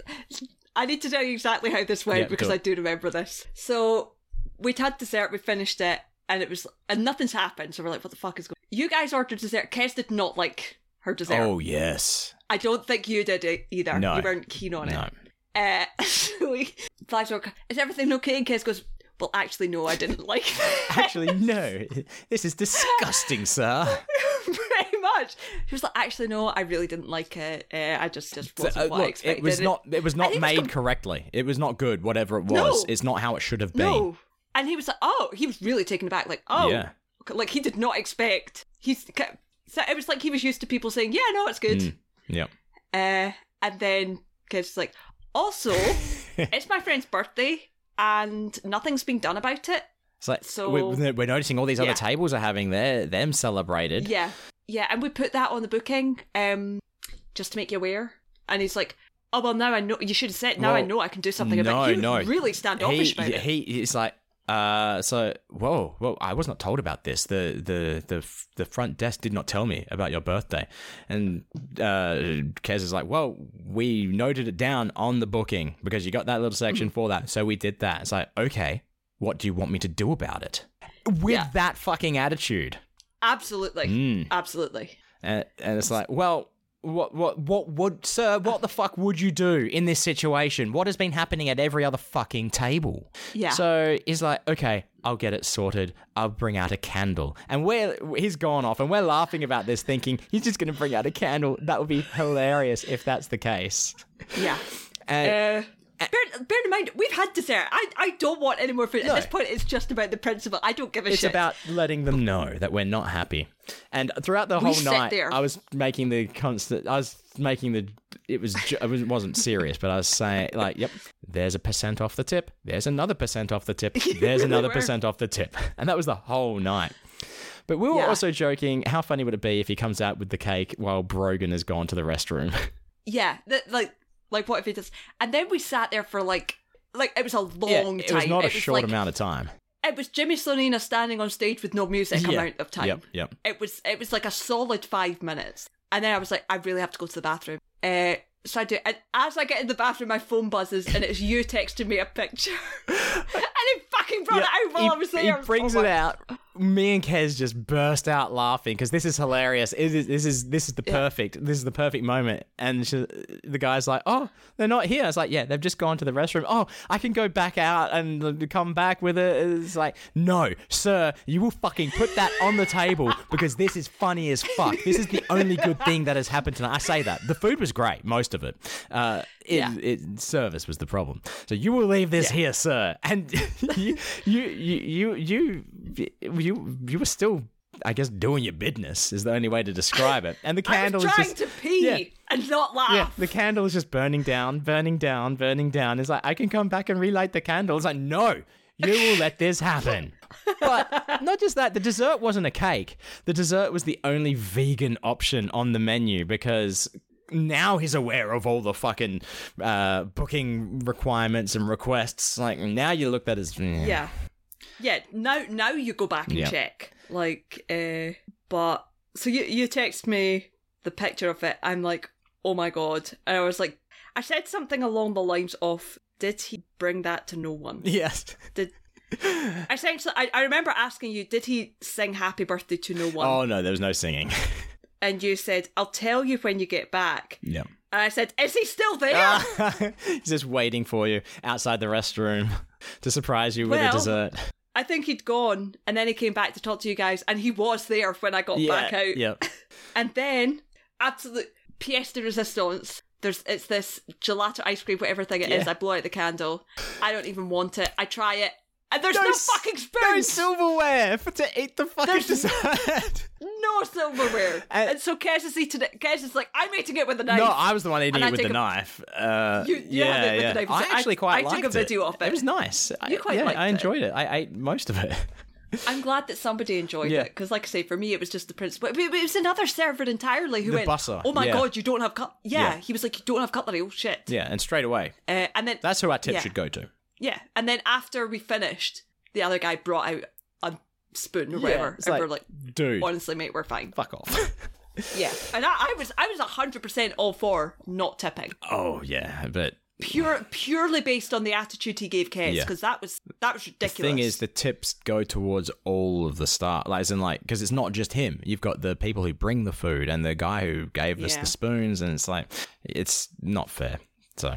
S3: I need to tell you exactly how this went
S1: Yeah,
S3: because
S1: go.
S3: I do remember this. So we'd had dessert, we finished it, and it was, and nothing's happened. So we're like, what the fuck is going? You guys ordered dessert. Kes did not like her dessert.
S1: oh yes,
S3: I don't think you did it either.
S1: No.
S3: You weren't keen on
S1: no,
S3: it. Uh, so we, Flags were, is everything okay? And Kes goes, well, actually, no, I didn't like. it."
S1: actually no, this is disgusting, sir.
S3: Pretty much. She was like, actually, no, I really didn't like it. Uh, I just just
S1: Uh,
S3: wasn't what I
S1: look,
S3: expected.
S1: it was
S3: And
S1: not. It was
S3: I
S1: not
S3: think it's
S1: made
S3: com-
S1: correctly. It was not good. Whatever it was,
S3: No.
S1: it's not how it should have been.
S3: No. And he was like, oh, he was really taken aback. Like, oh,
S1: Yeah.
S3: like he did not expect. He's so it was like he was used to people saying, yeah, no, it's good.
S1: Yeah.
S3: Uh, and then Kev's like, also, it's my friend's birthday and nothing's been done about it.
S1: It's like
S3: So-
S1: we're, we're noticing all these other
S3: Yeah.
S1: tables are having their them celebrated.
S3: Yeah, yeah, and we put that on the booking, um, just to make you aware. And he's like, oh well, now I know. You should have said. Now I
S1: Well,
S3: know I can do something about
S1: no,
S3: it. He
S1: no.
S3: was really standoffish
S1: he
S3: about it.
S1: he he's like uh so whoa whoa I was not told about this the the the f- the front desk did not tell me about your birthday and uh Kez is like well we noted it down on the booking because you got that little section for that so we did that it's like okay what do you want me to do about it with
S3: Yeah.
S1: that fucking attitude
S3: Absolutely,
S1: Mm.
S3: absolutely.
S1: and, and it's like well what what what would sir what the fuck would you do in this situation what has been happening at every other fucking table
S3: Yeah.
S1: so he's like, okay, I'll get it sorted. I'll bring out a candle. And we're, he's gone off and we're laughing about this, thinking he's just going to bring out a candle. That would be hilarious if that's the case.
S3: yeah.
S1: And
S3: Uh, bear, bear in mind, we've had dessert. I, I don't want any more food.
S1: No.
S3: At this point, it's just about the principle. I don't give a
S1: it's
S3: shit.
S1: about letting them know that we're not happy. And throughout the whole
S3: sat
S1: night,
S3: there.
S1: I was making the constant, I was making the, it was, ju- it wasn't serious, but I was saying, like, yep, there's a percent off the tip. There's another percent off the tip. There's another
S3: were.
S1: percent off the tip. And that was the whole night. But we were
S3: Yeah.
S1: also joking, how funny would it be if he comes out with the cake while Brogan has gone to the restroom?
S3: yeah. That, like like what if he does? And then we sat there for like like it was a long time.
S1: it was not a short
S3: like-
S1: amount of time.
S3: It was Jimmy Sonina standing on stage with no music
S1: Yeah.
S3: amount of time.
S1: Yep, yep.
S3: It was it was like a solid five minutes, and then I was like, I really have to go to the bathroom. Uh, so I do, and as I get in the bathroom, my phone buzzes, and it's you texting me a picture, and he fucking brought
S1: Yeah,
S3: it out while
S1: he,
S3: I was there.
S1: he
S3: I was-
S1: brings
S3: oh
S1: it
S3: my-
S1: out. Me and Kez just burst out laughing because this is hilarious. It is, this is this is the perfect this is the perfect moment. And she, the guy's like, "Oh, they're not here." It's like, "Yeah, they've just gone to the restroom." Oh, I can go back out and come back with it. It's like, "No, sir, you will fucking put that on the table because this is funny as fuck. This is the only good thing that has happened tonight." I say that the food was great, most of it. Uh, it,
S3: Yeah.
S1: it service was the problem. So you will leave this here, sir. And you, you, you, you, you, you, you were still, I guess, doing your business is the only way to describe it. And the
S3: I
S1: candle
S3: was
S1: is
S3: trying
S1: just.
S3: to pee
S1: Yeah.
S3: and not laugh.
S1: yeah, the candle is just burning down, burning down, burning down. It's like I can come back and relight the candle. It's like no, you will let this happen. But not just that, the dessert wasn't a cake. The dessert was the only vegan option on the menu because now he's aware of all the fucking uh, booking requirements and requests. Like now you look at it as mm. yeah,
S3: Yeah. Yeah. Now now you go back and
S1: Yeah.
S3: check. Like uh but so you you text me the picture of it, I'm like, oh my god. And I was like I said something along the lines of did he bring that to no one?
S1: yes,
S3: Did essentially I, I remember asking you, did he sing happy birthday to no one?
S1: Oh no, there was no singing.
S3: And you said, I'll tell you when you get back.
S1: yeah.
S3: And I said, Is he still there?
S1: Ah. Uh, He's just waiting for you outside the restroom to surprise you with
S3: Well,
S1: a dessert.
S3: I think he'd gone and then he came back to talk to you guys and he was there when I got back out.
S1: Yep.
S3: And then, absolute pièce de resistance, There's it's this gelato ice cream, whatever thing it is.
S1: Yeah.
S3: I blow out the candle. I don't even want it. I try it, and there's no,
S1: No s-
S3: fucking
S1: No
S3: spoons,
S1: silverware for to eat the fucking
S3: There's-
S1: dessert.
S3: no, silverware.
S1: And-
S3: and so Kes is eating it. Kes is like, I'm eating it with a knife.
S1: Uh, No, I was the one eating
S3: And I
S1: it with
S3: take
S1: the
S3: a-
S1: knife. Uh,
S3: You- you
S1: yeah,
S3: had it with the
S1: yeah.
S3: knife.
S1: I
S3: So I-
S1: actually quite
S3: I took a
S1: liked it.
S3: video of
S1: It
S3: it.
S1: was nice. I,
S3: You quite
S1: yeah,
S3: liked
S1: I
S3: it.
S1: enjoyed it. I ate most of it.
S3: I'm glad that somebody enjoyed
S1: Yeah.
S3: it because, like I say, for me it was just the principal. But it was another server entirely who
S1: The
S3: went,
S1: busser,
S3: "Oh my
S1: yeah.
S3: god, you don't have cut." Yeah,
S1: Yeah.
S3: he was like, "You don't have cutlery." Oh shit.
S1: Yeah, and straight away,
S3: Uh, and then
S1: that's who our tip
S3: Yeah.
S1: should go to.
S3: yeah, and then after we finished, the other guy brought out a spoon or whatever,
S1: it's
S3: and
S1: like-
S3: we're like,
S2: Dude,
S3: "Honestly, mate, we're fine."
S1: Fuck off.
S3: Yeah, and I, I was I was hundred percent all for not tipping,
S1: oh yeah, but
S3: pure purely based on the attitude he gave Kes
S1: Yeah.
S3: because that was that was ridiculous.
S1: The thing is, the tips go towards all of the staff, like, as in like, because it's not just him. You've got the people who bring the food and the guy who gave us
S3: Yeah.
S1: the spoons, and it's like, it's not fair. So,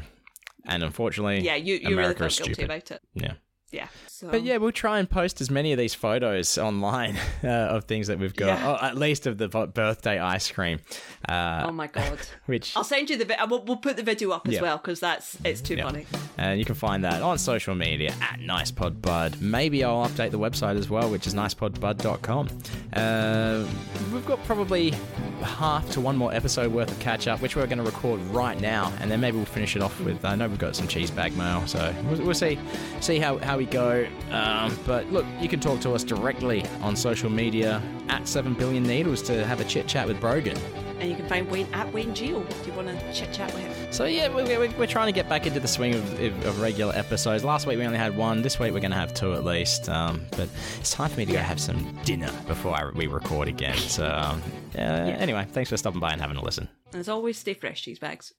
S1: and unfortunately,
S3: yeah, you you really
S1: America
S3: felt
S1: is
S3: guilty
S1: stupid.
S3: about it.
S1: yeah.
S3: Yeah, so.
S1: But yeah, we'll try and post as many of these photos online uh, of things that we've got,
S3: Yeah.
S1: oh, at least of the b- birthday ice cream, uh,
S3: Oh my god.
S1: which
S3: I'll send you the video. We'll, we'll put the video up as
S1: Yeah.
S3: well because that's it's too
S1: Yeah.
S3: funny.
S1: And you can find that on social media at NicePodBud. Maybe I'll update the website as well, which is nicepodbud.com. Uh, we've got probably half to one more episode worth of catch up, which we're going to record right now, and then maybe we'll finish it off with. I know we've got some cheese bag mail, so we'll, we'll see see how, how we go. Um, but look, you can talk to us directly on social media at 7 Billion Needles to have a chit chat with Brogan.
S3: And you can find Wayne at Wayne Geo if you want to chit chat with him.
S1: So yeah, we're, we're, we're trying to get back into the swing of, of, of regular episodes. Last week we only had one. This week we're going to have two at least. Um, but it's time for me to go have some dinner before I, we record again. So um, yeah, anyway, thanks for stopping by and having a listen.
S3: And as always, stay fresh, cheese bags.